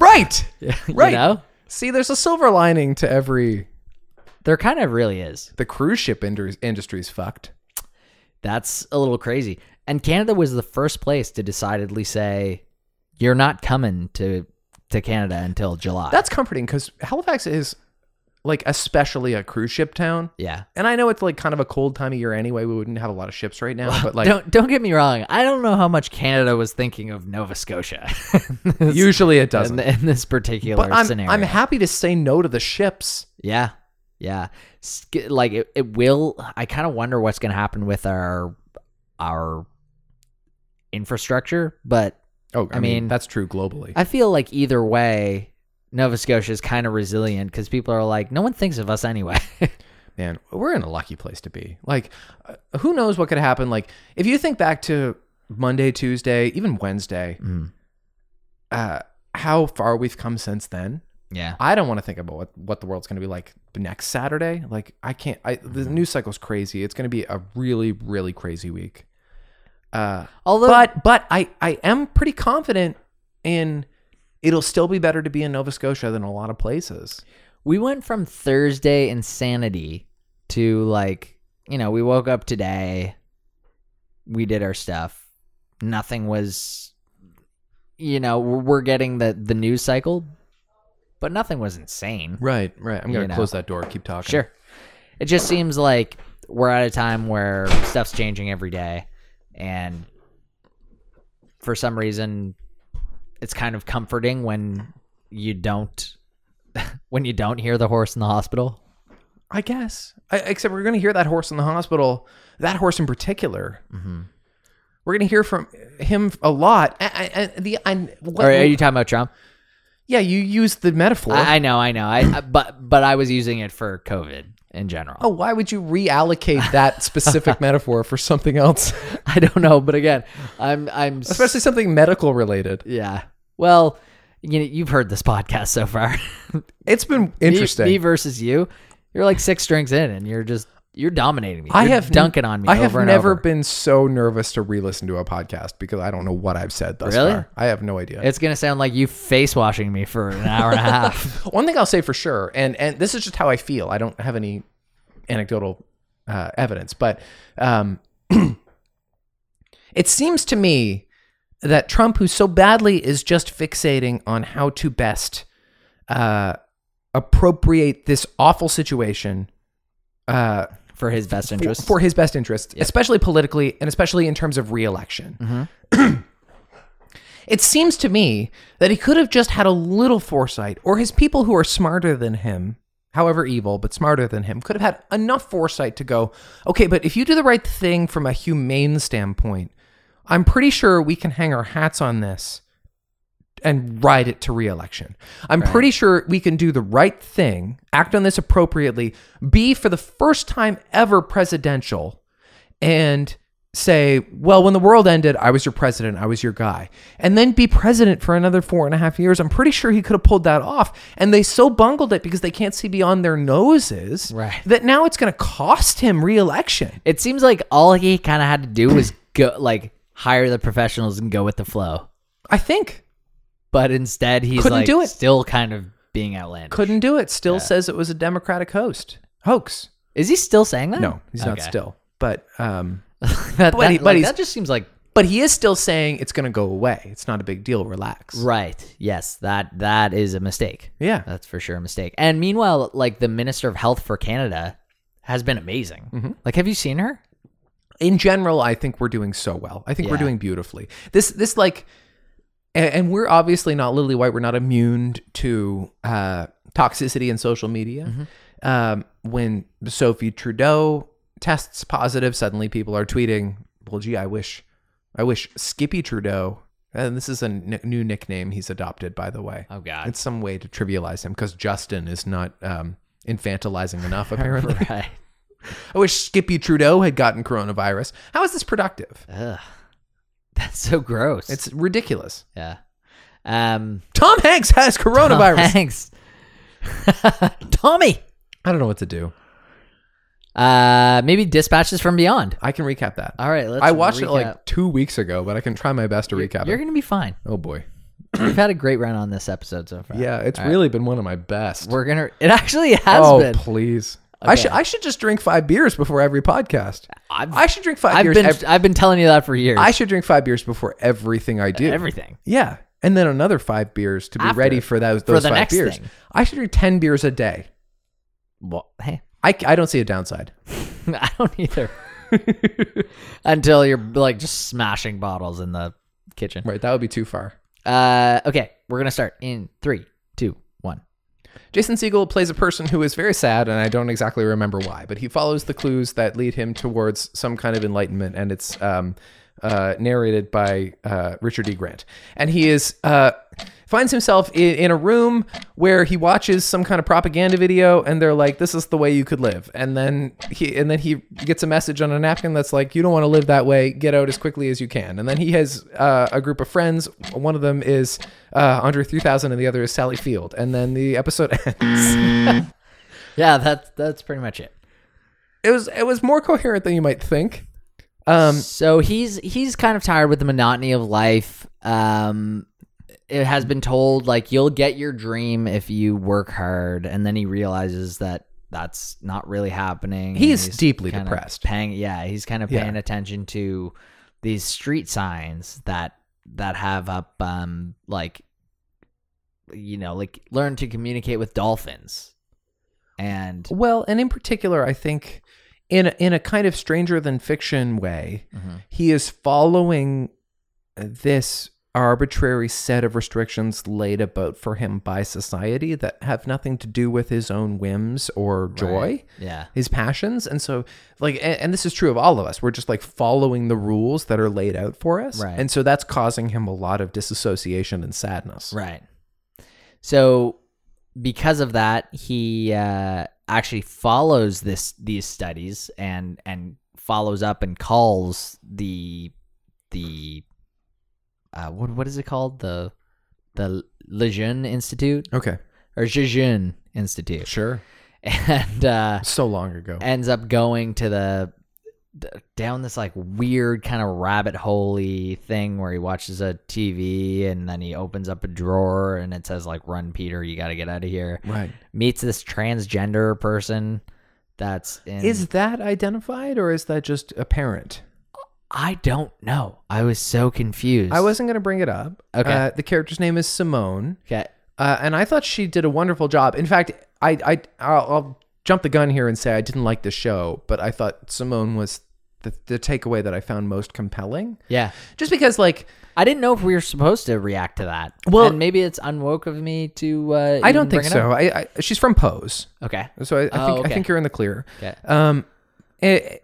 [SPEAKER 3] Right,
[SPEAKER 2] right.
[SPEAKER 3] right.
[SPEAKER 2] You know?
[SPEAKER 3] See, there's a silver lining to every.
[SPEAKER 2] There kind of really is.
[SPEAKER 3] The cruise ship indus- industry's fucked.
[SPEAKER 2] That's a little crazy. And Canada was the first place to decidedly say, you're not coming to to Canada until July.
[SPEAKER 3] That's comforting because Halifax is like especially a cruise ship town.
[SPEAKER 2] yeah.
[SPEAKER 3] And I know it's like kind of a cold time of year anyway. We wouldn't have a lot of ships right now, but
[SPEAKER 2] (laughs)
[SPEAKER 3] like
[SPEAKER 2] don't don't get me wrong. I don't know how much Canada was thinking of Nova Scotia. (laughs) in,
[SPEAKER 3] (laughs) usually it doesn't.
[SPEAKER 2] (laughs) in this particular
[SPEAKER 3] But I'm,
[SPEAKER 2] scenario.
[SPEAKER 3] I'm happy to say no to the ships.
[SPEAKER 2] yeah. Yeah. Sk- Like it, it will I kind of wonder what's going to happen with our our infrastructure, but
[SPEAKER 3] Oh, I,
[SPEAKER 2] I
[SPEAKER 3] mean,
[SPEAKER 2] mean-
[SPEAKER 3] that's true globally.
[SPEAKER 2] I feel like either way, Nova Scotia is kind of resilient because people are like, no one thinks of us anyway. (laughs)
[SPEAKER 3] man, we're in a lucky place to be. Like, uh, who knows what could happen? Like, if you think back to Monday, Tuesday, even Wednesday,
[SPEAKER 2] Mm,
[SPEAKER 3] uh, how far we've come since then.
[SPEAKER 2] yeah.
[SPEAKER 3] I don't want to think about what, what the world's going to be like next Saturday. Like, I can't. I, the news cycle's crazy. It's going to be a really, really crazy week. Uh,
[SPEAKER 2] Although,
[SPEAKER 3] but but I I am pretty confident in it'll still be better to be in Nova Scotia than a lot of places.
[SPEAKER 2] we went from Thursday insanity to like, you know, we woke up today, we did our stuff, nothing was, you know, we're we're getting the the news cycle, but nothing was insane.
[SPEAKER 3] Right, right. I'm
[SPEAKER 2] gonna
[SPEAKER 3] gonna
[SPEAKER 2] close
[SPEAKER 3] close that door. Keep talking.
[SPEAKER 2] Sure. It just seems like we're at a time where stuff's changing every day and for some reason it's kind of (laughs) comforting when you don't when you don't hear the horse in the hospital.
[SPEAKER 3] I guess. I, except we're going to hear that horse in the hospital, that horse in particular.
[SPEAKER 2] Mm-hmm.
[SPEAKER 3] We're going to hear from him a lot. I, I, I- the, and what,
[SPEAKER 2] Are, are you talking about Trump?
[SPEAKER 3] yeah, you used the metaphor.
[SPEAKER 2] I, I know, I know. I, I- but but I was using it for COVID in general.
[SPEAKER 3] oh, why would you reallocate that specific metaphor for something else,
[SPEAKER 2] (laughs) I don't know, but again, I'm I'm s-
[SPEAKER 3] especially something medical related?
[SPEAKER 2] yeah. Well, you know, you've heard this podcast so far. (laughs) Me-
[SPEAKER 3] It's been interesting.
[SPEAKER 2] Me, versus you. You're like six drinks in, and you're just you're dominating me.
[SPEAKER 3] I
[SPEAKER 2] You're
[SPEAKER 3] have
[SPEAKER 2] dunking on me.
[SPEAKER 3] I
[SPEAKER 2] over
[SPEAKER 3] have
[SPEAKER 2] and
[SPEAKER 3] never
[SPEAKER 2] over.
[SPEAKER 3] been so nervous to re-listen to a podcast because I don't know what I've said thus
[SPEAKER 2] Really?
[SPEAKER 3] far. I have no idea.
[SPEAKER 2] It's gonna sound like you face washing me for an hour and a half. (laughs)
[SPEAKER 3] One thing I'll say for sure, and and this is just how I feel. I don't have any anecdotal uh, evidence, but um, (clears throat) it seems to me that Trump, who so badly is just fixating on how to best uh, appropriate this awful situation uh,
[SPEAKER 2] for his best
[SPEAKER 3] for,
[SPEAKER 2] interest.
[SPEAKER 3] for his best interest, especially politically and especially in terms of reelection. (clears throat) it seems to me that he could have just had a little foresight, or his people who are smarter than him, however evil, but smarter than him, could have had enough foresight to go, okay, but if you do the right thing from a humane standpoint, I'm pretty sure we can hang our hats on this and ride it to reelection. I'm pretty sure we can do the right thing, act on this appropriately, be for the first time ever presidential, and say, well, when the world ended, I was your president, I was your guy, and then be president for another four and a half years. I'm pretty sure he could have pulled that off. And they so bungled it because they can't see beyond their noses
[SPEAKER 2] Right.
[SPEAKER 3] that now it's going to cost him reelection.
[SPEAKER 2] It seems like all he kind of had to do was go, like, hire the professionals and go with the flow.
[SPEAKER 3] I think.
[SPEAKER 2] But instead, he's
[SPEAKER 3] Couldn't
[SPEAKER 2] like
[SPEAKER 3] do it.
[SPEAKER 2] still kind of being outlandish.
[SPEAKER 3] Couldn't do it. Still says it was a Democratic host. Hoax.
[SPEAKER 2] Is he still saying that?
[SPEAKER 3] No, he's not
[SPEAKER 2] Okay.
[SPEAKER 3] still. But um,
[SPEAKER 2] (laughs) that,
[SPEAKER 3] But he- but
[SPEAKER 2] that- like,
[SPEAKER 3] he's-
[SPEAKER 2] that just seems like
[SPEAKER 3] but he is still saying it's going to go away. It's not a big deal. Relax.
[SPEAKER 2] right. Yes, that that is a mistake.
[SPEAKER 3] Yeah.
[SPEAKER 2] That's for sure a mistake. And meanwhile, like the Minister of Health for Canada has been amazing.
[SPEAKER 3] Mm-hmm.
[SPEAKER 2] Like, have you seen her?
[SPEAKER 3] In general, I think we're doing so well. I think we're
[SPEAKER 2] Yeah.
[SPEAKER 3] doing beautifully. This this like, and, and we're obviously not Lily White. We're not immune to uh, toxicity in social media.
[SPEAKER 2] Mm-hmm.
[SPEAKER 3] Um, when Sophie Trudeau tests positive, suddenly people are tweeting, "Well, gee, I wish, I wish Skippy Trudeau." And this is a n- new nickname he's adopted, by the way.
[SPEAKER 2] Oh God.
[SPEAKER 3] It's some way to trivialize him because Justin is not um, infantilizing enough, (laughs) apparently.
[SPEAKER 2] (laughs) right.
[SPEAKER 3] I wish Skippy Trudeau had gotten coronavirus. How is this productive?
[SPEAKER 2] Ugh. That's so gross.
[SPEAKER 3] It's ridiculous.
[SPEAKER 2] yeah. Um.
[SPEAKER 3] Tom Hanks has coronavirus.
[SPEAKER 2] (laughs) Thanks, Tommy.
[SPEAKER 3] I don't know what to do.
[SPEAKER 2] Uh, maybe dispatches from beyond.
[SPEAKER 3] I can recap that.
[SPEAKER 2] All right, Uh, let's
[SPEAKER 3] I watched it
[SPEAKER 2] recap.
[SPEAKER 3] like two weeks ago, but I can try my best to recap
[SPEAKER 2] You're
[SPEAKER 3] it.
[SPEAKER 2] gonna be fine.
[SPEAKER 3] Oh boy.
[SPEAKER 2] We've had a great run on this episode so far.
[SPEAKER 3] Yeah, it's
[SPEAKER 2] All right.
[SPEAKER 3] really been one of my best.
[SPEAKER 2] Uh, We're gonna. It actually (laughs) has
[SPEAKER 3] oh
[SPEAKER 2] been.
[SPEAKER 3] please. I should I should just drink five beers before every podcast.
[SPEAKER 2] I've,
[SPEAKER 3] I should drink 5
[SPEAKER 2] I've
[SPEAKER 3] beers.
[SPEAKER 2] been.
[SPEAKER 3] ev-
[SPEAKER 2] I've been telling you that for years.
[SPEAKER 3] I should drink five beers before everything I do.
[SPEAKER 2] Everything.
[SPEAKER 3] Yeah. And then another five beers to be
[SPEAKER 2] After.
[SPEAKER 3] ready for those,
[SPEAKER 2] For
[SPEAKER 3] those
[SPEAKER 2] the
[SPEAKER 3] five
[SPEAKER 2] next
[SPEAKER 3] beers.
[SPEAKER 2] thing.
[SPEAKER 3] I should drink 10 beers a day.
[SPEAKER 2] Well, hey, (laughs)
[SPEAKER 3] I, I don't see a downside.
[SPEAKER 2] I don't either. (laughs) Until you're like just smashing bottles in the kitchen.
[SPEAKER 3] Right. That would be too far.
[SPEAKER 2] Uh, okay, we're gonna start in three, two, one.
[SPEAKER 3] Jason Siegel plays a person who is very sad, and I don't exactly remember why, but he follows the clues that lead him towards some kind of enlightenment, and it's um, uh, narrated by uh, Richard E. Grant. And he is uh, finds himself in, in a room where he watches some kind of propaganda video, and they're like, "This is the way you could live," and then he and then he gets a message on a napkin that's like, "You don't want to live that way. Get out as quickly as you can." And then he has uh, a group of friends. One of them is uh, Andre 3000, and the other is Sally Field. And then the episode (laughs) ends.
[SPEAKER 2] Yeah, that's that's pretty much it.
[SPEAKER 3] it was it was more coherent than you might think. Um,
[SPEAKER 2] so he's he's kind of tired with the monotony of life. Um, it has been told like you'll get your dream if you work hard, and then he realizes that that's not really happening. and
[SPEAKER 3] He's deeply
[SPEAKER 2] Mm, kinda
[SPEAKER 3] depressed.
[SPEAKER 2] Paying, yeah, he's kind of
[SPEAKER 3] Yeah.
[SPEAKER 2] paying attention to these street signs that that have up um like you know like learn to communicate with dolphins and
[SPEAKER 3] well, and in particular, I think in a, in a kind of stranger than fiction way,
[SPEAKER 2] Mhm.
[SPEAKER 3] he is following this arbitrary set of restrictions laid about for him by society that have nothing to do with his own whims or joy
[SPEAKER 2] Yeah.
[SPEAKER 3] his passions and so like a- and, this is true of all of us we're just like following the rules that are laid out for us
[SPEAKER 2] Right.
[SPEAKER 3] and so that's causing him a lot of disassociation and sadness
[SPEAKER 2] Right. So because of that, he uh, actually follows this these studies and and follows up and calls the the uh, what what is it called the the Lejeune Institute
[SPEAKER 3] okay
[SPEAKER 2] or Jejun Institute (laughs)
[SPEAKER 3] sure
[SPEAKER 2] and uh,
[SPEAKER 3] so long ago
[SPEAKER 2] ends up going to the d- down this like weird kind of rabbit holey thing where he watches a TV and then he opens up a drawer and it says like run Peter you got to get out of here
[SPEAKER 3] right
[SPEAKER 2] meets this transgender person that's in
[SPEAKER 3] is that identified or is that just apparent
[SPEAKER 2] I don't know I was so confused
[SPEAKER 3] i wasn't going to bring it up
[SPEAKER 2] Okay.
[SPEAKER 3] uh, the character's name is simone
[SPEAKER 2] okay
[SPEAKER 3] uh, and I thought she did a wonderful job. In fact, I, I I'll, I'll jump the gun here and say I didn't like the show, but I thought Simone was the, the takeaway that I found most compelling.
[SPEAKER 2] yeah
[SPEAKER 3] Just because, like,
[SPEAKER 2] I didn't know if we were supposed to react to that
[SPEAKER 3] Well-
[SPEAKER 2] and maybe it's unwoke of me to uh,
[SPEAKER 3] I don't
[SPEAKER 2] even bring
[SPEAKER 3] think
[SPEAKER 2] it up.
[SPEAKER 3] so. I, I she's from Pose,
[SPEAKER 2] okay
[SPEAKER 3] so I, I
[SPEAKER 2] Oh,
[SPEAKER 3] think
[SPEAKER 2] okay.
[SPEAKER 3] I think you're in the clear.
[SPEAKER 2] Okay.
[SPEAKER 3] Um, eh,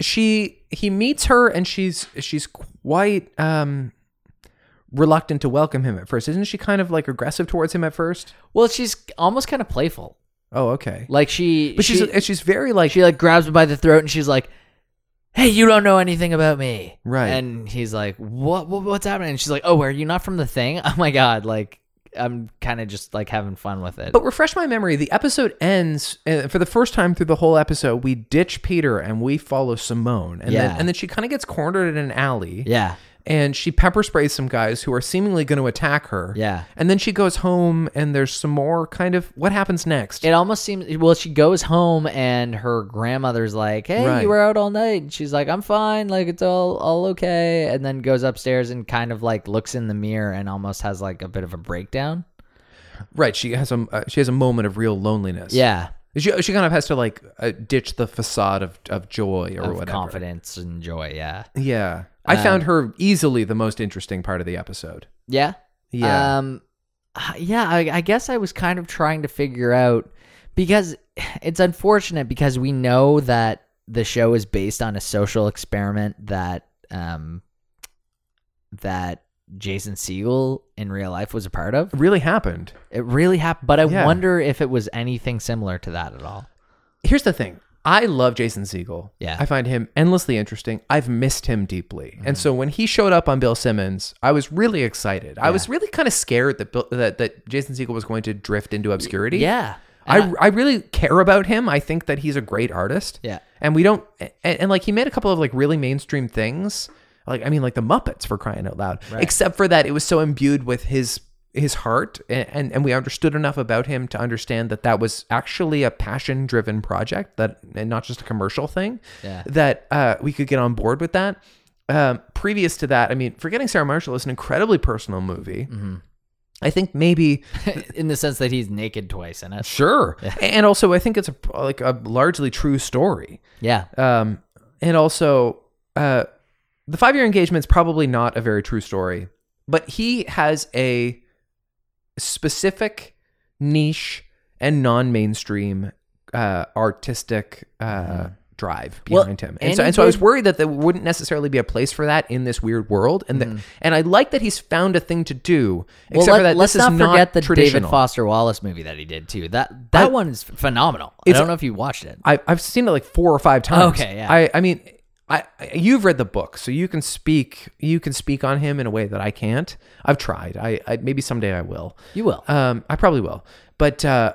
[SPEAKER 3] she he meets her and she's she's quite um reluctant to welcome him at first. Isn't she kind of like aggressive towards him at first?
[SPEAKER 2] well she's almost kind of playful
[SPEAKER 3] Oh, okay.
[SPEAKER 2] like she
[SPEAKER 3] but she's
[SPEAKER 2] she-
[SPEAKER 3] and she's very like
[SPEAKER 2] she like grabs him by the throat and she's like hey you don't know anything about me
[SPEAKER 3] Right.
[SPEAKER 2] and he's like what, what what's happening and she's like oh are you not from the thing (laughs) oh my god like i'm kind of just like having fun with it
[SPEAKER 3] But refresh my memory. The episode ends uh, for the first time through the whole episode. We ditch Peter and we follow Simone, and
[SPEAKER 2] Yeah.
[SPEAKER 3] then and then she kind of gets cornered in an alley,
[SPEAKER 2] yeah
[SPEAKER 3] and she pepper sprays some guys who are seemingly going to attack her.
[SPEAKER 2] yeah
[SPEAKER 3] and then she goes home, and there's some more kind of what happens next.
[SPEAKER 2] it almost seems well she goes home and her grandmother's like hey
[SPEAKER 3] Right.
[SPEAKER 2] you were out all night and she's like i'm fine like it's all all okay and then goes upstairs and kind of like looks in the mirror and almost has like a bit of a breakdown
[SPEAKER 3] right, she has a uh, she has a moment of real loneliness.
[SPEAKER 2] yeah
[SPEAKER 3] she, she kind of has to like uh, ditch the facade of of joy or
[SPEAKER 2] of
[SPEAKER 3] whatever.
[SPEAKER 2] confidence Um, and joy yeah
[SPEAKER 3] Yeah, I found her easily the most interesting part of the episode.
[SPEAKER 2] yeah
[SPEAKER 3] Yeah,
[SPEAKER 2] Um, yeah, I, I guess I was kind of trying to figure out because it's unfortunate because we know that the show is based on a social experiment that um that Jason Siegel in real life was a part of.
[SPEAKER 3] it really happened.
[SPEAKER 2] It really happened, but I
[SPEAKER 3] Yeah.
[SPEAKER 2] wonder if it was anything similar to that at all.
[SPEAKER 3] here's the thing. I love Jason Siegel.
[SPEAKER 2] Yeah. Mm-hmm.
[SPEAKER 3] I find him endlessly interesting. I've missed him deeply. And so when he showed up on Bill Simmons, I was really excited. I was really kind of scared that Bill, that that Jason Siegel was going to drift into obscurity.
[SPEAKER 2] Yeah.
[SPEAKER 3] I, I really care about him. I think that he's a great artist.
[SPEAKER 2] Yeah. (laughs)
[SPEAKER 3] And we don't and, and like he made a couple of like really mainstream things. Like I mean like the Muppets for crying out loud. Except for that it was so imbued with his his heart a- and and we understood enough about him to understand that that was actually a passion driven project that and not just a commercial thing
[SPEAKER 2] Yeah.
[SPEAKER 3] that uh, we could get on board with that. Um, previous to that, I mean, Forgetting Sarah Marshall is an incredibly personal movie. I think maybe
[SPEAKER 2] in the sense that he's naked twice in it.
[SPEAKER 3] Sure. And also, I think it's a like a largely true story.
[SPEAKER 2] Yeah.
[SPEAKER 3] Um, and also, uh, the five year engagement's probably not a very true story, but he has a specific niche and non mainstream uh, artistic uh, drive
[SPEAKER 2] Mm-hmm. Well,
[SPEAKER 3] behind him.
[SPEAKER 2] and
[SPEAKER 3] And so,
[SPEAKER 2] he
[SPEAKER 3] and so I was
[SPEAKER 2] did-
[SPEAKER 3] worried that there wouldn't necessarily be a place for that in this weird world. And that, and I like that he's found a thing to do.
[SPEAKER 2] Mm. Well,
[SPEAKER 3] Except for
[SPEAKER 2] let,
[SPEAKER 3] that
[SPEAKER 2] us
[SPEAKER 3] this
[SPEAKER 2] not
[SPEAKER 3] is
[SPEAKER 2] forget
[SPEAKER 3] not
[SPEAKER 2] the David
[SPEAKER 3] traditional.
[SPEAKER 2] Foster Wallace movie that he did too. That that
[SPEAKER 3] I-
[SPEAKER 2] one is phenomenal. I
[SPEAKER 3] It's-
[SPEAKER 2] don't know if you watched it.
[SPEAKER 3] I, I've seen it like four or five times.
[SPEAKER 2] Okay, yeah.
[SPEAKER 3] I, I mean, I, I you've read the book, so you can speak. You can speak on him in a way that I can't. I've tried. I, I maybe someday I will.
[SPEAKER 2] You will.
[SPEAKER 3] Um, I probably will. But uh,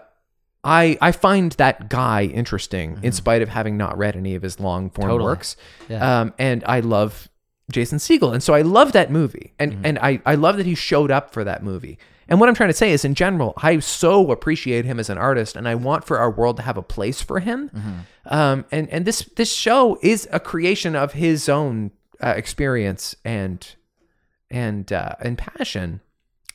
[SPEAKER 3] I I find that guy interesting in spite of having not read any of his long form
[SPEAKER 2] Mm-hmm. Totally.
[SPEAKER 3] works.
[SPEAKER 2] Yeah.
[SPEAKER 3] Um, and I love Jason Siegel, and so I love that movie, and
[SPEAKER 2] Mm-hmm.
[SPEAKER 3] and I I love that he showed up for that movie. And what I'm trying to say is, in general, I so appreciate him as an artist, and I want for our world to have a place for him.
[SPEAKER 2] Mm-hmm.
[SPEAKER 3] Um, and and this this show is a creation of his own uh, experience and and uh, and passion.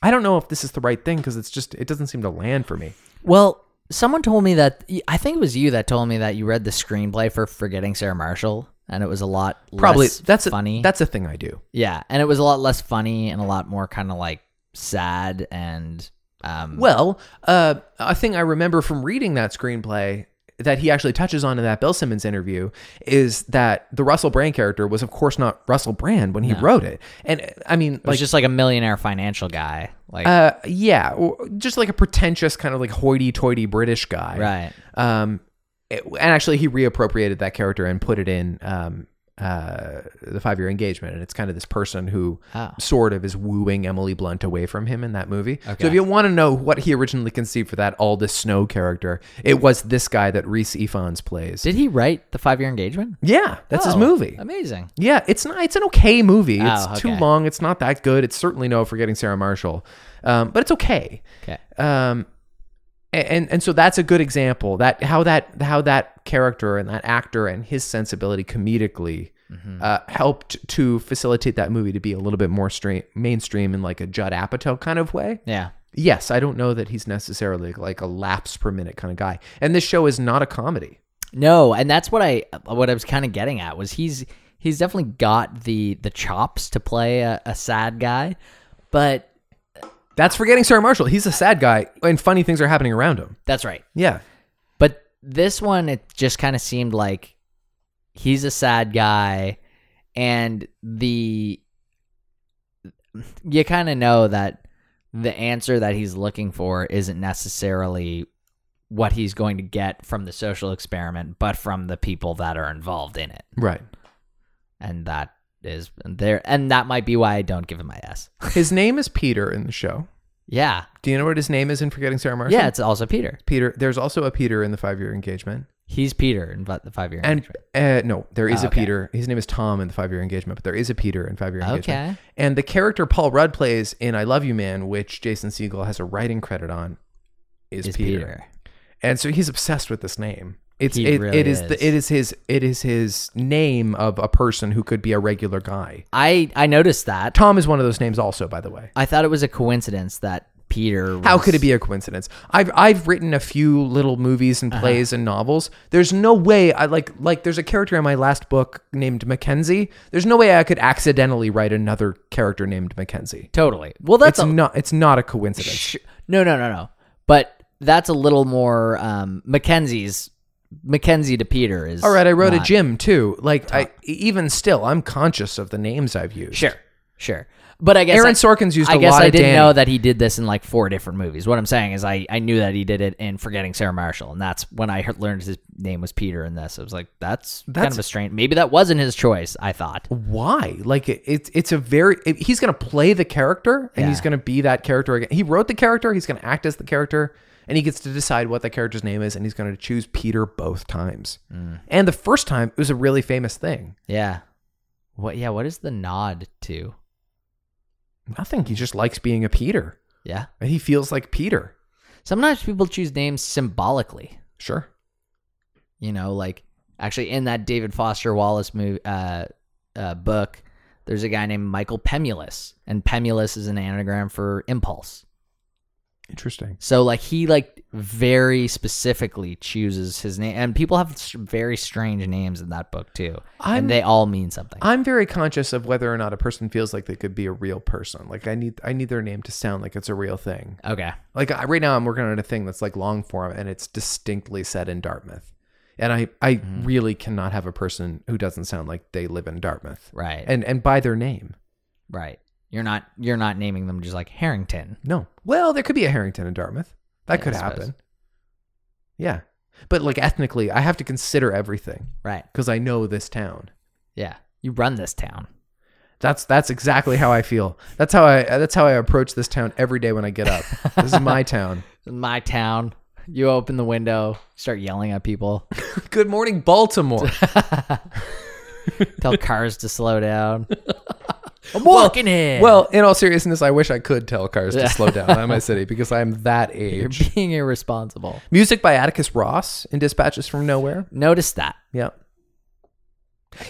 [SPEAKER 3] I don't know if this is the right thing because it's just it doesn't seem to land for me.
[SPEAKER 2] Well, someone told me that I think it was you that told me that you read the screenplay for Forgetting Sarah Marshall and it was a lot
[SPEAKER 3] Probably
[SPEAKER 2] less
[SPEAKER 3] that's a,
[SPEAKER 2] funny.
[SPEAKER 3] That's a thing I do.
[SPEAKER 2] yeah, and it was a lot less funny and a lot more kind of like sad and um
[SPEAKER 3] Well, uh, a thing I remember from reading that screenplay that he actually touches on in that Bill Simmons interview is that the Russell Brand character was, of course, not Russell Brand when he
[SPEAKER 2] No.
[SPEAKER 3] wrote it. And uh, I mean,
[SPEAKER 2] it was
[SPEAKER 3] like,
[SPEAKER 2] just like a millionaire financial guy, like
[SPEAKER 3] uh, yeah, or just like a pretentious kind of like hoity-toity British guy,
[SPEAKER 2] right.
[SPEAKER 3] Um, it- and actually, he reappropriated that character and put it in um, uh, the Five Year Engagement, and it's kind of this person who
[SPEAKER 2] Oh.
[SPEAKER 3] sort of is wooing Emily Blunt away from him in that movie.
[SPEAKER 2] Okay.
[SPEAKER 3] So, if you want to know what he originally conceived for that Aldous Snow character, it was this guy that Reese Ifans plays.
[SPEAKER 2] Did he write the five year engagement?
[SPEAKER 3] yeah, that's his
[SPEAKER 2] Oh,
[SPEAKER 3] movie.
[SPEAKER 2] Amazing.
[SPEAKER 3] Yeah, it's not. It's an okay movie. it's
[SPEAKER 2] Oh,
[SPEAKER 3] too
[SPEAKER 2] okay.
[SPEAKER 3] long. It's not that good. It's certainly no forgetting Sarah Marshall, um, but it's okay.
[SPEAKER 2] Okay.
[SPEAKER 3] Um, a- and and so that's a good example that how that how that character and that actor and his sensibility comedically
[SPEAKER 2] Mm-hmm.
[SPEAKER 3] uh, helped to facilitate that movie to be a little bit more stream, mainstream in like a Judd Apatow kind of way.
[SPEAKER 2] Yeah.
[SPEAKER 3] Yes, I don't know that he's necessarily like a laps per minute kind of guy. And this show is not a comedy.
[SPEAKER 2] No, and that's what I what I was kind of getting at was he's he's definitely got the the chops to play a, a sad guy, but
[SPEAKER 3] That's forgetting Sarah Marshall. He's a sad guy, and funny things are happening around him.
[SPEAKER 2] that's right.
[SPEAKER 3] Yeah.
[SPEAKER 2] But this one, it just kind of seemed like he's a sad guy, and the you kind of know that the answer that he's looking for isn't necessarily what he's going to get from the social experiment, but from the people that are involved in it,
[SPEAKER 3] Right.
[SPEAKER 2] and that is there, and that might be why I don't give him my S.
[SPEAKER 3] His name is Peter in the show.
[SPEAKER 2] yeah,
[SPEAKER 3] Do you know what his name is in Forgetting Sarah Marshall?
[SPEAKER 2] yeah, it's also Peter.
[SPEAKER 3] Peter. There's also a Peter in the five year engagement.
[SPEAKER 2] He's Peter in the five year
[SPEAKER 3] And uh, no, there is
[SPEAKER 2] Oh,
[SPEAKER 3] a
[SPEAKER 2] okay.
[SPEAKER 3] Peter. His name is Tom in the five year engagement, but there is a Peter in five year engagement.
[SPEAKER 2] Okay.
[SPEAKER 3] And the character Paul Rudd plays in I Love You Man, which Jason Siegel has a writing credit on, is,
[SPEAKER 2] is
[SPEAKER 3] Peter.
[SPEAKER 2] Peter.
[SPEAKER 3] And so he's obsessed with this name. It's
[SPEAKER 2] He
[SPEAKER 3] it,
[SPEAKER 2] really
[SPEAKER 3] it is,
[SPEAKER 2] is.
[SPEAKER 3] The, it is his it is his name of a person who could be a regular guy.
[SPEAKER 2] I I noticed that.
[SPEAKER 3] Tom is one of those names also, by the way.
[SPEAKER 2] I thought it was a coincidence that Peter. Was,
[SPEAKER 3] How could it be a coincidence? I've I've written a few little movies
[SPEAKER 2] Uh-huh.
[SPEAKER 3] and plays and novels. There's no way I like like there's a character in my last book named Mackenzie. There's no way I could accidentally write another character named Mackenzie.
[SPEAKER 2] Totally. Well, that's
[SPEAKER 3] it's
[SPEAKER 2] a,
[SPEAKER 3] not it's not a coincidence.
[SPEAKER 2] sh- no, no, no, no. But that's a little more um, Mackenzie's Mackenzie to Peter is
[SPEAKER 3] All right, I wrote a
[SPEAKER 2] not-
[SPEAKER 3] Jim too. Like I e, even still, I'm conscious of the names I've used.
[SPEAKER 2] Sure, sure. But I guess
[SPEAKER 3] Aaron
[SPEAKER 2] I-
[SPEAKER 3] Sorkin's used
[SPEAKER 2] I
[SPEAKER 3] a
[SPEAKER 2] guess
[SPEAKER 3] lot
[SPEAKER 2] I
[SPEAKER 3] of
[SPEAKER 2] didn't
[SPEAKER 3] Danny.
[SPEAKER 2] know that he did this in like four different movies. What I'm saying is I, I knew that he did it in Forgetting Sarah Marshall, and that's when I heard, learned his name was Peter in this. I was like, that's, kind
[SPEAKER 3] That's-
[SPEAKER 2] of a strange. Maybe that wasn't his choice. I thought.
[SPEAKER 3] why? Like it, it's it's a very it, he's going to play the character and he's
[SPEAKER 2] Yeah.
[SPEAKER 3] going to be that character again. He wrote the character, he's going to act as the character, and he gets to decide what the character's name is, and he's going to choose Peter both times. And the first time it was a really famous thing.
[SPEAKER 2] Mm, Yeah. What? Yeah. What is the nod to?
[SPEAKER 3] Nothing. He just likes being a Peter.
[SPEAKER 2] Yeah.
[SPEAKER 3] And he feels like Peter.
[SPEAKER 2] Sometimes people choose names symbolically.
[SPEAKER 3] Sure.
[SPEAKER 2] you know like actually in that david foster wallace movie uh, uh, book there's a guy named michael pemulus and pemulus is an anagram for impulse
[SPEAKER 3] Interesting.
[SPEAKER 2] so like he like very specifically chooses his name and people have s- very strange names in that book too
[SPEAKER 3] I'm-
[SPEAKER 2] and they all mean something
[SPEAKER 3] I'm very conscious of whether or not a person feels like they could be a real person. Like I need I need their name to sound like it's a real thing.
[SPEAKER 2] okay
[SPEAKER 3] Like I, right now, I'm working on a thing that's like long form, and it's distinctly set in Dartmouth. And I, I
[SPEAKER 2] Mm.
[SPEAKER 3] really cannot have a person who doesn't sound like they live in Dartmouth,
[SPEAKER 2] right
[SPEAKER 3] and and by their name.
[SPEAKER 2] right you're not you're not naming them just like harrington
[SPEAKER 3] No, well, there could be a Harrington in Dartmouth. That
[SPEAKER 2] Yeah,
[SPEAKER 3] could
[SPEAKER 2] I suppose.
[SPEAKER 3] happen. Yeah, but like ethnically, I have to consider everything
[SPEAKER 2] right
[SPEAKER 3] because I know this town.
[SPEAKER 2] yeah you run this town
[SPEAKER 3] That's that's exactly how I feel. That's how I that's how I approach this town every day when I get up. this is
[SPEAKER 2] (laughs)
[SPEAKER 3] my town.
[SPEAKER 2] my town you open the window start yelling at people
[SPEAKER 3] Good morning, Baltimore.
[SPEAKER 2] (laughs)
[SPEAKER 3] (laughs)
[SPEAKER 2] tell cars to slow down. I'm walking here.
[SPEAKER 3] Well, in all seriousness, I wish I could tell cars to slow down in my
[SPEAKER 2] (laughs)
[SPEAKER 3] city because I'm that
[SPEAKER 2] you're
[SPEAKER 3] age.
[SPEAKER 2] being irresponsible.
[SPEAKER 3] Music by Atticus Ross in Dispatches from Nowhere.
[SPEAKER 2] Notice that.
[SPEAKER 3] Yeah.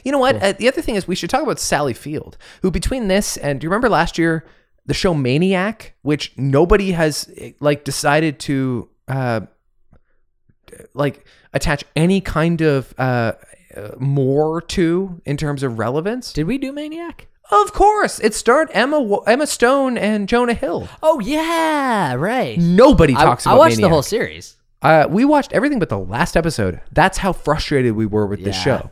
[SPEAKER 3] You know what? Uh, the other thing is we should talk about Sally Field, who between this and do you remember last year the show Maniac, which nobody has eh, like decided to uh like attach any kind of uh uh, more to in terms of relevance?
[SPEAKER 2] Did we do Maniac?
[SPEAKER 3] Of course, it starred Emma Wa- Emma Stone and Jonah Hill.
[SPEAKER 2] Oh yeah, right.
[SPEAKER 3] Nobody
[SPEAKER 2] I,
[SPEAKER 3] talks
[SPEAKER 2] I
[SPEAKER 3] about
[SPEAKER 2] watched the
[SPEAKER 3] Maniac.
[SPEAKER 2] whole series.
[SPEAKER 3] Uh, we watched everything but the last episode. That's how frustrated we were with this
[SPEAKER 2] Yeah.
[SPEAKER 3] show.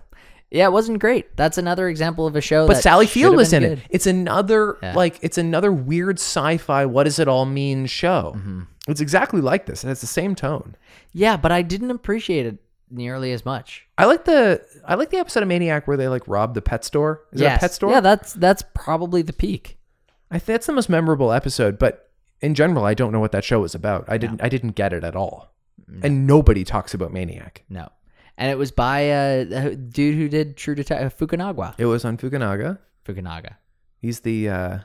[SPEAKER 2] Yeah, it wasn't great. That's another example of a show.
[SPEAKER 3] But
[SPEAKER 2] that
[SPEAKER 3] Sally
[SPEAKER 2] should
[SPEAKER 3] Field
[SPEAKER 2] have
[SPEAKER 3] was in
[SPEAKER 2] been
[SPEAKER 3] it. It's another
[SPEAKER 2] Yeah.
[SPEAKER 3] like it's another weird sci-fi. What does it all mean? Show.
[SPEAKER 2] Mm-hmm.
[SPEAKER 3] It's exactly like this, and it's the same tone.
[SPEAKER 2] good. Yeah, but I didn't appreciate it nearly as much.
[SPEAKER 3] I like the I like the episode of Maniac where they like rob the pet store. Is it
[SPEAKER 2] Yes.
[SPEAKER 3] a pet store?
[SPEAKER 2] Yeah, that's that's probably the peak.
[SPEAKER 3] I think that's the most memorable episode. But in general, I don't know what that show was about. I didn't I didn't get it at all.
[SPEAKER 2] Mm.
[SPEAKER 3] And nobody talks about Maniac.
[SPEAKER 2] No, and it was by a, a dude who did True Detective Fukunaga.
[SPEAKER 3] It was on Fukunaga.
[SPEAKER 2] Fukunaga,
[SPEAKER 3] He's the uh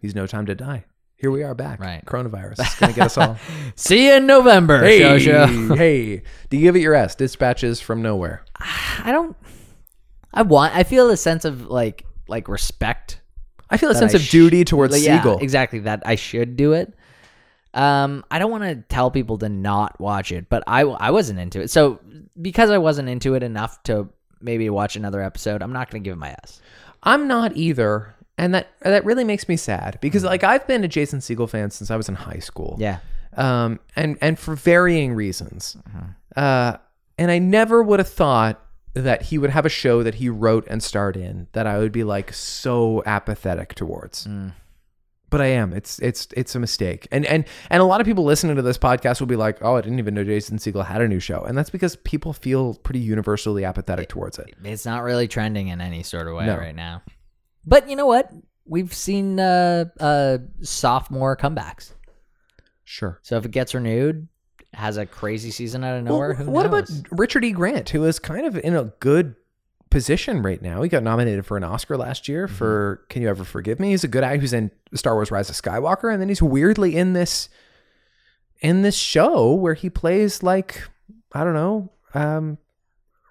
[SPEAKER 3] he's no time to die. Here we are back.
[SPEAKER 2] Right.
[SPEAKER 3] Coronavirus. It's gonna get us
[SPEAKER 2] (laughs)
[SPEAKER 3] all.
[SPEAKER 2] See you in November. Show, show. (laughs)
[SPEAKER 3] hey. Do you give it your S? Dispatches from nowhere.
[SPEAKER 2] I don't. I want. I feel a sense of like like respect.
[SPEAKER 3] I feel a
[SPEAKER 2] that
[SPEAKER 3] sense
[SPEAKER 2] I
[SPEAKER 3] of
[SPEAKER 2] sh-
[SPEAKER 3] duty towards
[SPEAKER 2] yeah,
[SPEAKER 3] Siegel.
[SPEAKER 2] Exactly that. I should do it. Um, I don't want to tell people to not watch it, but I I wasn't into it. So because I wasn't into it enough to maybe watch another episode, I'm not going to give it my S.
[SPEAKER 3] I'm not either. And that that really makes me sad
[SPEAKER 2] Mm.
[SPEAKER 3] because like I've been a Jason Siegel fan since I was in high school.
[SPEAKER 2] Yeah.
[SPEAKER 3] um, and and for varying reasons. Uh, and I never would have thought that he would have a show that he wrote and starred in that I would be like so apathetic towards. But I am. It's it's it's a mistake. And and and a lot of people listening to this podcast will be like, "Oh, I didn't even know Jason Siegel had a new show," and that's because people feel pretty universally apathetic towards it.
[SPEAKER 2] It's not really trending in any sort of way
[SPEAKER 3] No.
[SPEAKER 2] right now. But you know what? We've seen uh uh sophomore comebacks.
[SPEAKER 3] Sure.
[SPEAKER 2] So if it gets renewed, has a crazy season out of nowhere,
[SPEAKER 3] Well,
[SPEAKER 2] who
[SPEAKER 3] what
[SPEAKER 2] knows?
[SPEAKER 3] about Richard E. Grant, who is kind of in a good position right now? He got nominated for an Oscar last year
[SPEAKER 2] Mm-hmm.
[SPEAKER 3] for Can You Ever Forgive Me? He's a good guy who's in Star Wars Rise of Skywalker, and then he's weirdly in this in this show where he plays like, I don't know, um,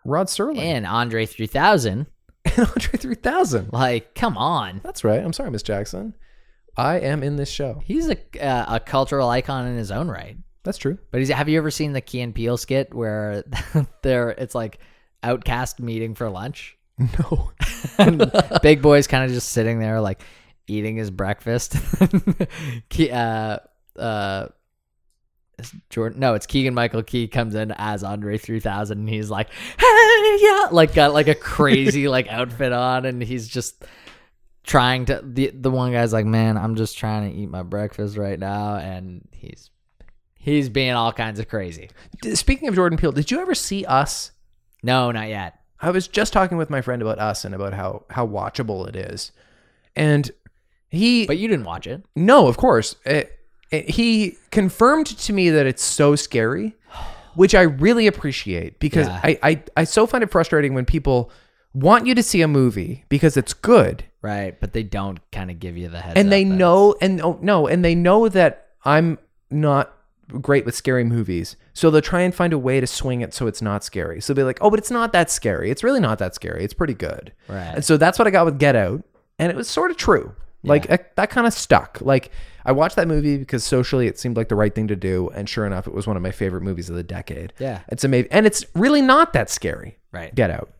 [SPEAKER 3] Rod Serling
[SPEAKER 2] and Andre 3000?
[SPEAKER 3] and (laughs) Andre 3000.
[SPEAKER 2] Like, come on.
[SPEAKER 3] That's right. I'm sorry, Miss Jackson. I am in this show.
[SPEAKER 2] He's a uh, a cultural icon in his own right.
[SPEAKER 3] That's true. (laughs)
[SPEAKER 2] But he's, have you ever seen the Key and Peele skit where (laughs) they're it's like outcast meeting for lunch?
[SPEAKER 3] No. (laughs)
[SPEAKER 2] And Big Boy's kind of just sitting there like eating his breakfast. (laughs) Ke- uh, uh, is Jordan, no, it's Keegan Michael Key comes in as Andre 3000, and he's like, "Hey, yeah," like got like a crazy like outfit on, and he's just trying to. The the one guy's like, "Man, I'm just trying to eat my breakfast right now," and he's he's being all kinds of crazy.
[SPEAKER 3] D- Speaking of Jordan Peele, did you ever see Us?
[SPEAKER 2] No, not yet.
[SPEAKER 3] I was just talking with my friend about us and about how how watchable it is, and he
[SPEAKER 2] But you didn't watch it.
[SPEAKER 3] no, of course, it, it- he confirmed to me that it's so scary, which I really appreciate because
[SPEAKER 2] Yeah.
[SPEAKER 3] I, I I so find it frustrating when people want you to see a movie because it's good
[SPEAKER 2] Right, but they don't kind of give you the heads up
[SPEAKER 3] and they
[SPEAKER 2] that
[SPEAKER 3] know and oh, no and they know that I'm not great with scary movies so they'll try and find a way to swing it so it's not scary so they'll be like oh but it's not that scary it's really not that scary it's pretty good
[SPEAKER 2] it's- Right.
[SPEAKER 3] And so that's what I got with Get Out, and it was sort of true. Like I, that kind of stuck. Like I watched that movie because socially it seemed like the right thing to do, and sure enough, it was one of my favorite movies of the decade.
[SPEAKER 2] Yeah.
[SPEAKER 3] it's amazing, and it's really not that scary.
[SPEAKER 2] Right.
[SPEAKER 3] Get Out,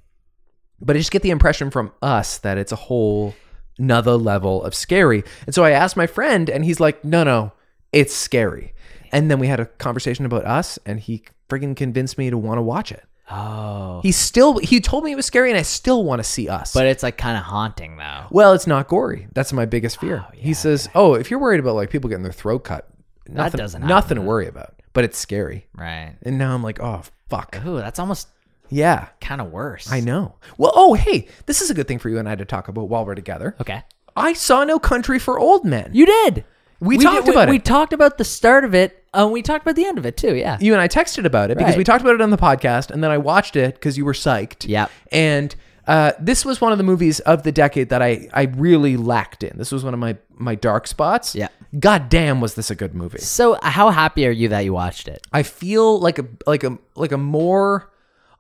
[SPEAKER 3] but I just get the impression from us that it's a whole another level of scary. And so I asked my friend, and he's like, "No, no, it's scary." And then we had a conversation about us, and he friggin' convinced me to want to watch it.
[SPEAKER 2] Oh.
[SPEAKER 3] He still he told me it was scary, and I still want to see us.
[SPEAKER 2] But it's like kind of haunting though.
[SPEAKER 3] Well, it's not gory. That's my biggest fear. he says, "Oh, if you're worried about like people getting their throat cut, nothing,
[SPEAKER 2] doesn't
[SPEAKER 3] nothing to
[SPEAKER 2] happen.
[SPEAKER 3] worry about." But it's scary.
[SPEAKER 2] Right.
[SPEAKER 3] And now I'm like, "Oh, fuck."
[SPEAKER 2] Ooh, that's almost
[SPEAKER 3] Yeah,
[SPEAKER 2] kind of worse.
[SPEAKER 3] I know. Well, oh, hey, this is a good thing for you and I to talk about while we're together.
[SPEAKER 2] Okay.
[SPEAKER 3] I saw No Country for Old Men.
[SPEAKER 2] You did.
[SPEAKER 3] We talked about
[SPEAKER 2] We
[SPEAKER 3] it.
[SPEAKER 2] talked about the start of it. and we talked about the end of it too. Yeah.
[SPEAKER 3] you and I texted about it because
[SPEAKER 2] Right.
[SPEAKER 3] we talked about it on the podcast, and then I watched it because you were psyched.
[SPEAKER 2] Yep.
[SPEAKER 3] And uh, this was one of the movies of the decade that I, I really lacked in. This was one of my my dark spots.
[SPEAKER 2] Yeah.
[SPEAKER 3] God damn, was this a good movie?
[SPEAKER 2] So uh, how happy are you that you watched it?
[SPEAKER 3] I feel like a like a like a more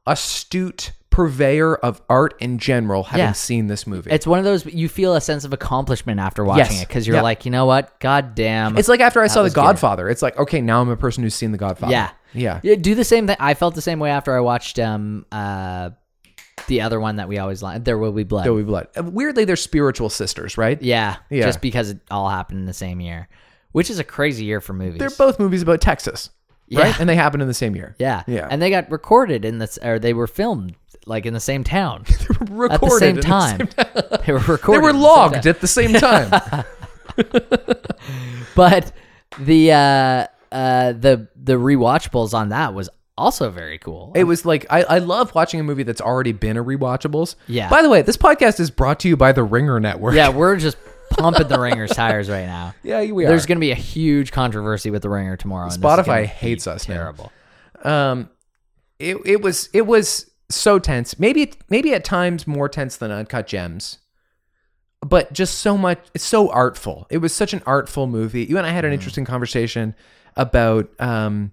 [SPEAKER 3] astute purveyor of art in general having
[SPEAKER 2] Yeah.
[SPEAKER 3] seen this movie.
[SPEAKER 2] It's one of those you feel a sense of accomplishment after watching
[SPEAKER 3] Yes.
[SPEAKER 2] it because you're
[SPEAKER 3] Yeah.
[SPEAKER 2] like, you know what? God damn.
[SPEAKER 3] It's like after I saw The
[SPEAKER 2] was good.
[SPEAKER 3] Godfather, it's like okay, now I'm a person who's seen The Godfather.
[SPEAKER 2] yeah.
[SPEAKER 3] Yeah.
[SPEAKER 2] Yeah, do the same thing. I felt the same way after I watched um uh the other one that we always like. There will be blood.
[SPEAKER 3] There will be blood. Uh, Weirdly, they're spiritual sisters, right?
[SPEAKER 2] yeah,
[SPEAKER 3] Yeah.
[SPEAKER 2] just because it all happened in the same year, which is a crazy year for movies.
[SPEAKER 3] They're both movies about Texas,
[SPEAKER 2] Yeah.
[SPEAKER 3] right? And they happen in the same (laughs) year.
[SPEAKER 2] yeah,
[SPEAKER 3] Yeah.
[SPEAKER 2] and they got recorded in this, or they were filmed like in the
[SPEAKER 3] (laughs)
[SPEAKER 2] same town
[SPEAKER 3] recorded
[SPEAKER 2] at the
[SPEAKER 3] in
[SPEAKER 2] same
[SPEAKER 3] the
[SPEAKER 2] time. (laughs)
[SPEAKER 3] same-
[SPEAKER 2] they
[SPEAKER 3] (laughs)
[SPEAKER 2] were
[SPEAKER 3] They
[SPEAKER 2] recorded.
[SPEAKER 3] were
[SPEAKER 2] at the same
[SPEAKER 3] logged
[SPEAKER 2] time.
[SPEAKER 3] at the same time.
[SPEAKER 2] but the uh uh the the rewatchables on that was also very cool.
[SPEAKER 3] It was like I, I love watching a movie that's already been a rewatchables.
[SPEAKER 2] Yeah.
[SPEAKER 3] By the way, this podcast is brought to you by the Ringer Network.
[SPEAKER 2] (laughs) yeah, we're just pumping the ringer's tires right now.
[SPEAKER 3] (laughs) yeah, (laughs) we
[SPEAKER 2] There's
[SPEAKER 3] are.
[SPEAKER 2] going to be a huge controversy with the ringer tomorrow. and this is
[SPEAKER 3] Spotify
[SPEAKER 2] gonna be
[SPEAKER 3] hates us now.
[SPEAKER 2] Terrible.
[SPEAKER 3] um, it it was it was so tense. Maybe maybe at times more tense than Uncut Gems, but just so much. It's so artful. It was such an artful movie. You and I had
[SPEAKER 2] Mm.
[SPEAKER 3] an interesting conversation about um,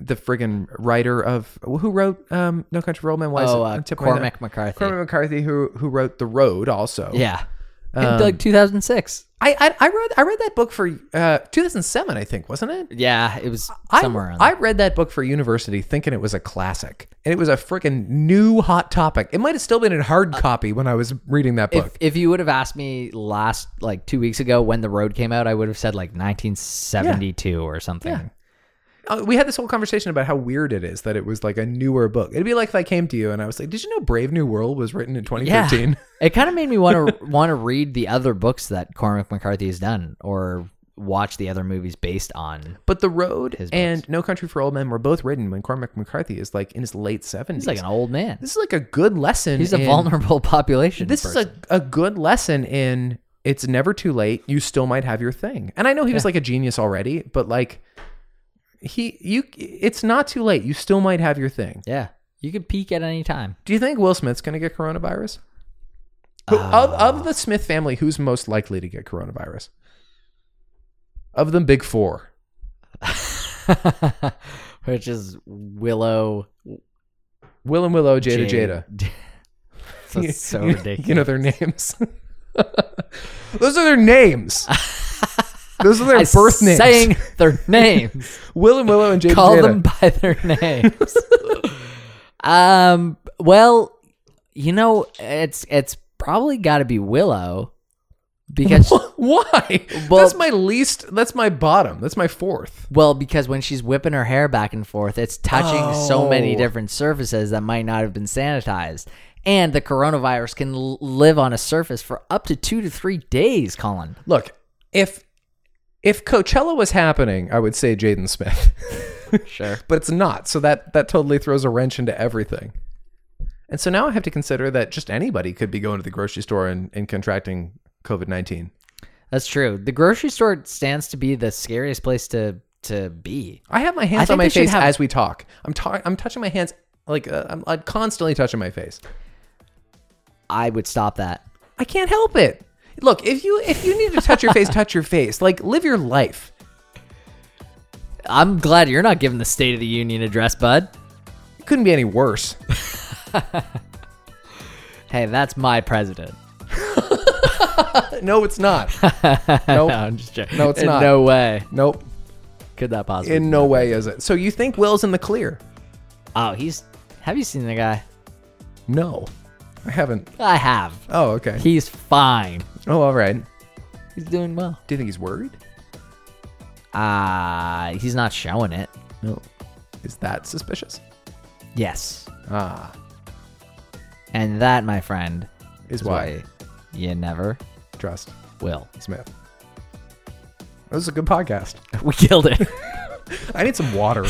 [SPEAKER 3] the friggin' writer of who wrote um, No Country for Old Men. Why is
[SPEAKER 2] oh,
[SPEAKER 3] it-
[SPEAKER 2] uh,
[SPEAKER 3] I'm tipping my
[SPEAKER 2] Cormac
[SPEAKER 3] hat.
[SPEAKER 2] McCarthy.
[SPEAKER 3] Cormac McCarthy, who who wrote The Road, also.
[SPEAKER 2] yeah,
[SPEAKER 3] Um,
[SPEAKER 2] in like 2006.
[SPEAKER 3] I, I I read I read that book for uh, 2007, I think, wasn't it?
[SPEAKER 2] Yeah, it was
[SPEAKER 3] I-
[SPEAKER 2] somewhere around
[SPEAKER 3] I,
[SPEAKER 2] there.
[SPEAKER 3] read that book for university thinking it was a classic, and it was a freaking new hot topic. It might have still been in hard copy when I was reading that
[SPEAKER 2] Uh, If,
[SPEAKER 3] book.
[SPEAKER 2] if you would have asked me last like two weeks ago when the road came out, I would have said like 1972 or something.
[SPEAKER 3] Yeah. Uh, we had this whole conversation about how weird it is that it was like a newer book. It'd be like if I came to you and I was like, "Did you know Brave New World was written in (laughs)
[SPEAKER 2] (laughs)
[SPEAKER 3] 2015?"
[SPEAKER 2] It kind of made me
[SPEAKER 3] (laughs)
[SPEAKER 2] want to want to read the other books that Cormac McCarthy has done, or watch the other movies based on.
[SPEAKER 3] But The Road
[SPEAKER 2] His
[SPEAKER 3] and No Country for Old Men were both written when Cormac McCarthy is like in his late 70s.
[SPEAKER 2] He's like an old man.
[SPEAKER 3] this is like a good lesson.
[SPEAKER 2] He's a
[SPEAKER 3] in-
[SPEAKER 2] vulnerable (laughs) population.
[SPEAKER 3] This
[SPEAKER 2] person.
[SPEAKER 3] is a, a good lesson in it's never too late. You still might have your thing. And I know he was like a genius already, but like he you it's not too late. You still might have your thing.
[SPEAKER 2] yeah. You could peak at any time.
[SPEAKER 3] Do you think Will Smith's going to get coronavirus? Who, of,
[SPEAKER 2] Ah.
[SPEAKER 3] of the Smith family, who's most likely to get coronavirus? Of the big four.
[SPEAKER 2] (laughs) Which is Willow.
[SPEAKER 3] Will and Willow, Jada, Jada.
[SPEAKER 2] (laughs) That's so
[SPEAKER 3] (laughs) you,
[SPEAKER 2] ridiculous.
[SPEAKER 3] You know their names. (laughs) Those are their
[SPEAKER 2] (laughs)
[SPEAKER 3] names. Those are their
[SPEAKER 2] I'm
[SPEAKER 3] birth names.
[SPEAKER 2] Saying
[SPEAKER 3] (laughs)
[SPEAKER 2] their names.
[SPEAKER 3] Will and Willow and Jada.
[SPEAKER 2] Call
[SPEAKER 3] Jada.
[SPEAKER 2] them by
[SPEAKER 3] (laughs)
[SPEAKER 2] their names. um. Well, you know, it's it's probably got to be Willow because
[SPEAKER 3] (coughs) Why?
[SPEAKER 2] Well-
[SPEAKER 3] that's my least. That's my bottom. That's my fourth.
[SPEAKER 2] Well, because when she's whipping her hair back and forth, it's touching so many
[SPEAKER 3] Oh.
[SPEAKER 2] different surfaces that might not have been sanitized. And the coronavirus can l- live on a surface for up to two to three days,
[SPEAKER 3] (laughs)
[SPEAKER 2] Colin.
[SPEAKER 3] Look, if if Coachella was happening, I would say Jaden Smith, (laughs)
[SPEAKER 2] Sure.
[SPEAKER 3] but it's not. So that that totally throws a wrench into everything. And so now I have to consider that just anybody could be going to the grocery store and, and contracting COVID nineteen.
[SPEAKER 2] That's true. The grocery store stands to be the scariest place to to be.
[SPEAKER 3] I have my
[SPEAKER 2] I
[SPEAKER 3] hands
[SPEAKER 2] think
[SPEAKER 3] on my
[SPEAKER 2] they should
[SPEAKER 3] face
[SPEAKER 2] have-
[SPEAKER 3] as we talk. I'm talking. I'm touching my hands like uh, I'm, I'm constantly touching my face.
[SPEAKER 2] I would stop that.
[SPEAKER 3] I can't help it. Look, if you if you need to touch
[SPEAKER 2] (laughs)
[SPEAKER 3] your face, touch your face. Like live your life.
[SPEAKER 2] I'm glad you're not giving the State of the Union address, bud.
[SPEAKER 3] It couldn't be any worse.
[SPEAKER 2] Hey, that's my president.
[SPEAKER 3] No, it's not. nope.
[SPEAKER 2] (laughs) No, I'm just joking.
[SPEAKER 3] No, it's
[SPEAKER 2] In
[SPEAKER 3] not.
[SPEAKER 2] No way
[SPEAKER 3] Nope.
[SPEAKER 2] could that possibly.
[SPEAKER 3] In no way is it. So you think Will's in the clear?
[SPEAKER 2] oh, he's. Have you seen the guy?
[SPEAKER 3] No. I haven't.
[SPEAKER 2] I have.
[SPEAKER 3] Oh, okay.
[SPEAKER 2] He's fine.
[SPEAKER 3] oh, all right. Do
[SPEAKER 2] He's doing well.
[SPEAKER 3] you think he's worried?
[SPEAKER 2] Uh, he's not showing it.
[SPEAKER 3] No. Is that suspicious?
[SPEAKER 2] Yes.
[SPEAKER 3] Ah,
[SPEAKER 2] And that, my friend,
[SPEAKER 3] is
[SPEAKER 2] is
[SPEAKER 3] why.
[SPEAKER 2] why you never
[SPEAKER 3] Trust
[SPEAKER 2] will. (laughs)
[SPEAKER 3] Smith. This is a good podcast.
[SPEAKER 2] We killed it. (laughs)
[SPEAKER 3] I need some water.